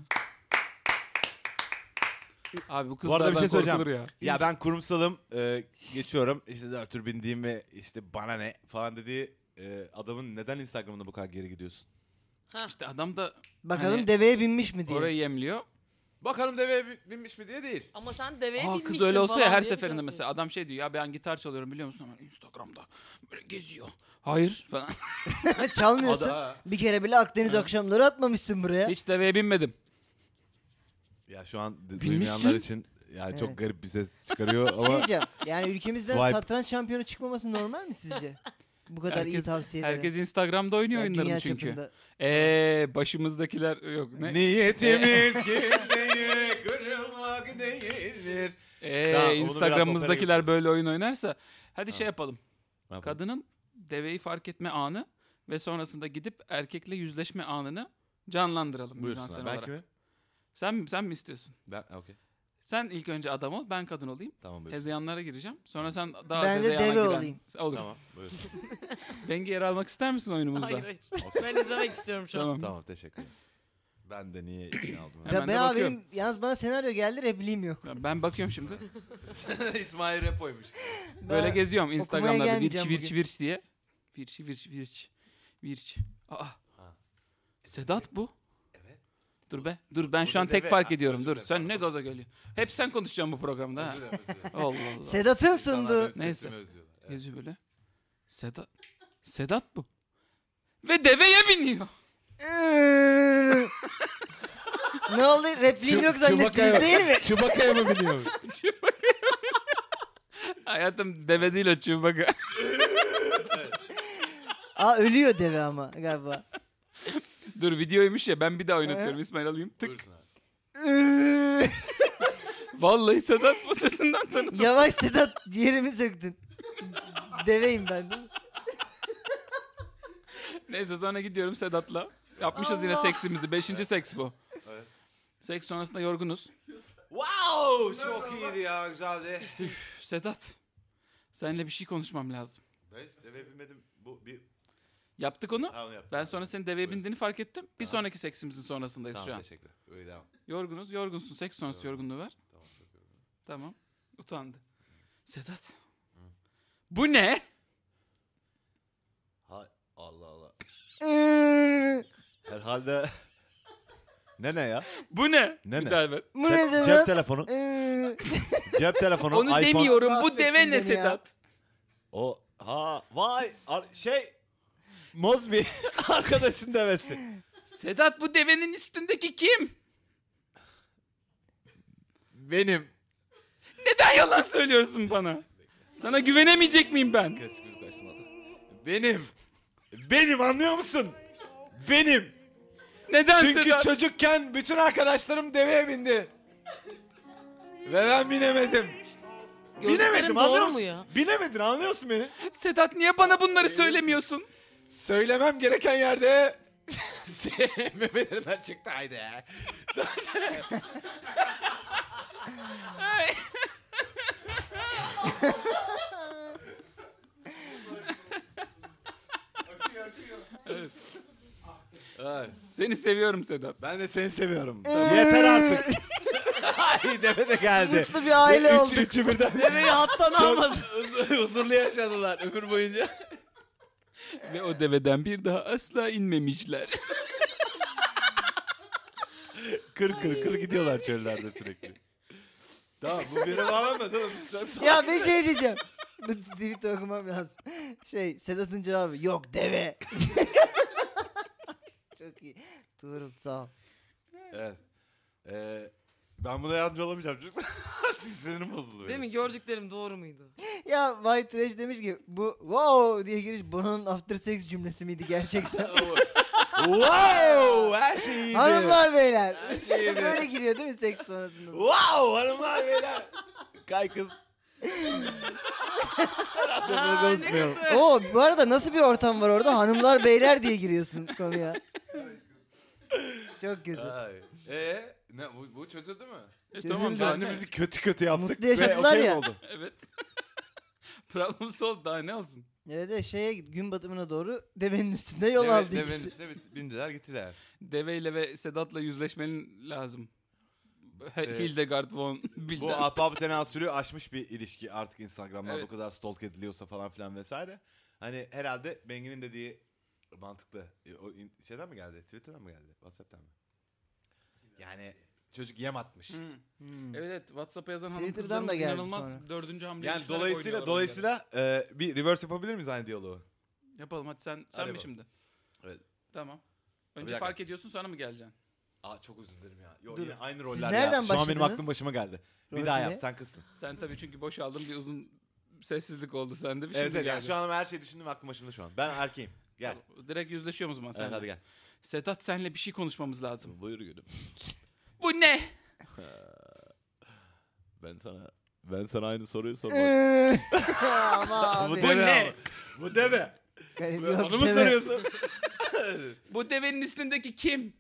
S2: Abi bu
S1: Bu arada bir
S2: kızlardan
S1: şey söyleyeceğim.
S2: korkulur ya.
S1: Ya ben kurumsalım e, geçiyorum işte dört tür bindiğim ve işte bana ne falan dediği e, adamın neden Instagram'da bu kadar geri gidiyorsun?
S2: İşte adam da
S3: Bakalım
S2: Hani-
S3: deveye binmiş mi diye. (laughs)
S2: orayı yemliyor.
S1: Bakalım deveye bin- binmiş mi diye değil.
S4: Ama sen deveye
S2: Aa,
S4: binmişsin
S2: kız öyle olsa ya
S4: falan
S2: her
S4: diye bir
S2: seferinde
S4: şey
S2: mesela adam şey diyor ya ben gitar çalıyorum biliyor musun? Ama Instagram'da böyle geziyor. Hayır
S3: (laughs)
S2: falan.
S3: Çalmıyorsun.
S1: Ada.
S3: Bir kere bile Akdeniz akşamları atmamışsın buraya.
S2: Hiç deveye binmedim.
S1: Ya şu an d-
S2: Bilmişsin.
S1: duymayanlar için yani
S3: Evet.
S1: çok garip bir ses çıkarıyor
S3: (laughs) Şey
S1: ama
S3: diyeceğim. Yani ülkemizden
S1: Swipe.
S3: satranç şampiyonu çıkmaması normal mi sizce? Bu kadar iyi
S2: Herkes-
S3: tavsiyeler.
S2: Herkes Instagram'da oynuyor oyunlarını çünkü. Eee başımızdakiler yok ne? (laughs)
S1: niyetimiz kimseyi kırmak değildir.
S2: Ee,
S1: Tamam, onu biraz opera
S2: Instagram'ımızdakiler
S1: yapalım.
S2: böyle oyun oynarsa hadi şey
S1: Ha.
S2: yapalım. Kadının deveyi fark etme anı ve sonrasında gidip erkekle yüzleşme anını canlandıralım
S1: Buyursun
S2: mizansen
S1: abi. Ben
S2: olarak.
S1: kimi?
S2: Sen mi- sen mi istiyorsun?
S1: Ben ha, okey.
S2: Sen ilk önce adam ol, ben kadın olayım.
S1: Tamam buyursun.
S2: Hezeyanlara gireceğim. Sonra sen daha
S3: Ben de
S2: hezeyana
S3: deve
S2: giren-
S3: olayım.
S2: Olur.
S1: Tamam buyursun.
S2: Bengi yer almak ister misin oyunumuzda?
S4: Hayır hayır. Ben izlemek istiyorum şu an.
S2: Tamam.
S1: tamam teşekkür ederim. Ben de niye ikna
S2: (laughs)
S1: aldım?
S2: Hemen
S3: Ya
S2: de
S3: ben abi
S2: bakıyorum.
S3: benim, yalnız bana senaryo geldi repliğim yok.
S2: Ben bakıyorum şimdi.
S1: İsmail Repo'ymuş.
S2: Böyle
S3: Ben-
S2: geziyorum Instagram'da virç
S3: Ee, gelmeyeceğim
S2: virç
S3: bugün.
S2: virç diye. Virç virç virç. Virç. Aa. Sedat bu.
S1: Evet.
S2: Dur be. Dur ben
S1: bu
S2: şu
S1: da
S2: an tek
S1: deve.
S2: fark
S1: Ha,
S2: ediyorum.
S1: özür
S2: Dur.
S1: dilerim,
S2: Sen ne
S1: pardon.
S2: gaza geliyorsun? Hep sen konuşacaksın bu programda ha.
S1: Özür dilerim özür dilerim.
S2: Allah Allah.
S3: Sedat'ın
S1: İnsanlar
S3: sunduğu.
S1: benim sesimi
S2: Neyse.
S1: özlüyorlar. Evet.
S2: Geziyor böyle. Sedat. Sedat bu. Ve deveye biniyor.
S3: ne oldu? Repliğim yok zannettiniz değil mi?
S1: Çubaka'ya mı biniyormuş?
S2: Hayatım deve değil o çubaka.
S3: Aa ölüyor deve ama galiba.
S2: (laughs) Dur videoymuş ya ben bir daha
S3: Ee?
S2: oynatıyorum İsmail alayım. Tık.
S1: Buyursun abi.
S2: Vallahi Sedat bu sesinden tanıdım.
S3: Yavaş Sedat ciğerimi söktün. Deveyim ben değil mi?
S2: Neyse sonra gidiyorum Sedat'la. Yapmışız yine
S4: Allah.
S2: seksimizi. Beşinci seks bu.
S1: Evet.
S2: Seks sonrasında yorgunuz.
S1: Wow çok iyiydi ya güzeldi.
S2: Üf, Sedat. Seninle bir şey konuşmam lazım.
S1: Ben hiç deve binmedim. Bu bir...
S2: Yaptık onu.
S1: Ha onu yaptım.
S2: Ben sonra senin deveye bindiğini fark ettim. Bir
S1: Aha.
S2: sonraki seksimizin sonrasındayız
S1: Tamam
S2: şu an.
S1: teşekkürler. Öyle devam.
S2: Yorgunuz, yorgunsun. Seks sonrası
S1: Yorgunum.
S2: yorgunluğu ver.
S1: Tamam çok iyi.
S2: Tamam. Utandı. Sedat. Bu ne?
S1: Ha, Allah Allah.
S3: Eee,
S1: Herhalde... (laughs) ne ne ya?
S2: Bu ne?
S6: Ne
S2: bir
S6: ne?
S2: daha ver.
S3: Bu
S6: Te-
S3: ne Ee, dedi?
S6: cep telefonu.
S3: Eee,
S6: Cep telefonu.
S2: Onu
S6: iPhone.
S2: demiyorum.
S3: Allah
S2: Bu deve
S3: affetsin
S2: ne
S3: beni ya.
S2: Sedat?
S6: O
S1: Ha vay ar- şey... Mozbi (laughs) arkadaşın devesi.
S2: Sedat bu devenin üstündeki kim?
S1: Benim.
S2: Neden yalan söylüyorsun bana? Sana güvenemeyecek miyim ben?
S1: Klasik müzik başlamadı. Benim. Benim anlıyor musun? Benim.
S2: Neden
S1: Çünkü
S2: Sedat?
S1: çocukken bütün arkadaşlarım deveye bindi. Ve ben binemedim.
S4: Gözlüklerim
S1: anlıyor
S4: doğru mu
S1: musun?
S4: ya?
S1: Binemedin anlıyor musun beni?
S2: Sedat niye bana bunları söylemiyorsun?
S1: Söylemem gereken yerde (laughs) memelerinden çıktı haydi ya. Ay,
S2: Seni seviyorum (laughs) Sedat.
S1: ben de seni seviyorum.
S3: Ee.
S6: yeter artık.
S1: (laughs) Ay deve de geldi.
S3: Mutlu bir aile
S1: Üç,
S3: olduk.
S1: üçü birden
S4: Deveyi hattan almadı.
S1: huzurlu yaşadılar ömür boyunca.
S2: Ve o deveden bir daha asla inmemişler.
S6: kır kır kır gidiyorlar çöllerde sürekli.
S1: tamam bu beni bağlamadı oğlum. Sen-
S3: Ya bir şey diyeceğim. Bu tweet okumam lazım. Şey Sedat'ın cevabı yok deve. (laughs) Çok iyi. Tuğrul sağ ol.
S1: Evet. Ee, ben buna yardımcı olamayacağım çocuklar. (laughs) Sinirim bozuldu benim.
S4: Değil mi? Gördüklerim doğru muydu?
S3: Ya White Trash demiş ki bu wow diye giriş Bono'nun after sex cümlesi miydi gerçekten?
S1: wow! Her şey iyiydi.
S3: Hanımlar beyler.
S1: şey iyiydi.
S3: Böyle giriyor değil mi seks sonrasında?
S1: Wow! Hanımlar beyler. Kay kız.
S4: Aa, ne güzel.
S3: Oo bu arada nasıl bir ortam var orada? Hanımlar beyler diye giriyorsun konuya. Çok kötü.
S1: Ay. Ee, ne, bu, bu çözüldü mü?
S2: (laughs) E,
S3: Çözüldü.
S2: tamam daha ne?
S6: Kendimizi kötü kötü yaptık.
S3: Mutlu
S6: ve
S3: yaşadılar
S6: okey
S3: ya.
S6: Oldu.
S2: Evet. (laughs) Problem solved daha ne olsun?
S3: Evet evet, şeye gün batımına doğru devenin üstünde yol aldı
S1: Deve-
S3: ikisi.
S1: Devenin üstüne bit- bindiler gittiler.
S2: Deveyle ve Sedat'la yüzleşmenin lazım. He-
S1: Evet.
S2: Hildegard von
S1: Bu
S2: Bilden.
S1: ahbap tenasülü aşmış bir ilişki artık Instagram'dan
S2: Evet.
S1: bu kadar stalk ediliyorsa falan filan vesaire. Hani herhalde Bengi'nin dediği mantıklı. E, O in- şeyden mi geldi? Twitter'dan mı geldi? WhatsApp'tan mı? Yani çocuk yem atmış.
S2: Hı.
S3: Hmm.
S2: Evet evet WhatsApp'a yazan hanım
S3: Twitter'dan
S2: kızlarımız
S3: da geldi
S2: inanılmaz
S3: sonra.
S2: dördüncü hamle
S1: Yani
S2: işlere
S1: dolayısıyla
S2: oynuyorlar
S1: dolayısıyla e, bir reverse yapabilir miyiz aynı diyaloğu?
S2: onları. Yapalım hadi sen, sen
S1: Hadi
S2: mi
S1: bakalım.
S2: şimdi?
S1: Evet.
S2: Tamam.
S1: Bir
S2: Önce
S1: dakika.
S2: fark ediyorsun sonra mı geleceksin?
S1: Aa çok özür dilerim ya. Yo,
S3: Dur.
S1: yine aynı roller
S3: Siz
S1: ya.
S3: nereden
S1: Şu an benim
S3: başladınız?
S1: aklım başıma geldi.
S3: Rol
S1: Bir daha
S3: ne?
S1: yap sen kızsın.
S2: Sen tabii çünkü boşaldın bir uzun sessizlik oldu sende bir şey
S1: Evet,
S2: şimdi
S1: evet ya
S2: geldi.
S1: şey şu an her şeyi düşündüm aklım başımda şu an. Ben erkeğim. Gel.
S2: Direkt yüzleşiyor musun sen?
S1: Evet, hadi gel.
S2: Sedat senle bir şey konuşmamız lazım.
S1: Buyur gülüm.
S2: Bu ne?
S1: Ben sana ben sana aynı soruyu
S3: Eee. Ama abi.
S1: Bu deve
S2: ne?
S1: ama. Bu deve.
S3: Garip yok
S1: Onu mu
S3: deme.
S1: soruyorsun?
S2: Bu devenin üstündeki kim?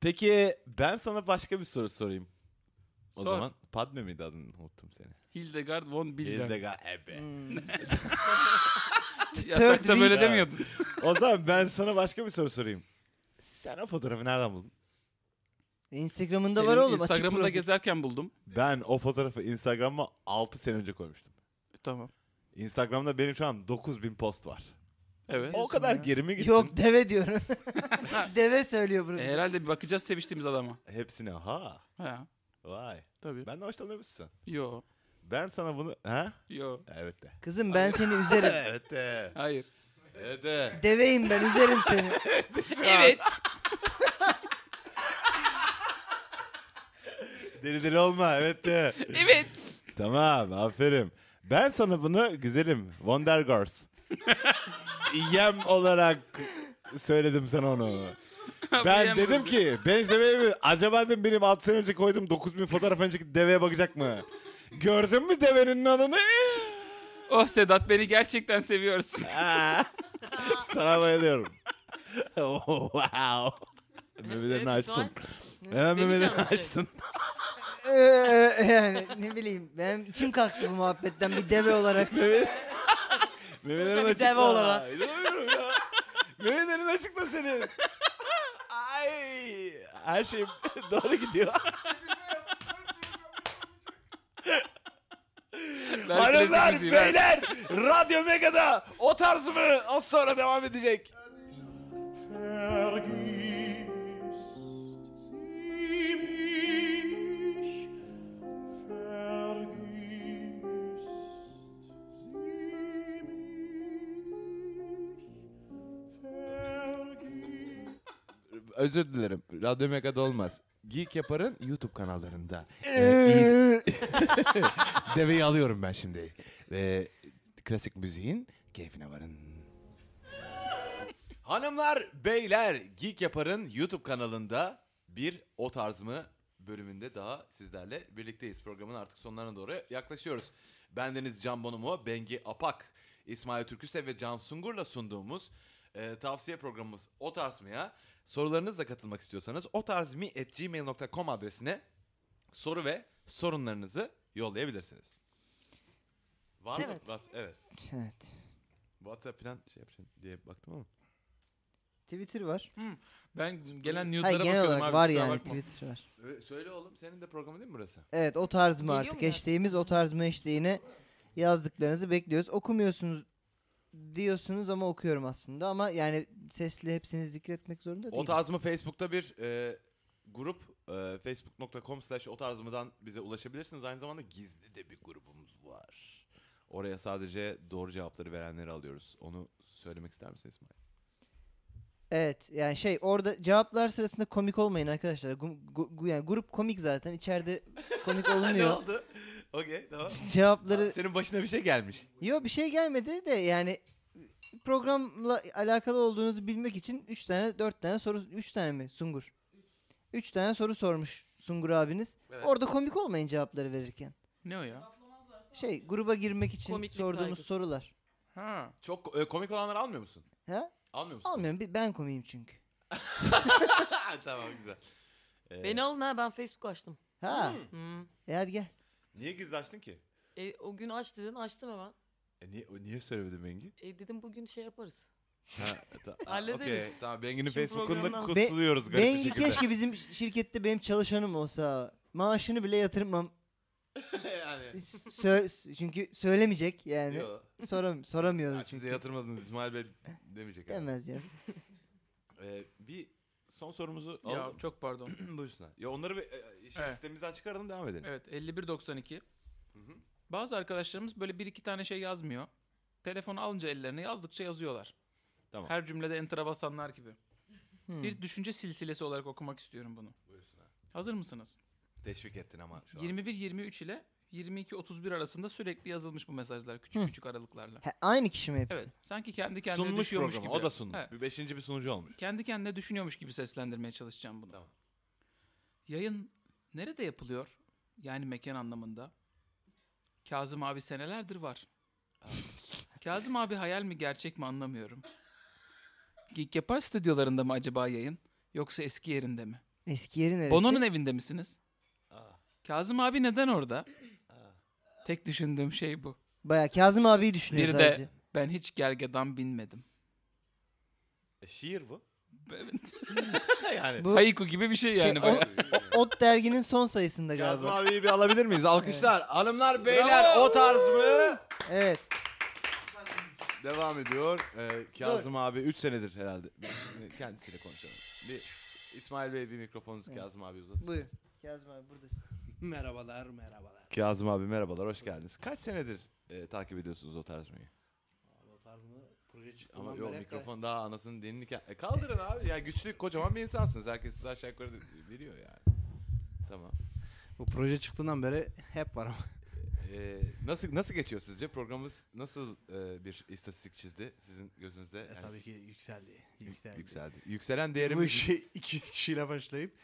S1: Peki ben sana başka bir soru sorayım. O
S2: Sor.
S1: zaman Padme miydi adını unuttum seni.
S2: Hildegard von Bilden.
S1: Hildega ebe.
S3: Hmm.
S2: Yatakta
S3: Third
S2: böyle
S3: reach.
S2: demiyordun.
S6: O zaman ben sana başka bir soru sorayım. Sen o fotoğrafı nereden buldun?
S3: Instagram'ında
S2: Senin
S3: var oğlum. açık
S2: Instagram'ında
S3: profil.
S2: gezerken buldum.
S6: Ben o fotoğrafı Instagram'a 6 sene önce koymuştum.
S3: E,
S2: Tamam.
S6: Instagram'da benim şu an 9000 post var.
S2: Evet.
S6: O
S3: Diyorsun
S6: kadar
S3: ya.
S6: gerime gittim.
S3: Yok
S2: (laughs)
S3: deve diyorum. deve söylüyor bunu.
S2: E, herhalde bir bakacağız seviştiğimiz adama.
S6: Hepsine ha.
S2: Ha,
S6: Vay.
S2: tabii.
S6: Ben de hoşlanıyor musun sen?
S2: Yo.
S6: Ben sana bunu... Ha?
S2: Yo.
S6: Evet de.
S3: Kızım ben seni üzerim.
S6: Evet de.
S2: Hayır.
S1: Evet. evet.
S3: Deveyim ben üzerim
S2: (laughs)
S3: seni.
S2: Evet.
S6: Deli deli olma. Evet de.
S2: Evet.
S6: Tamam aferin. Ben sana bunu güzelim Wonder Girls. Yem olarak söyledim sana onu. Ben dedim ki ben işte böyle- acaba dedim benim 6 sene önce koydum 9000 fotoğraf önceki deveye bakacak mı? Gördün mü devenin adını?
S2: Oh Sedat beni gerçekten seviyorsun.
S4: (laughs)
S6: Sana bayılıyorum. wow. Memelerini
S4: evet,
S6: açtım.
S4: İsmail.
S6: Hemen memelerini
S4: Demeyeceğim bir şey.
S6: açtın.
S3: Ee, yani ne bileyim benim içim kalktı bu muhabbetten bir deve olarak.
S6: (laughs) Memelerini
S4: bir
S6: açıkla.
S4: deve olarak.
S6: İnanamıyorum ya. Memelerini açıkla senin. (laughs) Ay. Her şey (laughs) doğru gidiyor. Hanımlar,
S2: müziği, ver.
S6: beyler, Radyo Mega'da o tarz mı? Az sonra devam edecek.
S1: Özür dilerim. Radyo Mega'da olmaz. Geek Yapar'ın YouTube kanallarında.
S6: Ee, Deveyi alıyorum ben şimdi. Ve klasik müziğin keyfine varın.
S1: Hanımlar, beyler, Geek Yapar'ın YouTube kanalında bir O Tarz mı bölümünde daha sizlerle birlikteyiz. Programın artık sonlarına doğru yaklaşıyoruz. Bendeniz Can Bonomo, Bengi Apak, İsmail Türküsev ve Can Sungur'la sunduğumuz e, tavsiye programımız O Tarz mı'ya sorularınızla katılmak istiyorsanız E otarzmi.gmail.com adresine soru ve sorunlarınızı yollayabilirsiniz. Var mı?
S4: Evet.
S1: Whats- evet.
S3: Evet.
S1: WhatsApp falan şey yapacaksın diye baktım ama.
S3: Twitter var.
S2: Ben gelen
S3: Hayır
S2: news'lara
S3: genel
S2: bakıyorum abi.
S3: olarak var
S2: kusura
S3: yani
S2: bakma.
S3: Twitter var.
S1: Ö- Söyle oğlum senin de programı değil mi burası?
S3: Evet o tarz mı
S4: Geliyor
S3: artık
S4: mu yani?
S3: eşliğimiz o tarz mı eşliğine yazdıklarınızı bekliyoruz. Okumuyorsunuz diyorsunuz ama okuyorum aslında ama yani sesli hepsini zikretmek zorunda
S1: O
S3: değil.
S1: tarz mı Facebook'ta bir e, grup e, facebook.com slash o tarz mı'dan bize ulaşabilirsiniz. Aynı zamanda gizli de bir grubumuz var. Oraya sadece doğru cevapları verenleri alıyoruz. Onu söylemek ister misin İsmail?
S3: Evet yani şey orada cevaplar sırasında komik olmayın arkadaşlar. Gu- gu- gu- yani grup komik zaten içeride komik
S1: (laughs)
S3: olmuyor.
S1: oldu? Okey tamam.
S3: Hani Cevapları
S1: Senin başına bir şey gelmiş.
S3: Yo bir şey gelmedi de yani programla alakalı olduğunuzu bilmek için 3 tane 4 tane soru 3 tane mi Sungur? 3 tane soru sormuş Sungur abiniz.
S1: Evet.
S3: Orada komik olmayın cevapları verirken.
S2: Ne o ya?
S3: Şey gruba girmek için
S4: Komiklik
S3: sorduğumuz
S4: kaygısı.
S3: sorular.
S2: Ha.
S1: Çok e, komik olanları almıyor musun?
S3: Ha?
S1: Almıyor musun?
S3: Almıyorum bi- ben komiyim çünkü.
S1: Ha, (laughs) tamam güzel. E,
S4: Beni alın ha ben Facebook açtım.
S3: Ha.
S4: Hmm.
S3: E hadi gel.
S1: Niye gizli açtın ki?
S4: E, o gün aç dedin açtım hemen.
S1: E, niye, niye söylemedin Bengi?
S4: E, dedim bugün şey yaparız.
S1: Ha,
S3: (laughs)
S1: ta-
S4: Hallederiz.
S1: okey, Tamam Bengi'nin
S4: Şimdi
S1: Facebook'unu
S4: programdan-
S1: kutluyoruz garip bir
S3: Bengi
S1: şekilde.
S3: keşke bizim ş- şirkette benim çalışanım olsa. Maaşını bile yatırmam.
S1: (laughs) yani.
S3: S- sö- çünkü söylemeyecek yani.
S1: Yo.
S3: Soram
S1: Ya
S3: soramıyoruz
S1: Size
S3: çünkü.
S1: yatırmadınız İsmail Bey demeyecek. herhalde.
S3: Demez ya.
S1: Ee, bir son sorumuzu
S2: Ya
S1: alalım. (clears throat)
S2: çok pardon.
S1: Buyursunlar. Ya onları bir e, şey,
S2: Evet.
S1: sistemimizden çıkaralım devam edelim.
S2: Evet 51.92.
S1: hı.
S2: Bazı arkadaşlarımız böyle bir iki tane şey yazmıyor. Telefonu alınca ellerine yazdıkça yazıyorlar.
S1: Tamam.
S2: Her cümlede enter'a basanlar gibi.
S3: Hmm.
S2: Bir düşünce silsilesi olarak okumak istiyorum bunu.
S1: Buyursunlar.
S2: Hazır mısınız?
S1: Teşvik ettin ama şu an.
S2: 21-23 ile 22-31 arasında sürekli yazılmış bu mesajlar küçük
S3: Hı.
S2: küçük aralıklarla.
S3: Ha, aynı kişi mi hepsi?
S2: Evet sanki kendi kendine
S1: Sunmuş
S2: düşüyormuş
S1: programı.
S2: gibi.
S1: O da sunmuş.
S2: Evet,
S1: Bir beşinci bir sunucu olmuş.
S2: kendi kendine düşünüyormuş gibi seslendirmeye çalışacağım bunu.
S1: Tamam.
S2: Yayın nerede yapılıyor? Yani mekan anlamında. Kazım abi senelerdir var. Kazım abi hayal mi gerçek mi anlamıyorum. Geek Yapar stüdyolarında mı acaba yayın? Yoksa eski yerinde mi?
S3: Eski yeri neresi?
S2: Bono'nun evinde misiniz?
S1: Aa.
S2: Kazım abi neden orada? Tek düşündüğüm şey bu.
S3: Baya Kazım abiyi düşünüyor
S2: Bir
S3: sadece.
S2: de ben hiç gergedan binmedim.
S1: E, şiir bu. (laughs)
S2: Evet.
S1: yani.
S3: Bu
S2: Haiku gibi bir şey
S3: Şey,
S2: yani.
S3: o- Ot derginin son sayısında
S1: Kazım
S3: galiba.
S1: abiyi bir alabilir miyiz? Alkışlar. Hanımlar, beyler o tarz mı?
S3: Evet.
S1: Devam ediyor. Ee, Kazım abi 3 senedir herhalde. Kendisiyle konuşalım. Bir İsmail Bey bir mikrofonunuzu
S3: Evet.
S1: Kazım abi uzat.
S3: Buyur. Kazım abi buradasın.
S5: Merhabalar, merhabalar.
S1: Kazım abi merhabalar, hoş geldiniz. Kaç senedir e, takip ediyorsunuz o tarz mıyı?
S5: Abi o tarzını proje çıktığından
S1: Ama
S5: beri
S1: yok
S5: hep-
S1: mikrofon daha anasının denini ke- E, kaldırın abi. Ya güçlü kocaman bir insansınız. Herkes sizi aşağı yukarı biliyor yani. Tamam.
S5: Bu proje çıktığından beri hep var ama.
S1: E, nasıl nasıl geçiyor sizce? Programımız nasıl e, bir istatistik çizdi sizin gözünüzde?
S5: E,
S1: Yani
S5: tabii ki yükseldi. Yükseldi.
S1: yükseldi. Yükselen
S5: Bu
S1: değerimiz
S5: (laughs) işi 200 kişiyle başlayıp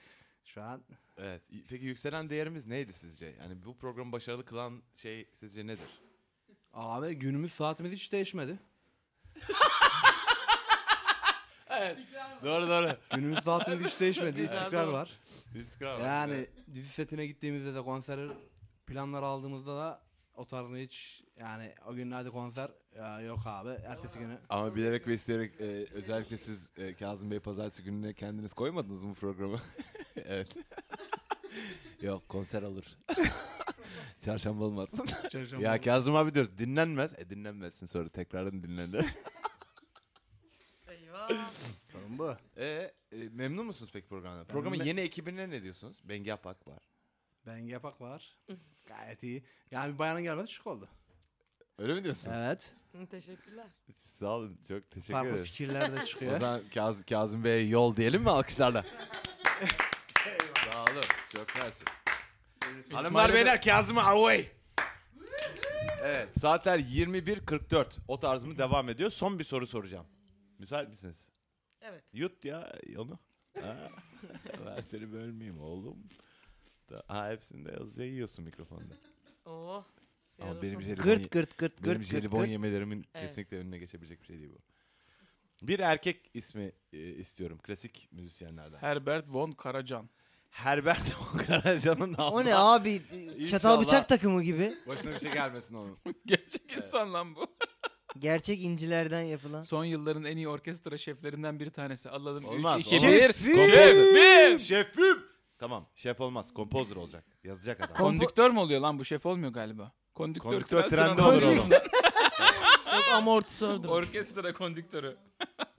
S5: şu an
S1: Evet. y- Peki yükselen değerimiz neydi sizce? Yani bu programı başarılı kılan şey sizce nedir?
S5: abi günümüz saatimiz hiç değişmedi.
S1: Doğru doğru.
S5: Günümüz saatimiz hiç (laughs) değişmedi.
S4: Güzel,
S5: istikrar
S4: doğru.
S5: var.
S1: İstikrar var.
S5: Yani dizi setine gittiğimizde de konser planları aldığımızda da o tarzını hiç yani o günlerde konser ya yok abi. Ertesi günü
S1: Ama bilerek ve isteyerek e, özellikle siz e, Kazım Bey pazartesi gününe kendiniz koymadınız mı bu programı? (laughs) evet. Yok konser olur. (laughs) Çarşamba olmaz.
S5: (laughs) çarşamba
S1: ya Kazım abi diyoruz dinlenmez. E dinlenmezsin sonra tekrardan dinlenir.
S4: Eyvah.
S5: sorun bu.
S1: (laughs) e, e, memnun musunuz peki programdan? Programın
S5: me-
S1: yeni ekibine ne diyorsunuz? Bengi Apak var.
S5: Ben yapak var. Gayet iyi. Yani bir bayanın gelmesi şık oldu.
S1: Öyle mi diyorsun?
S5: Evet.
S4: Hı, Hmm, Teşekkürler.
S1: Sağ olun çok teşekkür
S5: Farklı
S1: ederim.
S5: fikirler de
S1: O
S5: çıkıyor.
S1: zaman Kaz- Kazım Bey'e yol diyelim mi alkışlarla? Sağ olun. Çok mersi. Hanımlar beyler Kazım'ı away. Evet saatler 21.44 o tarz mı devam ediyor. Son bir soru soracağım. Müsait misiniz?
S4: Evet.
S1: Yut ya onu. Ha? ben seni bölmeyeyim oğlum. Da- Ha hepsinde yazıca yiyorsun mikrofonda.
S4: Oo.
S1: Ama
S4: Yarasın.
S1: benim şey- jelibon,
S3: Gırt gırt gırt
S1: benim
S3: gırt gırt
S1: jelibon
S3: gırt.
S1: yemelerimin
S4: Evet.
S1: kesinlikle önüne geçebilecek bir şey değil bu. Bir erkek ismi e, istiyorum klasik müzisyenlerden.
S2: Herbert von Karacan.
S1: Herbert Karacan'ın
S3: O ne
S1: Allah-
S3: abi?
S1: İnşallah.
S3: Çatal bıçak takımı gibi.
S1: Başına bir şey gelmesin onun.
S2: (laughs) Gerçek insan lan bu.
S3: Gerçek incilerden
S2: (laughs)
S3: yapılan.
S2: Son yılların en iyi orkestra şeflerinden bir tanesi. Allah'ım 3,
S1: Olmaz,
S2: 2,
S1: olmaz.
S2: 1.
S1: Kompozer.
S2: Şefim!
S1: Şefim. Tamam şef olmaz. Kompozör olacak. Yazacak adam.
S2: Kondüktör mü oluyor lan bu şef olmuyor galiba. Kondüktör,
S1: Kondüktör
S2: kral
S1: trende
S2: sıradan
S1: olur
S2: oluyor.
S1: oğlum.
S4: Yok
S2: (laughs)
S4: amortisördür.
S2: Orkestra kondüktörü. (laughs)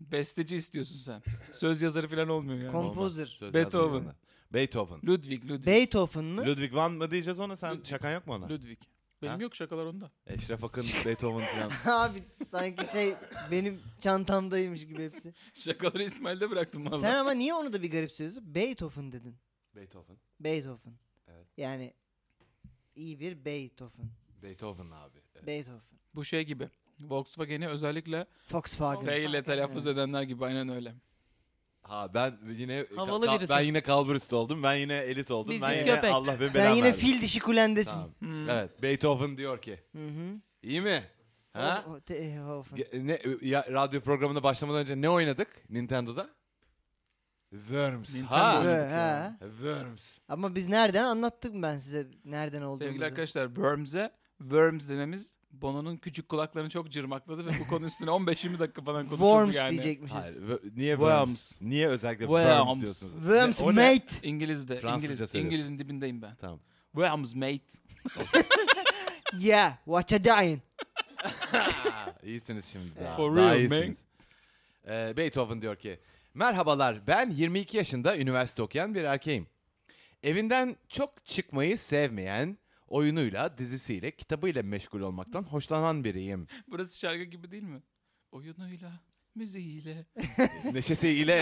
S2: Besteci istiyorsun sen. Söz yazarı falan olmuyor yani.
S3: Kom-
S1: Olmaz.
S3: Kompozer.
S1: Söz
S2: Beethoven.
S1: yazmayız ona. Beethoven.
S2: Ludwig, Ludwig.
S3: Beethoven mı?
S1: Ludwig van mı diyeceğiz ona sen
S2: Ludwig.
S1: şakan yok mu ona?
S2: Ludwig. Benim
S1: Ha?
S2: yok şakalar onda.
S1: Eşref Akın, Beethoven falan.
S3: (laughs) abi sanki şey benim çantamdaymış gibi hepsi.
S2: Şakaları İsmail'de bıraktım valla.
S3: Sen ama niye onu da bir garip söylüyorsun? Beethoven dedin.
S1: Beethoven.
S3: Beethoven.
S1: Evet.
S3: Yani iyi bir Beethoven.
S1: Beethoven abi. Ee, Evet.
S3: Beethoven.
S2: Bu şey gibi. Volkswagen'i özellikle
S3: Volkswagen.
S2: F ile telaffuz edenler gibi aynen öyle.
S1: Ha ben yine
S4: Havalı
S1: ka-
S4: birisi.
S1: ben yine kalburüstü oldum. Ben yine elit oldum.
S4: Biz
S1: ben
S4: yine
S1: yine
S4: köpek.
S1: Allah beni
S3: Sen
S1: belamı
S3: yine
S1: verdi.
S3: fil dişi kulendesin.
S1: Tamam.
S2: Hmm.
S1: Evet. Beethoven diyor ki.
S3: Hı hı.
S1: İyi mi? Ha?
S3: O- o te- e, Hofen.
S1: Ge- Ne, e, ya, radyo programına başlamadan önce ne oynadık Nintendo'da? Worms.
S2: Nintendo
S1: ha.
S2: oynadık.
S3: Ve-
S2: ya.
S3: he.
S1: Worms.
S3: Ama biz nereden anlattık ben size nereden olduğumuzu.
S2: Sevgili arkadaşlar Worms'e Worms dememiz Bono'nun küçük kulaklarını çok cırmakladı ve bu konu üstüne 15-20 dakika falan konuşuldu
S3: Worms
S2: yani.
S3: diyecekmişiz.
S1: Hayır, wö- niye Worms?
S2: şey Worms.
S1: Niye özellikle Worms,
S2: Worms.
S1: diyorsunuz?
S3: Worms
S1: Ne- o ne?
S3: mate.
S2: İngiliz'de.
S1: Fransızca
S2: İngiliz,
S1: söylüyorsun.
S2: İngiliz'in dibindeyim ben.
S1: Tamam.
S2: Worms mate.
S3: Yeah. Watch a dying.
S1: Ee, Ha, iyisiniz şimdi. Daha,
S2: For
S1: daha
S2: real, man.
S1: iyisiniz. Ee, Beethoven diyor ki, Merhabalar ben 22 yaşında üniversite okuyan bir erkeğim. Evinden çok çıkmayı sevmeyen, oyunuyla, dizisiyle, kitabıyla meşgul olmaktan hoşlanan biriyim.
S2: Burası şarkı gibi değil mi? Oyunuyla, müziğiyle. (laughs)
S1: Neşesiyle,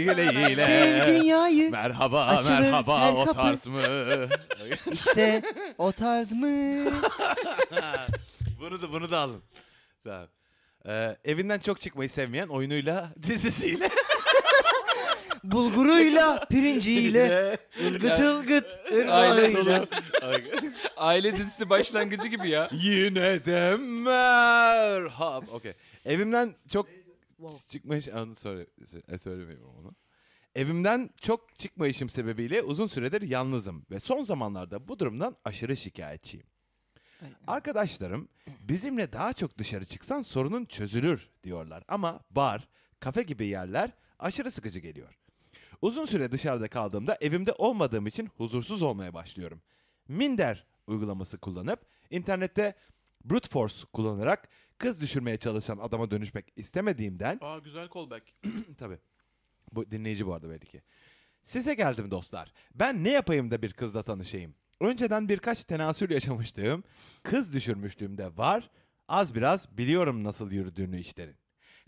S1: güleğiyle.
S3: Sev dünyayı.
S1: Merhaba,
S3: Açılır
S1: merhaba
S3: her
S1: o
S3: kapı.
S1: tarz mı?
S3: İşte o tarz mı?
S1: (laughs) bunu da bunu da alın. Tamam. Ee, evinden çok çıkmayı sevmeyen oyunuyla, dizisiyle,
S3: Bulguruyla,
S1: (laughs)
S3: pirinciyle. Ilgıt ılgıt. ırmağıyla.
S2: Aile dizisi başlangıcı gibi ya.
S1: Yine de merhaba. Okey. Evimden çok
S4: Wow.
S1: çıkmayış anı söyle, söyle, söylemeyeyim onu. Evimden çok çıkmayışım sebebiyle uzun süredir yalnızım ve son zamanlarda bu durumdan aşırı şikayetçiyim. Arkadaşlarım bizimle daha çok dışarı çıksan sorunun çözülür diyorlar ama bar, kafe gibi yerler aşırı sıkıcı geliyor. Uzun süre dışarıda kaldığımda evimde olmadığım için huzursuz olmaya başlıyorum. Minder uygulaması kullanıp internette brute force kullanarak kız düşürmeye çalışan adama dönüşmek istemediğimden
S2: Aa güzel callback.
S1: Tabii. Bu dinleyici bu arada belli ki. Size geldim dostlar. Ben ne yapayım da bir kızla tanışayım? Önceden birkaç tenasül yaşamıştım. Kız düşürmüşlüğüm de var. Az biraz biliyorum nasıl yürüdüğünü işlerin.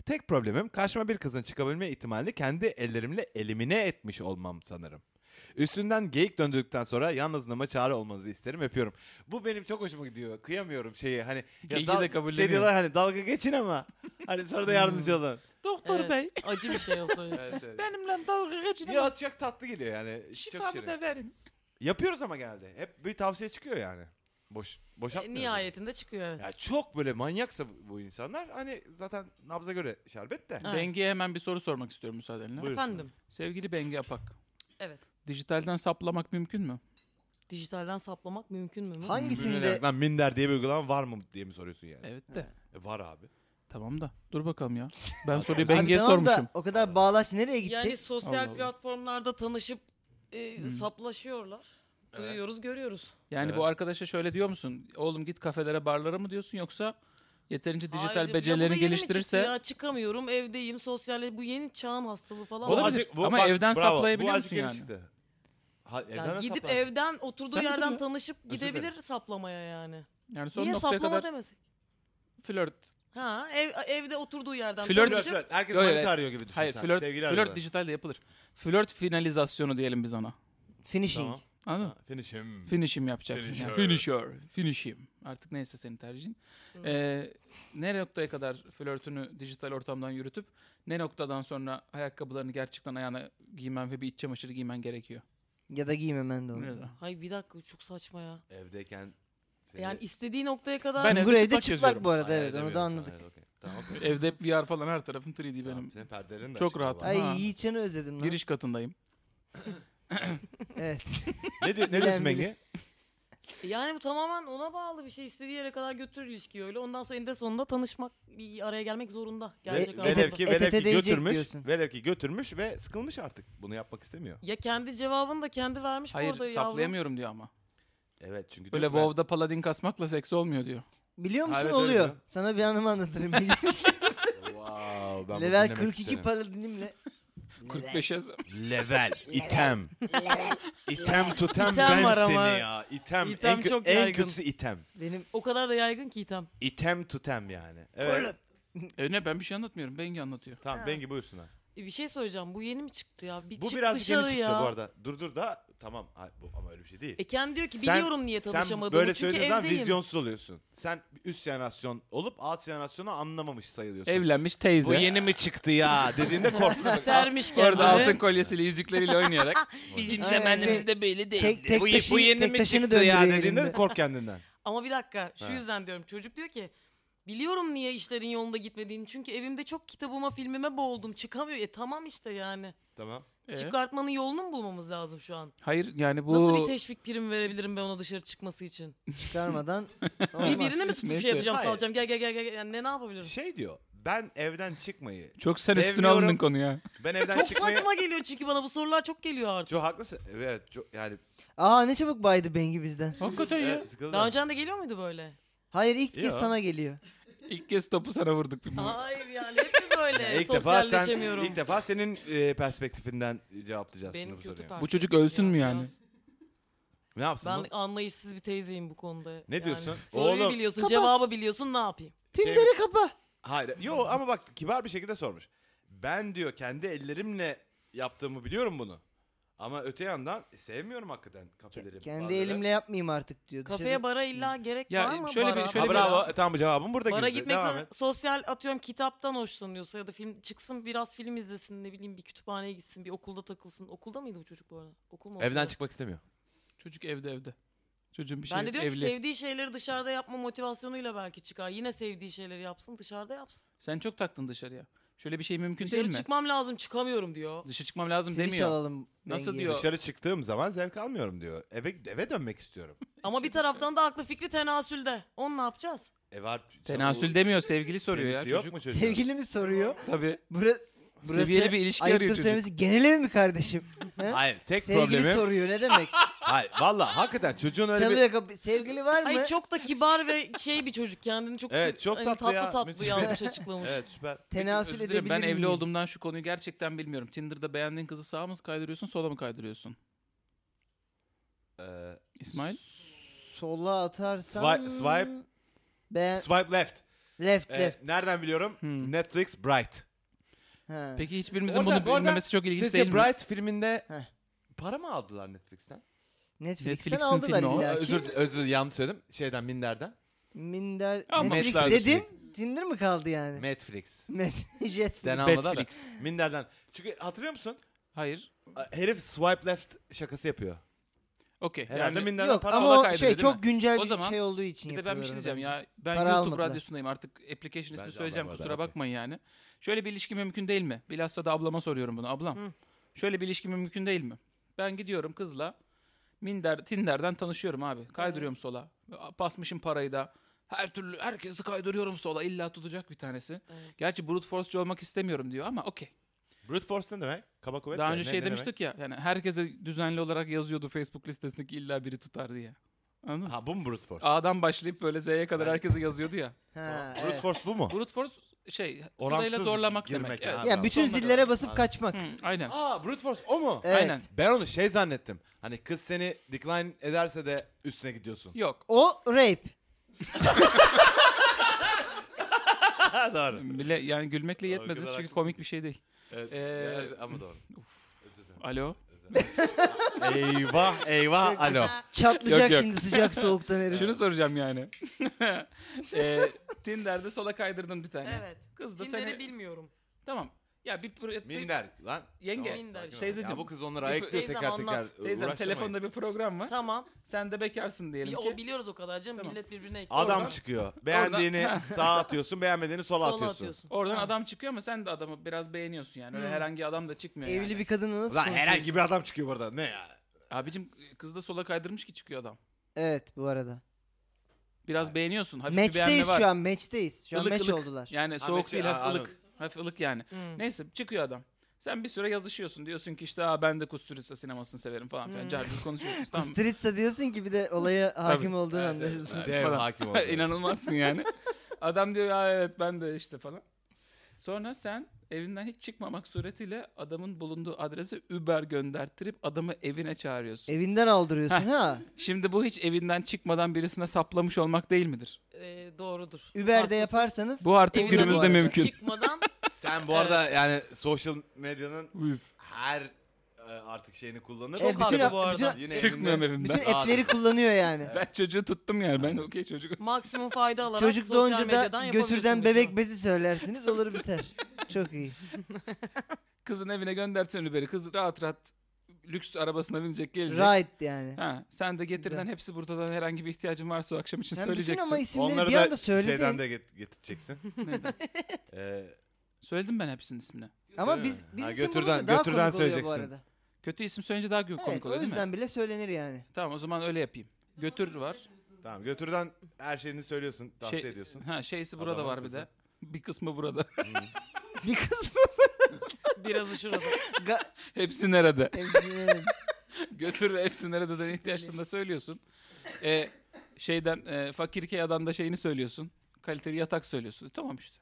S1: Tek problemim karşıma bir kızın çıkabilme ihtimalini kendi ellerimle elimine etmiş olmam sanırım. Üstünden geyik döndürdükten sonra yalnızlığıma çare olmanızı isterim öpüyorum. Bu benim çok hoşuma gidiyor. Kıyamıyorum şeyi hani.
S2: Geyiği de kabulleniyor. Hmm.
S1: şey diyorlar hani dalga geçin ama. Hani sonra da yardımcı olun.
S2: Doktor
S4: Evet.
S2: bey
S4: Acı bir şey olsun.
S1: (laughs) Evet, evet.
S2: benimle dalga geçin ama
S1: Ya çok tatlı geliyor yani. Çok
S2: şifamı
S1: şirin.
S2: da verin.
S1: Yapıyoruz ama genelde. Hep bir tavsiye çıkıyor yani. boş
S4: E,
S1: boşaltmıyor.
S4: nihayetinde çıkıyor evet.
S1: Ya çok böyle manyaksa bu- bu insanlar hani zaten nabza göre şerbet de.
S4: Ha.
S2: Bengi'ye hemen bir soru sormak istiyorum müsaadenle.
S1: Buyurun.
S4: Efendim
S2: Sevgili Bengi Apak,
S4: evet.
S2: dijitalden saplamak mümkün mü?
S4: Dijitalden saplamak mümkün mü?
S3: Hangisinde
S1: Lan Minder diye bir uygulama var mı diye mi soruyorsun yani?
S2: Evet de.
S1: E, var abi.
S2: Tamam da dur bakalım ya. Ben soruyu
S3: Abi
S2: Bengi'ye
S3: tamam da
S2: sormuşum.
S3: o kadar bağlaç nereye gidecek?
S4: Yani sosyal
S2: Allah Allah.
S4: platformlarda tanışıp e,
S2: Hmm.
S4: saplaşıyorlar.
S1: Evet.
S4: Duyuyoruz, görüyoruz.
S2: Yani
S1: Evet.
S2: bu arkadaşa şöyle diyor musun? Oğlum git kafelere, barlara mı diyorsun yoksa yeterince dijital
S4: Hayır, ya bu da yeni
S2: becerilerini
S4: mi
S2: geliştirirse
S4: çıktı Ya çıkamıyorum, evdeyim, sosyal. Bu yeni çağın hastalığı falan.
S2: Olabilir.
S4: var.
S2: Ama evden saplayabiliyor
S1: bu azıcık
S2: musun
S1: yeni
S2: yani?
S1: çıktı. Ha, evden
S4: Ya
S1: de
S4: gidip
S1: saplar.
S4: evden oturduğu
S2: Sen de
S4: yerden
S2: tabii.
S4: tanışıp
S1: dilerim.
S4: gidebilir saplamaya yani.
S2: yani son
S4: Niye
S2: noktaya
S4: saplama
S2: kadar
S4: demesek?
S2: flört.
S4: Ha, ev, evde oturduğu yerden
S2: Flört-
S1: Flört,
S4: tanışıp
S1: flört. Herkes
S2: Öyle.
S1: manita arıyor gibi düşün
S2: Hayır
S1: sen.
S2: flört
S1: Sevgili
S2: flört
S1: arıyorlar.
S2: dijitalde yapılır. Flört finalizasyonu diyelim biz ona.
S3: Finishing.
S1: Tamam.
S2: Anladın? mı?
S1: Ha, Finish'im.
S2: Finishim yapacaksın. Finisher. Yani.
S1: Finisher.
S2: Finisher. Finishim. Artık neyse senin tercihin.
S4: Hmm.
S2: Ee, ne noktaya kadar flörtünü dijital ortamdan yürütüp ne noktadan sonra ayakkabılarını gerçekten ayağına giymen ve bir iç çamaşırı giymen gerekiyor.
S3: Ya da giymemen de olur.
S2: Ne de?
S4: Hay bir dakika çok saçma ya.
S1: Evdeyken seni...
S4: Yani istediği noktaya kadar
S2: Ben-
S3: Sungur
S2: evde
S3: evde
S2: çıplak
S3: çıplak
S2: geziyorum.
S3: bu arada
S1: Hayal
S3: evet onu da
S1: edemiyorsun.
S3: anladık.
S1: Hayır, okey. Tamam.
S2: Evde hep VR falan her tarafım 3D
S1: Tamam,
S2: benim.
S1: Senin perdelerin de
S2: Çok
S1: açık
S2: rahat.
S1: baba.
S2: Ay, Ha.
S3: Ay Yiğitçen'i özledim lan.
S2: Giriş katındayım.
S3: Evet.
S1: Ne, diyor, ne
S3: Bilen
S1: diyorsun
S3: bilir.
S1: Bengi?
S4: yani bu tamamen ona bağlı bir şey. İstediği yere kadar götürür ilişkiyi öyle. Ondan sonra eninde sonunda tanışmak bir araya gelmek zorunda. Gerçek
S1: Ve-
S3: anlamda.
S1: Velev
S4: anlamda.
S1: ki,
S3: ETT
S1: velev ki
S3: değecek
S1: götürmüş,
S3: diyorsun.
S1: velev ki götürmüş ve sıkılmış artık. Bunu yapmak istemiyor.
S4: Ya kendi cevabını da kendi vermiş bu
S2: Hayır
S4: arada yavrum.
S2: saplayamıyorum diyor ama.
S1: Evet çünkü
S2: Böyle
S1: diyor ki ben-
S2: WoW'da paladin kasmakla seks olmuyor diyor.
S3: Biliyor musun
S1: Evet, öyle
S3: oluyor.
S1: diyor.
S3: Sana bir anımı anlatırım. Biliyor-
S1: Wow, ben bunu
S3: Level
S1: dinlemek
S3: 42
S1: isterim.
S3: paladinimle.
S2: 45'e
S6: Level, item. item tutem
S4: İtem
S6: ben
S4: var
S6: seni
S4: ama.
S6: ya. İtem,
S4: İtem
S6: en, kö-
S4: çok
S6: en
S4: yaygın.
S6: kötüsü item.
S3: Benim
S4: O kadar da yaygın ki İtem.
S6: İtem tutem yani. Evet.
S2: E ne ben bir şey anlatmıyorum. Bengi anlatıyor.
S1: Tamam Bengi buyursun ha.
S4: E, bir şey söyleyeceğim. Bu yeni mi çıktı ya? Bir
S6: Bu
S4: çık
S6: birazcık
S4: dışarı
S6: yeni çıktı
S4: ya.
S6: bu arada. Dur dur da tamam. Ha, bu, ama öyle bir şey değil.
S4: E kendi diyor ki
S6: Sen-
S4: biliyorum niye
S6: Sen
S4: tanışamadığımı
S6: böyle
S4: çünkü
S6: söylediğin zaman
S4: evdeyim.
S6: vizyonsuz oluyorsun. Sen üst jenerasyon olup alt jenerasyonu anlamamış sayılıyorsun.
S2: Evlenmiş
S6: Bu
S2: teyze.
S6: yeni mi çıktı ya
S4: (laughs)
S6: dediğinde korkma.
S4: Sermiş kendini.
S2: Orada altın kolyesiyle yüzükleriyle oynayarak.
S4: (laughs) Bizim
S3: Aynen, zamanımızda
S4: böyle
S3: tek, tek
S6: bu, ye-
S3: taşı,
S6: bu yeni
S3: tek
S6: mi
S3: taşını
S6: çıktı ya
S3: döndürüyor
S6: dediğinde
S1: (laughs)
S3: elinde.
S6: kork
S4: (laughs)
S6: kendinden.
S4: Ama bir dakika şu
S6: Ha.
S4: yüzden diyorum çocuk diyor ki biliyorum niye işlerin yolunda gitmediğini çünkü evimde çok kitabıma filmime boğuldum çıkamıyor. E tamam işte yani
S6: Tamam.
S2: E,
S4: çıkartmanın yolunu mu bulmamız lazım şu an?
S2: hayır yani bu
S4: Nasıl bir teşvik primi verebilirim ben ona dışarı çıkması için?
S3: Çıkarmadan
S4: Bir
S3: olmaz.
S4: birine mi tutup
S2: Neyse.
S4: şey yapacağım
S6: Hayır.
S4: salacağım gel gel gel gel yani ne,
S6: (laughs)
S4: ne yapabilirim?
S6: Şey diyor. Ben evden çıkmayı
S2: çok sen üstüne
S6: sevmiyorum.
S2: alındın konuya.
S6: Ben evden
S4: Çok
S6: çıkmayı...
S4: saçma geliyor çünkü bana bu sorular çok geliyor artık.
S6: Çok haklısın. Evet çok, yani
S3: Aa ne çabuk baydı Bengi bizden.
S2: Hakikaten ya.
S6: evet, sıkıldım.
S4: Daha önceden de geliyor muydu böyle?
S3: Hayır ilk kez
S6: Yo.
S3: sana geliyor.
S2: İlk kez topu sana vurduk bir bu.
S4: Hayır yani hep mi böyle
S6: Ya ilk defa sen
S4: sosyalleşemiyorum?
S6: ilk defa senin e, perspektifinden cevaplayacağız
S4: Benim
S6: şimdi bu
S4: kötü
S6: soruyu.
S4: perspektifim
S2: Bu çocuk ölsün mü yani?
S4: biraz.
S6: Ne yapsın?
S4: Ben
S6: bu?
S4: anlayışsız bir teyzeyim bu konuda.
S6: Ne diyorsun?
S4: Soruyu
S6: Oğlum,
S4: biliyorsun,
S3: kapat.
S4: cevabı biliyorsun ne yapayım?
S3: Tinder'ı kapa.
S6: Hayır. Yo ama bak kibar bir şekilde sormuş. Ben diyor kendi ellerimle yaptığımı biliyorum bunu. Ama öte yandan e, sevmiyorum hakikaten
S1: Şey
S6: kafeleri.
S3: Kendi
S6: barları.
S3: elimle yapmayayım artık diyor.
S4: Kafeye
S3: Dışarı
S4: bara
S3: çıkmıyor.
S4: illa gerek
S2: Ya,
S4: var mı?
S2: şöyle bir-
S4: bara?
S2: şöyle
S6: Ha,
S2: bir-
S6: bravo. E, Tamam cevabım burada
S4: Bara
S6: gizli.
S4: gitmek
S6: Devam
S4: zorunda-
S6: et.
S4: sosyal atıyorum kitaptan hoşlanıyorsa ya da film çıksın biraz film izlesin ne bileyim bir kütüphaneye gitsin bir okulda takılsın. Okulda mıydı bu çocuk bu arada? Okul mu?
S1: Evden
S4: okulda?
S1: çıkmak istemiyor.
S2: Çocuk evde evde. Çocuğun bir şey
S4: Ben de diyorum
S2: evli.
S4: ki sevdiği şeyleri dışarıda yapma motivasyonuyla belki çıkar. Yine sevdiği şeyleri yapsın dışarıda yapsın.
S2: Sen çok taktın dışarıya. Şöyle bir şey mümkün
S4: Dışarı
S2: değil mi?
S4: çıkmam lazım çıkamıyorum diyor.
S2: Dışarı çıkmam lazım
S3: Switch
S2: demiyor.
S3: alalım
S2: Nasıl
S3: Bengi'ye.
S2: diyor?
S6: Dışarı çıktığım zaman zevk almıyorum diyor. Eve eve dönmek istiyorum.
S4: Ama bir taraftan da aklı fikri tenasülde. Onu ne yapacağız?
S6: E var.
S2: Tenasül demiyor sevgili soruyor ya
S6: Kendisi yok
S2: çocuk.
S6: mu çocuğun?
S3: Sevgili mi soruyor?
S2: Tabii.
S3: Bura, burası
S2: Seviyeli bir ilişki
S3: ayıptır
S2: arıyor çocuk.
S3: söylemesi genel ev mi kardeşim? He?
S6: Hayır tek
S3: Sevgili
S6: problemi.
S3: soruyor ne demek?
S6: Hayır valla hakikaten çocuğun öyle bir...
S3: Çalıyor kapı. Sevgili var mı?
S4: Ay çok da kibar ve şey bir çocuk kendini çok,
S6: Evet, çok
S4: hani
S6: tatlı
S4: tatlı
S6: ya.
S4: tatlı
S6: Müthiş.
S4: yazmış açıklamış.
S6: Evet süper.
S3: Tenasül
S2: Özür dilerim,
S3: edebilir
S2: Ben
S3: miyim?
S2: evli olduğumdan şu konuyu gerçekten bilmiyorum. Tinder'da beğendiğin kızı sağa mı kaydırıyorsun sola mı kaydırıyorsun?
S6: Ee,
S2: İsmail?
S3: Sola atarsan...
S6: Swipe- swipe.
S3: Ben...
S6: swipe left.
S3: Left
S6: Ee,
S3: left.
S6: nereden biliyorum?
S2: Hmm.
S6: Netflix Bright.
S3: Ha.
S2: Peki hiçbirimizin
S1: Orada-
S2: bunu
S1: orada
S2: bilmemesi çok ilginç
S1: Sizce
S2: değil mi?
S1: Bright filminde
S3: Heh.
S1: para mı aldılar Netflix'ten?
S3: Netflix'ten
S2: Netflix'in
S3: aldılar
S2: filmi o.
S3: illa ki.
S1: Özür, özür yanlış söyledim. Şeyden Minder'den.
S3: Minder... Netflix
S2: Almamışlardır
S3: dedin. Tinder mı kaldı yani?
S1: Netflix.
S3: Net... (laughs) Jet.
S1: Den almadılar da.
S2: Netflix.
S6: Minder'den. Çünkü hatırlıyor musun?
S2: Hayır.
S6: Herif swipe left şakası yapıyor.
S2: Okey.
S6: Herhalde
S2: yani-
S6: minder
S3: Yok
S6: para
S3: ama
S2: sola
S3: o
S2: kaydı
S3: şey
S2: değil
S3: çok
S2: mi?
S3: güncel
S2: O
S3: bir
S2: zaman
S3: şey olduğu için
S2: Bir de ben bir şey diyeceğim
S3: yapıyorlar
S2: ya. Ben
S3: Para
S2: YouTube
S3: almadılar.
S2: radyosundayım artık application ismi
S6: Bence
S2: söyleyeceğim
S6: almadılar,
S2: kusura
S6: okey.
S2: bakmayın yani. Şöyle bir ilişki mümkün değil mi? Bilhassa da ablama soruyorum bunu. Ablam
S4: Hı.
S2: şöyle bir ilişki mümkün değil mi? Ben gidiyorum kızla Minder, Tinder'den tanışıyorum abi. Kaydırıyorum sola. Basmışım parayı da. Her türlü herkesi kaydırıyorum sola. İlla tutacak bir tanesi.
S4: Evet.
S2: Gerçi brute force'cu olmak istemiyorum diyor ama okey.
S6: Brute force ne demek? Kaba kuvvet
S2: Daha
S6: mi?
S2: önce
S6: Ne-
S2: şey
S6: ne demek?
S2: demiştik ya. Yani herkese düzenli olarak yazıyordu Facebook listesindeki illa biri tutar diye. Anladın mı?
S6: Ha bu mu brute force?
S2: A'dan başlayıp böyle Z'ye kadar herkese yazıyordu ya.
S3: Ha,
S6: Brute
S3: evet.
S6: force bu mu?
S2: Brute force şey sırayla
S6: Oransız
S2: zorlamak
S6: girmek
S2: demek.
S6: yani.
S2: Evet.
S3: Ya bütün
S6: Anladım.
S3: zillere basıp
S6: Anladım.
S3: kaçmak.
S2: Hı, aynen.
S1: Aa brute force o mu?
S3: Evet.
S2: Aynen.
S1: Ben onu şey zannettim. Hani kız seni decline ederse de üstüne gidiyorsun.
S2: (laughs) Yok.
S3: O rape.
S6: Ha doğru.
S2: Bile yani gülmekle
S6: Doğru,
S2: yetmedi
S6: güzel,
S2: çünkü
S6: haklısın.
S2: komik bir şey değil.
S1: Evet.
S2: Ee,
S1: yani- ama doğru. Özür dilerim.
S2: Alo.
S6: eyvah eyvah alo. Yok,
S3: Çatlayacak
S6: yok. (laughs)
S3: şimdi sıcak soğuktan herif.
S2: Şunu soracağım yani. (laughs) Ee, Tinder'de sola kaydırdın bir tane.
S4: Evet.
S2: Kız da
S4: Tinder'i
S2: seni
S4: bilmiyorum.
S2: tamam. Ya bir pro- bir-
S1: Minder lan.
S2: yenge şey
S4: Tamam, Minder.
S1: sakin ol.
S2: Teyzeciğim.
S1: Ya bu kız onları
S2: Bir-
S1: ayıklıyor
S4: Teyzem
S1: teker
S4: anlat.
S1: teker.
S2: teyzem
S1: Uğraştırmayın.
S2: telefonda bir program var.
S4: Tamam.
S2: Sen de bekarsın diyelim
S4: Bi-
S2: ki.
S4: o biliyoruz o kadar canım.
S2: Tamam.
S4: Millet birbirine ekliyor.
S6: Adam
S4: Oradan
S6: çıkıyor. Beğendiğini sağa atıyorsun, beğenmediğini sola,
S4: sola
S6: atıyorsun.
S4: atıyorsun.
S2: Oradan adam çıkıyor ama sen de adamı biraz beğeniyorsun yani. Öyle
S4: Hı.
S2: herhangi adam da çıkmıyor
S3: Evli
S2: yani.
S3: bir kadınla nasıl
S1: Lan
S3: konuşuyorsun?
S1: herhangi bir adam çıkıyor burada. Ne ya?
S2: Abicim kız da sola kaydırmış ki çıkıyor adam.
S3: Evet bu arada.
S2: Biraz beğeniyorsun. Hafif bir beğenme
S3: Match'teyiz
S2: var.
S3: şu an match'teyiz. Şu an
S2: Ilık,
S3: match
S2: ılık.
S3: oldular.
S2: Yani
S1: Ha,
S2: soğuk
S1: match-
S2: değil
S1: ha,
S2: hafif ılık.
S1: anladım.
S2: Hafif ılık yani.
S4: Hmm.
S2: Neyse çıkıyor adam. Sen bir süre yazışıyorsun. Diyorsun ki işte Aa, ben de Kusturica sinemasını severim falan filan.
S4: Hmm.
S2: Cahil
S3: (laughs)
S2: konuşuyorsun. tamam.
S3: Kustritsa diyorsun ki bir de olaya hakim olduğun
S1: Evet,
S3: anlaşılsın.
S1: evet. Dev
S2: Falan.
S1: (laughs) hakim oldu.
S2: (laughs) İnanılmazsın yani. Adam diyor ya evet ben de işte falan. Sonra sen evinden hiç çıkmamak suretiyle adamın bulunduğu adrese Uber gönderttirip adamı evine çağırıyorsun.
S3: Evinden aldırıyorsun ha.
S2: Şimdi bu hiç evinden çıkmadan birisine saplamış olmak değil midir?
S4: Ee, doğrudur.
S3: Uber'de
S4: Haklısın.
S3: yaparsanız
S2: Bu artık
S4: Evinden
S3: bu
S2: günümüzde
S3: arada.
S2: mümkün.
S4: Çıkmadan
S1: Sen bu arada yani social medyanın
S2: Üf.
S1: her e, artık şeyini kullanır.
S3: E,
S4: çok haklı
S3: bütün-
S4: bu arada.
S3: bütün-
S1: Yine
S2: Çıkmıyorum
S1: evinde-
S2: evimden.
S3: bütün app'leri kullanıyor yani.
S2: Ben çocuğu tuttum yani. Ben okey çocuk.
S4: Maksimum fayda alarak
S3: Çocuk
S4: sosyal
S3: doğunca
S4: medyadan
S3: da
S4: yapabilirsin
S3: götürden
S4: diyorsun.
S3: bebek bezi söylersiniz olur biter. Çok iyi.
S2: Kızın evine göndersen Uber'i. Kız rahat rahat lüks arabasına binecek gelecek.
S3: Right yani.
S2: Ha, sen de getirilen
S3: Güzel.
S2: hepsi buradan herhangi bir ihtiyacın varsa o akşam için
S3: Sen bütün
S2: söyleyeceksin.
S3: ama isimleri
S6: Onları
S3: bir anda
S6: da
S3: söyledin.
S6: şeyden de get-
S1: (laughs)
S6: getireceksin.
S2: Neden?
S6: Ee,
S2: Söyledim ben hepsinin ismini.
S3: Ama biz, biz
S6: Ha,
S3: isim
S6: götürden-
S3: bulunca daha
S6: götürden
S3: komik oluyor bu
S6: söyleyeceksin.
S3: arada.
S2: Kötü isim söyleyince daha gö- komik
S3: Evet o
S2: oluyor değil mi?
S3: yüzden bile söylenir yani.
S2: Tamam o zaman öyle yapayım. Götür var.
S6: E, tamam götürden her şeyini söylüyorsun, tavsiye
S2: Şey-
S6: ediyorsun.
S2: Ha şeysi burada
S6: Adamın
S2: var bir
S6: kızı.
S2: de. Bir kısmı burada. (laughs)
S3: Bir kısmı.
S4: Birazı şurada.
S3: Ga-
S2: hepsi nerede?
S3: Emzirelim.
S2: Götür ve hepsi nerede den ihtiyaçlarını da söylüyorsun. Ee, şeyden e, fakir Ikea'dan da şeyini söylüyorsun. Kaliteli yatak söylüyorsun. E, Tamam işte.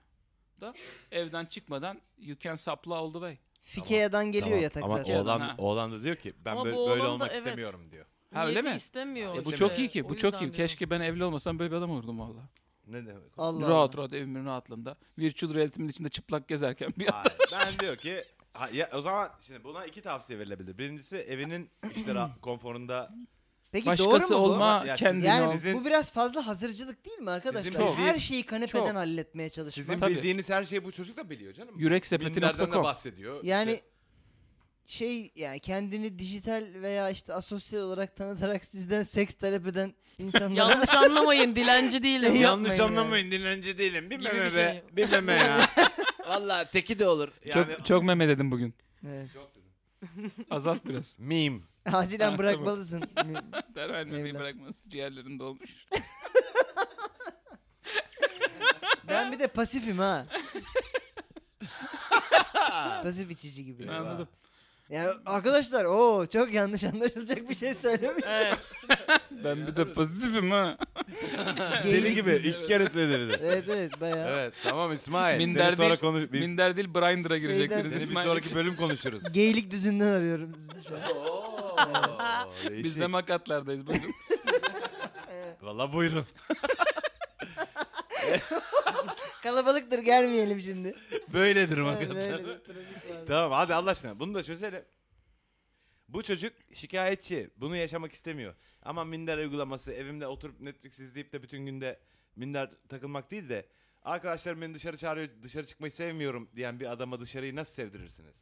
S2: Da evden çıkmadan you can supply all the way.
S3: Fikea'dan geliyor
S6: Tamam,
S3: yatak
S6: Ama
S3: zaten.
S2: o-
S6: oğlan,
S2: Ha.
S6: oğlan da diyor ki ben
S4: Ama
S6: böyle,
S4: bu
S6: böyle
S4: oğlan da
S6: olmak
S4: evet.
S6: istemiyorum diyor.
S2: Ha, öyle
S4: Niyeti
S2: mi?
S4: istemiyor.
S2: E, bu
S4: işte.
S2: çok iyi ki.
S4: O
S2: Bu çok
S4: yüzden
S2: iyi.
S4: diyorum.
S2: Keşke ben evli olmasam böyle bir adam olurdum valla.
S6: Ne demek? o?
S3: Allah
S2: Rahat
S3: Allah.
S2: rahat evimin rahatlığında. Virtual reality'min içinde çıplak gezerken bir adam.
S6: Hayır, ben diyor ki ha, ya, o zaman şimdi buna iki tavsiye verilebilir. Birincisi evinin işte ra- konforunda
S3: Peki
S2: Başkası
S3: doğru mu bu?
S2: olma
S6: Ama ya siz-
S2: kendin
S3: Yani
S2: ol.
S6: Sizin-
S3: bu biraz fazla hazırcılık değil mi arkadaşlar?
S6: Sizin Çok.
S3: Her şeyi kanepeden
S2: Çok.
S3: halletmeye çalışmak.
S1: Sizin
S2: Tabii.
S1: bildiğiniz her şeyi bu çocuk da biliyor canım. Minderden de
S2: Yüreksepeti.com
S1: bahsediyor.
S3: Yani
S1: İşte
S3: şey yani kendini dijital veya işte asosyal olarak tanıtarak sizden seks talep eden insanlara
S4: Yanlış anlamayın dilenci değilim.
S3: Şey
S4: Ya-
S3: yapmayın yani.
S6: dinlenci değilim. Bir
S4: Gibi bir şey.
S6: Bir meme (laughs) ya. Valla teki de olur.
S2: Çok, çok meme dedim bugün.
S3: Evet.
S1: (laughs)
S2: Azalt biraz.
S6: Meme.
S3: Acilen
S2: Ha,
S3: bırakmalısın.
S2: Derhal memeyi
S3: Evlat.
S2: bırakmaz. Ciğerlerin dolmuş.
S3: ben bir de pasifim ha. Pasif içici gibi.
S2: Anladım.
S3: Ya arkadaşlar o çok yanlış anlaşılacak bir şey söylemiş.
S4: Evet.
S2: Ben bir de pozitifim ha.
S6: Deli gibi iki kere söyledi bize.
S3: Evet evet bayağı.
S1: Evet tamam İsmail.
S2: Min-
S1: Min-
S2: Minder
S6: Seni sonra
S2: değil,
S6: konuş... Bir,
S2: Minder değil Brinder'a
S3: Şeyden-
S2: gireceksiniz.
S6: seni bir
S2: İsmail
S6: sonraki
S2: için.
S6: bölüm konuşuruz.
S3: Geylik düzünden arıyorum sizi şu an.
S2: Biz de makatlardayız bugün.
S6: Valla buyurun.
S3: Kalabalıktır gelmeyelim şimdi.
S6: Böyledir
S3: Evet, böyle bir trafik var.
S6: Tamam hadi Allah aşkına bunu da çözelim. Bu çocuk şikayetçi. Bunu yaşamak istemiyor. Ama minder uygulaması evimde oturup Netflix izleyip de bütün günde minder takılmak değil de arkadaşlarım beni dışarı çağırıyor dışarı çıkmayı sevmiyorum diyen bir adama dışarıyı nasıl sevdirirsiniz?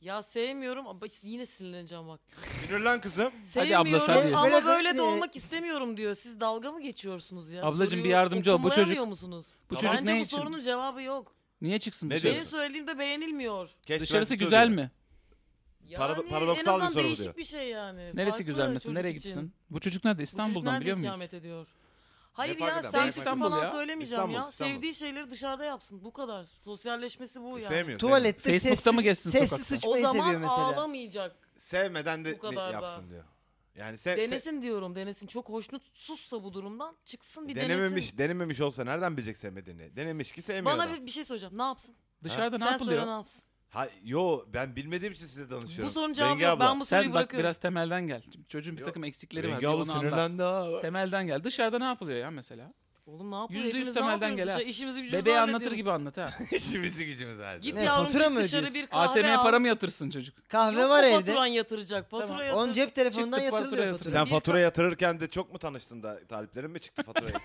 S4: Ya sevmiyorum ama işte yine sinirleneceğim bak.
S1: Sinirlen kızım.
S2: Hadi abla sen
S4: Sevmiyorum
S2: de.
S4: ama
S3: Böyle-
S4: böyle,
S3: e-
S4: de olmak istemiyorum diyor. Siz dalga mı geçiyorsunuz ya?
S2: Ablacığım bir
S4: Soruyorum,
S2: yardımcı ol. Bu
S4: okumlayamıyor
S2: çocuk-
S4: musunuz?
S2: Bu
S4: (laughs) Ya
S2: çocuk
S4: Bence
S2: ne
S4: bu
S2: için? Şey
S4: sorunun cevabı yok.
S2: Niye çıksın
S1: Ne
S2: dışarı?
S1: diyorsun?
S4: Benim söylediğim de beğenilmiyor.
S1: Keşke
S2: Dışarısı
S1: ben
S2: güzel
S1: tutuyorum.
S2: mi?
S4: Yani
S1: Parado- paradoksal bir
S4: en azından
S1: soru bu
S4: değişik
S1: diyor.
S4: bir şey yani.
S2: Neresi
S4: Farklı
S2: güzel mesela?
S4: çocuk
S2: Nereye
S4: için.
S2: gitsin? Bu çocuk nerede?
S4: Bu çocuk
S2: İstanbul'dan
S4: nerede
S2: biliyor muyuz?
S4: ikamet ediyor? Hayır
S1: fark
S4: ya
S1: eder?
S4: sen
S1: Ben
S2: İstanbul
S4: falan
S2: ya.
S4: söylemeyeceğim
S1: İstanbul,
S4: ya.
S1: İstanbul. E,
S4: Sevdiği şeyleri dışarıda yapsın. Bu kadar. Sosyalleşmesi bu yani.
S1: Sevmiyor. sevmiyor.
S3: Tuvalette
S2: Facebook'ta
S3: sessiz,
S2: mı gezsin
S3: sesli
S2: sokakta?
S4: O
S3: sıçmayı seviyor
S4: zaman
S3: mesela.
S4: ağlamayacak.
S1: Sevmeden de
S4: Bu kadar
S1: ne
S4: da.
S1: yapsın diyor. Yani sev, sev-
S4: Denesin diyorum denesin. Çok hoşnutsuzsa bu durumdan çıksın bir
S1: denememiş,
S4: denesin.
S1: denememiş olsa nereden bilecek sevmediğini? Denemiş ki sevmiyor.
S4: Bana
S1: adam.
S4: bir, bir şey soracağım. Ne yapsın?
S2: Dışarıda ne
S4: sen söyle ne
S2: yapılıyor?
S4: yapsın?
S1: Ha, yo ben bilmediğim için size danışıyorum.
S4: Bu sorunun
S1: Bengi
S4: cevabı yok.
S1: abla.
S4: Ben bu soruyu
S2: Sen bak
S4: bırakıyorum.
S2: biraz temelden gel. Çocuğun bir
S1: Yok.
S2: takım eksikleri var.
S1: Bengi
S2: bir
S1: abla
S2: onu anla.
S1: sinirlendi ha.
S2: Temelden gel. Dışarıda ne yapılıyor ya mesela?
S4: Oğlum ne yapıyor?
S2: Yüzde yüz
S4: Hepimiz ne
S2: temelden
S4: yapıyoruz?
S2: gel ha.
S4: Dışarı İşimizi gücümüzü
S2: Bebeği anlatır
S4: hallediyoruz.
S2: gibi anlat
S3: (laughs)
S2: ha.
S1: İşimizi gücümüz halde.
S4: Git
S3: Ne,
S4: yavrum
S3: fatura
S4: çık
S3: mı
S4: dışarı
S3: ödüyorsun?
S4: bir kahve
S2: ATM'ye
S4: al.
S2: para mı yatırsın çocuk?
S3: Kahve
S4: Yok
S3: var
S4: mu
S3: evde.
S4: Faturan yatıracak. Fatura
S2: Tamam.
S4: yatır.
S3: Onu cep telefonundan
S2: Çıktık, fatura
S3: yatırılıyor
S2: yatırılıyor.
S3: fatura.
S1: Sen
S4: Bir
S1: fatura
S4: ta-
S1: yatırırken de çok mu tanıştın da taliplerin mi çıktı faturaya?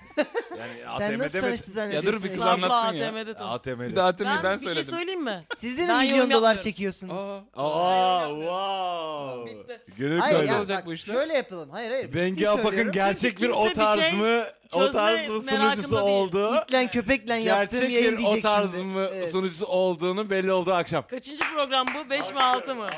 S1: yani
S3: Sen
S1: ATM'de
S3: nasıl
S1: mi?
S3: tanıştın zannediyorsun?
S2: Yadır bir kız
S3: ya?
S2: anlat.
S4: Abla
S2: anlatsın ya.
S4: ATM'de tanı.
S1: ATM'de.
S2: Bir de ATM'yi
S4: Ben,
S2: ben,
S4: bir şey
S2: söyledim.
S4: söyleyeyim mi?
S3: Siz de mi
S4: Ben yorum
S3: milyon dolar
S4: yapmıyorum.
S3: çekiyorsunuz?
S2: Aa,
S1: Aa,
S4: Hayır,
S1: wow.
S4: Bitti.
S1: Gönül
S3: Hayır
S1: koydum.
S3: ya
S2: olacak
S3: bak,
S2: bu işler?
S3: şöyle yapalım. Hayır hayır.
S1: Bengi
S3: ciddi
S1: Apak'ın
S3: söylüyorum.
S1: gerçek bir
S4: Kimse
S1: o
S4: bir
S1: tarz
S4: şey
S1: mı o
S4: çözme
S1: tarz mı
S4: merakında
S1: sunucusu
S4: değil.
S1: oldu.
S3: İtlen köpeklen yaptığım
S1: Gerçek
S3: yayın diyecek
S1: bir
S3: şimdi.
S1: o tarz mı
S3: Evet.
S1: sunucusu olduğunu belli oldu akşam.
S4: Kaçıncı program bu? 5 mi
S2: (laughs)
S4: 6 mı?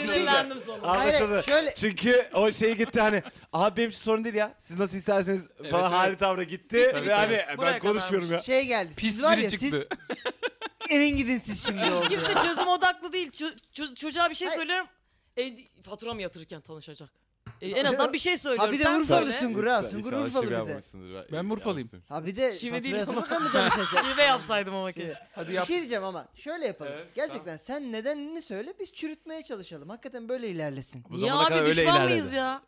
S4: Sinirlendim sonunda.
S1: Al-
S3: Hayır,
S1: Anlaşıldı.
S3: şöyle
S1: Çünkü o şey gitti hani abi benim için sorun değil ya siz nasıl isterseniz
S2: Evet,
S1: falan
S2: evet.
S1: hali tavrı gitti
S2: Tabii,
S1: ve hani
S4: tabii.
S1: ben
S4: Buraya
S1: konuşmuyorum ya.
S3: şey geldi.
S2: Pis
S3: siz var
S2: biri
S3: ya
S2: çıktı.
S3: siz erin gidin siz şimdi oldu.
S4: Kimse çözüm odaklı değil. Çö- çö- çocuğa bir şey
S3: Hayır.
S4: söylüyorum. E, faturam yatırırken tanışacak. E, en azından bir şey söylüyorum.
S3: Ha bir de
S4: Sen
S3: Urfalı
S4: söyle.
S3: Sungur ha. Sungur
S1: İnşallah
S3: Urfalı
S1: şive
S3: bir de.
S1: yapmamışsındır.
S2: Ben Urfalıyım.
S3: Ha bir de
S4: Şive değil ama.
S3: faturasını da mı
S4: (laughs)
S3: tanışacak?
S4: Şive yapsaydım ama keşke.
S2: Hadi
S3: Bir
S2: yap.
S3: şey diyeceğim ama şöyle yapalım.
S1: Evet,
S3: Gerçekten sen nedenini söyle biz çürütmeye çalışalım. Hakikaten böyle ilerlesin.
S1: Bu
S4: Niye
S1: zamana kadar
S4: abi
S1: öyle
S4: düşman
S1: ilerledi.
S4: mıyız ya?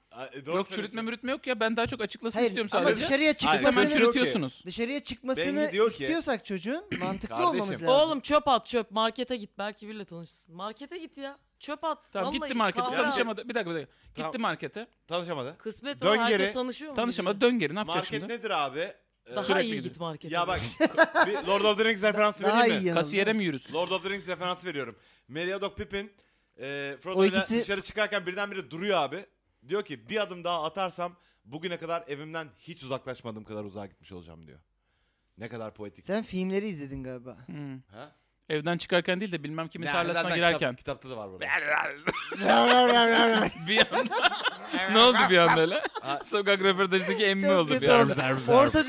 S1: e,
S2: Yok çürütme mürütme yok ya. Ben daha çok açıklasın
S3: Hayır
S2: istiyorum
S3: ama şey
S2: sadece.
S3: dışarıya
S1: Hayır,
S2: Hemen
S1: Mesela-
S3: çıkmasını
S2: çürütüyorsunuz.
S3: dışarıya çıkmasını
S1: Bengi diyor ki- (clears throat)
S3: istiyorsak çocuğun mantıklı
S1: Kardeşim.
S3: olmamız lazım.
S4: Oğlum çöp at çöp. Markete git. Belki biriyle tanışırsın. Markete git ya. Çöp at.
S2: Tamam
S4: Vallahi
S2: gitti markete.
S4: kahve al.
S2: Tanışamadı. Bir dakika bir dakika.
S1: Tamam.
S2: Gitti markete.
S1: Tanışamadı.
S4: Kısmet
S1: Dön
S4: olan herkes
S1: geri.
S4: tanışıyor mu?
S2: Tanışamadı.
S4: birbirine?
S2: Dön geri. Ne yapacak
S1: Market
S2: şimdi?
S1: nedir abi? Ee,
S4: Daha
S2: Sürekli
S4: iyi
S2: gidiyor.
S4: git markete.
S1: Ya bak
S2: (laughs)
S1: bir Lord of the Rings referansı
S3: Daha
S1: vereyim
S3: iyi
S1: mi?
S3: yanıldı.
S2: Kasiyere mi yürüsün?
S1: Lord of the Rings referansı veriyorum. Meriadoc Pippin e,
S3: O
S1: Frodo'yla
S3: ikisi-
S1: dışarı çıkarken birdenbire duruyor abi. Diyor ki bir adım daha atarsam bugüne kadar evimden hiç uzaklaşmadığım kadar uzağa gitmiş olacağım diyor. Ne kadar poetik.
S3: Sen filmleri izledin galiba.
S2: Hmm.
S1: Ha?
S2: Evden çıkarken değil de bilmem kimin
S1: Ne,
S2: tarlasına
S1: zaten
S2: girerken.
S1: kitap- kitapta da var (laughs) burada.
S2: bir anda. ne oldu bir anda öyle? Sokak röportajındaki emmi
S3: Çok
S2: oldu bir
S3: kötü
S2: anda.
S3: oldu. Orta (laughs)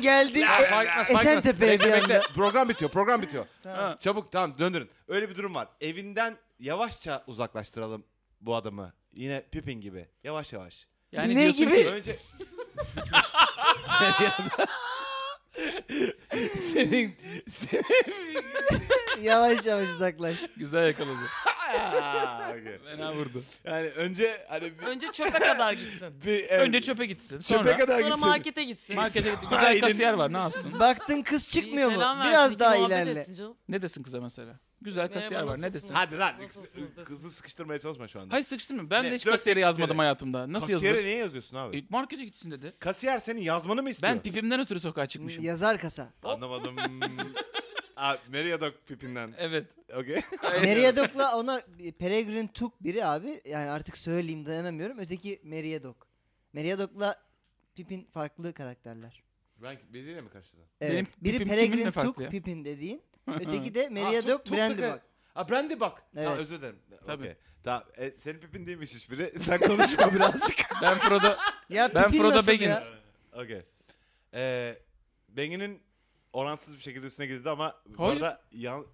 S1: (laughs)
S3: geldi.
S2: Ee, e,
S1: Farkmaz, farkmaz.
S3: Esentepe'ye bir
S1: Bekle,
S3: anda.
S1: bekle. Program bitiyor, program bitiyor.
S3: Tamam.
S1: Çabuk tamam döndürün. Öyle bir durum var. Evinden yavaşça uzaklaştıralım bu adamı. Yine Pippin gibi. Yavaş yavaş.
S2: Yani
S3: Ne
S2: diyorsun
S3: gibi?
S2: ki-
S1: Önce... senin, senin...
S3: E, Yavaş yavaş uzaklaş.
S2: Güzel yakaladı.
S1: Aa,
S2: (laughs)
S1: okey.
S2: Fena vurdu.
S1: Yani önce hani bir,
S4: Önce çöpe kadar gitsin.
S1: bir- evet,
S2: Önce çöpe gitsin.
S1: çöpe (laughs)
S2: Sonra
S1: kadar
S4: Sonra
S1: gitsin.
S4: markete gitsin.
S2: markete gitti.
S1: Aynen.
S2: Güzel kasiyer var ne yapsın?
S3: Baktın kız
S4: Bir
S3: çıkmıyor mu?
S4: selam versin,
S3: Biraz
S4: iki
S3: daha
S4: muhabbet
S3: ilerle.
S4: etsin canım.
S2: Ne desin kıza mesela? Güzel
S4: Merhaba,
S2: kasiyer var ne
S4: nasılsınız?
S2: desin?
S1: Hadi lan
S4: Nasılsınız desin.
S1: kızı sıkıştırmaya çalışma şu anda.
S2: Hayır sıkıştırma. Ben
S1: Ne?
S2: de hiç
S1: Flört
S2: kasiyeri
S1: teklifleri.
S2: yazmadım hayatımda. Nasıl
S1: Kasiyere
S2: yazılır?
S1: niye yazıyorsun abi?
S2: E, markete gitsin dedi.
S1: Kasiyer senin yazmanı mı istiyor?
S2: Ben pipimden ötürü sokağa çıkmışım.
S3: Yazar kasa.
S2: (laughs)
S1: Anlamadım. Abi Meriadoc Pippin'den.
S2: Evet.
S1: Okey.
S3: Meriadoc'la ona Peregrine Took biri abi. Yani artık söyleyeyim dayanamıyorum. Öteki Meriadoc. Meriadoc'la Pippin farklı karakterler.
S1: Ben biriyle mi karşıladım?
S3: Evet.
S2: Benim
S3: biri
S2: Pippin kiminle
S3: Peregrine
S2: farklı
S3: Took
S2: ya?
S3: Pippin dediğin. Öteki de
S1: Took-
S3: Meriadoc
S1: Took da
S3: Brandybuck.
S1: ka- Aa Brandy bak. Tamam
S3: Evet.
S1: özür dilerim.
S2: Tabii.
S1: Okey. Tamam. E, senin Pippin değilmiş hiçbiri. (laughs) Sen konuşma
S3: (laughs)
S1: birazcık.
S2: Ben Frodo.
S3: Ya
S2: Ben
S3: Pippin
S2: Frodo
S3: nasıl
S2: Baggins.
S3: ya?
S1: Okey. Ee, Bengi'nin oransız bir şekilde üstüne gidildi ama bu
S2: Hayır.
S1: arada yan-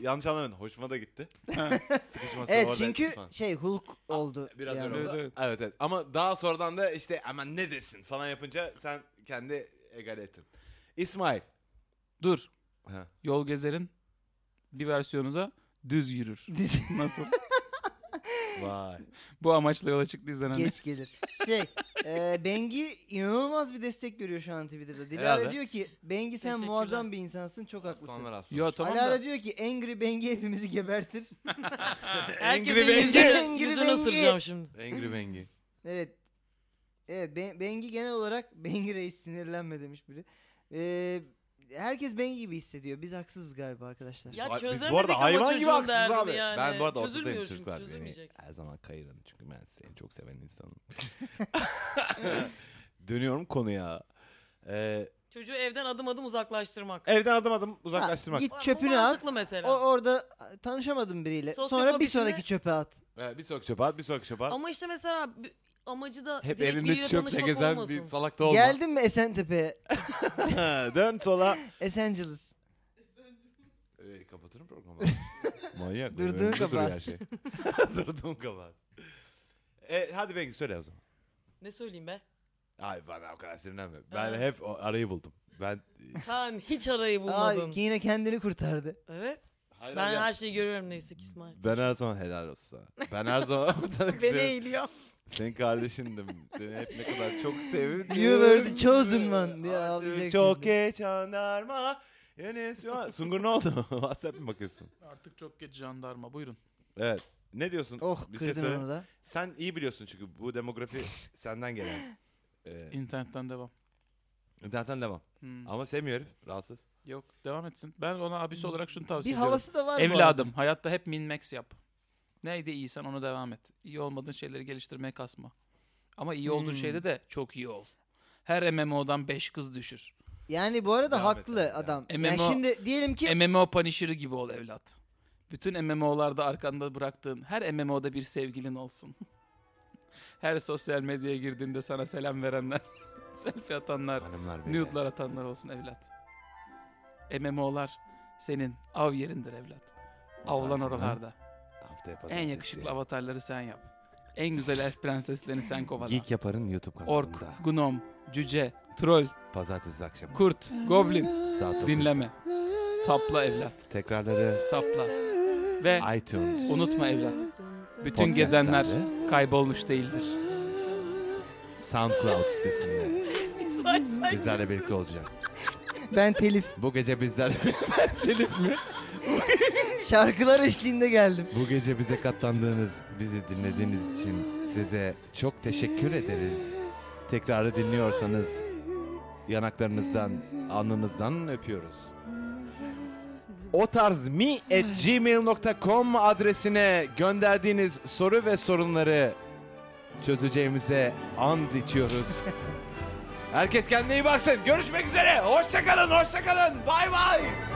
S1: yanlış anlamadın. Hoşuma da gitti.
S2: Ha.
S1: Sıkışması
S3: Evet
S1: orada
S3: çünkü
S1: falan.
S3: şey Hulk
S4: Ah,
S3: oldu.
S1: Biraz
S3: yani.
S1: öyle oldu.
S2: Evet,
S1: Evet
S2: evet.
S1: evet. Ama daha sonradan da işte aman ne desin falan yapınca sen kendi egale ettin. İsmail.
S2: Dur.
S1: Ha.
S2: Yol Gezer'in bir versiyonu da düz yürür.
S4: (laughs)
S2: Nasıl?
S1: Vay.
S2: Bu amaçla yola çıktı izlenen.
S3: (laughs) Geç gelir. Şey, e, Bengi inanılmaz bir destek görüyor şu an Twitter'da. Dilara
S1: Herhalde.
S3: diyor ki, Bengi sen
S4: Teşekkürler.
S3: muazzam bir insansın, çok haklısın.
S1: Aslanlar aslanlar.
S2: Yo tamam
S3: Alara
S2: da.
S3: diyor ki, Angry Bengi hepimizi gebertir. (laughs)
S4: Herkesin
S1: Bengi.
S4: yüzünü,
S3: Bengi.
S4: yüzünü ısıracağım şimdi.
S1: Angry Bengi.
S3: Evet. (laughs) Evet, Ben- Bengi genel olarak Bengi Reis sinirlenme demiş biri. E, herkes ben gibi hissediyor. Biz haksızız galiba arkadaşlar.
S4: Ya
S6: Ay, biz bu arada
S4: çözemedik ama
S6: hayvan gibi
S4: çocuğun
S6: haksız
S4: derdini
S6: abi.
S4: Yani.
S6: Ben bu arada ortadayım
S4: Çözülmüyor çünkü,
S6: çocuklar. Beni-
S4: Çözülmeyecek.
S6: Her zaman kayırın çünkü ben seni çok seven insanım. (laughs) Dönüyorum konuya. Ee,
S4: Çocuğu evden adım adım uzaklaştırmak.
S6: evden adım adım
S3: Ha,
S6: uzaklaştırmak.
S3: git
S4: Bu
S3: çöpünü at.
S4: mantıklı şey. mesela.
S3: O orada tanışamadım biriyle. Sonra bir
S4: Sosyofobisine-
S3: sonraki çöpe at.
S1: Ee, bir sonraki çöp at, bir sonraki çöp at.
S4: Ama işte mesela b- amacı da
S1: Hep
S4: direkt
S1: elinde
S4: biriyle
S1: çöple
S4: tanışmak
S1: gezen bir
S4: olmasın.
S1: salak da olma.
S3: Geldin mi Esentepe'ye?
S6: (laughs) Dön
S4: (laughs)
S6: sola.
S3: Esenciles.
S1: Ee, kapatırım programı.
S4: (laughs)
S6: Manyak.
S3: Durduğun
S6: önümde duruyor
S3: kabahat.
S6: Her şey. (laughs) Durduğum kabahat. E, hadi Bengi söyle o zaman.
S4: Ne söyleyeyim be?
S1: Ay bana o kadar sinirlenme. Ben
S4: Evet.
S1: hep o arayı buldum. Ben
S4: Sen hiç arayı
S3: Aa,
S4: bulmadın.
S3: yine kendini kurtardı.
S4: evet.
S1: Hayır,
S4: Ben
S1: hayır.
S4: her şeyi görüyorum neyse ki İsmail.
S1: Ben her zaman helal olsun. sana. Ben her zaman (laughs)
S4: Beni eğiliyor.
S1: senin kardeşindim. Seni hep ne kadar çok sevdim.
S3: You were the chosen one diye
S1: Artık
S3: ağlayacak
S1: Çok
S3: şimdi.
S1: geç anlarma. Enes ya- Sungur ne oldu? (laughs) WhatsApp mı bakıyorsun?
S2: Artık çok geç jandarma buyurun.
S1: Evet. Ne diyorsun?
S3: Oh
S1: Bir şey
S3: kırdın
S1: söyle.
S3: onu da.
S1: Sen iyi biliyorsun çünkü bu demografi senden
S3: (laughs)
S1: gelen. Ee,
S2: İnternetten devam.
S1: internetten devam.
S2: Hmm,
S1: Ama sevmiyor herif. Rahatsız.
S2: Yok devam etsin. Ben ona abisi olarak şunu
S3: Hmm. Bir
S2: tavsiye ediyorum.
S3: havası da var bu
S2: Evladım hayatta hep min max yap. Neydi iyisen onu devam et. İyi olmadığın şeyleri geliştirmeye kasma. Ama iyi olduğun
S3: Hmm.
S2: şeyde de çok iyi ol. Her MMO'dan 5 kız düşür.
S3: Yani bu arada
S1: Devam et
S3: haklı
S1: abi ya.
S3: adam. Ya
S2: MMO
S3: şimdi diyelim ki
S2: MMO Punisher'ı gibi ol evlat. Bütün MMO'larda arkanda bıraktığın her MMO'da bir sevgilin olsun. (laughs) her sosyal medyaya girdiğinde sana selam verenler, (laughs) selfie atanlar,
S1: Hanımlar
S2: nude'lar atanlar olsun evlat. MMO'lar senin av yerindir evlat. Avlan
S1: Atarsın, ha?
S2: oralarda.
S1: Haftaya
S2: En yakışıklı avatarları sen yap. En güzel elf prenseslerini sen kovala.
S1: Geek Yapar'ın YouTube kanalında.
S2: Ork, gnom, cüce, troll,
S1: Pazartesi akşamı.
S2: kurt, goblin.
S1: Saat 9'da.
S2: Dinleme. Sapla evlat.
S1: Tekrarları
S2: Sapla. Ve
S1: iTunes.
S2: unutma evlat. Bütün
S1: Podcastlerde.
S2: gezenler kaybolmuş değildir.
S1: SoundCloud sitesinde
S4: İsmail sen
S1: sizlerle
S4: kimsin?
S1: birlikte olacak.
S3: ben telif
S1: Bu gece (laughs) bizler
S3: şarkılar eşliğinde geldim.
S1: bu gece bize katlandığınız, bizi dinlediğiniz için size çok teşekkür ederiz. Tekrarı dinliyorsanız yanaklarınızdan, alnınızdan öpüyoruz. O tarz mi at gmail.com adresine gönderdiğiniz soru ve sorunları çözeceğimize and içiyoruz. Herkes kendine iyi baksın. Görüşmek üzere. Hoşçakalın, hoşçakalın. Bay bay.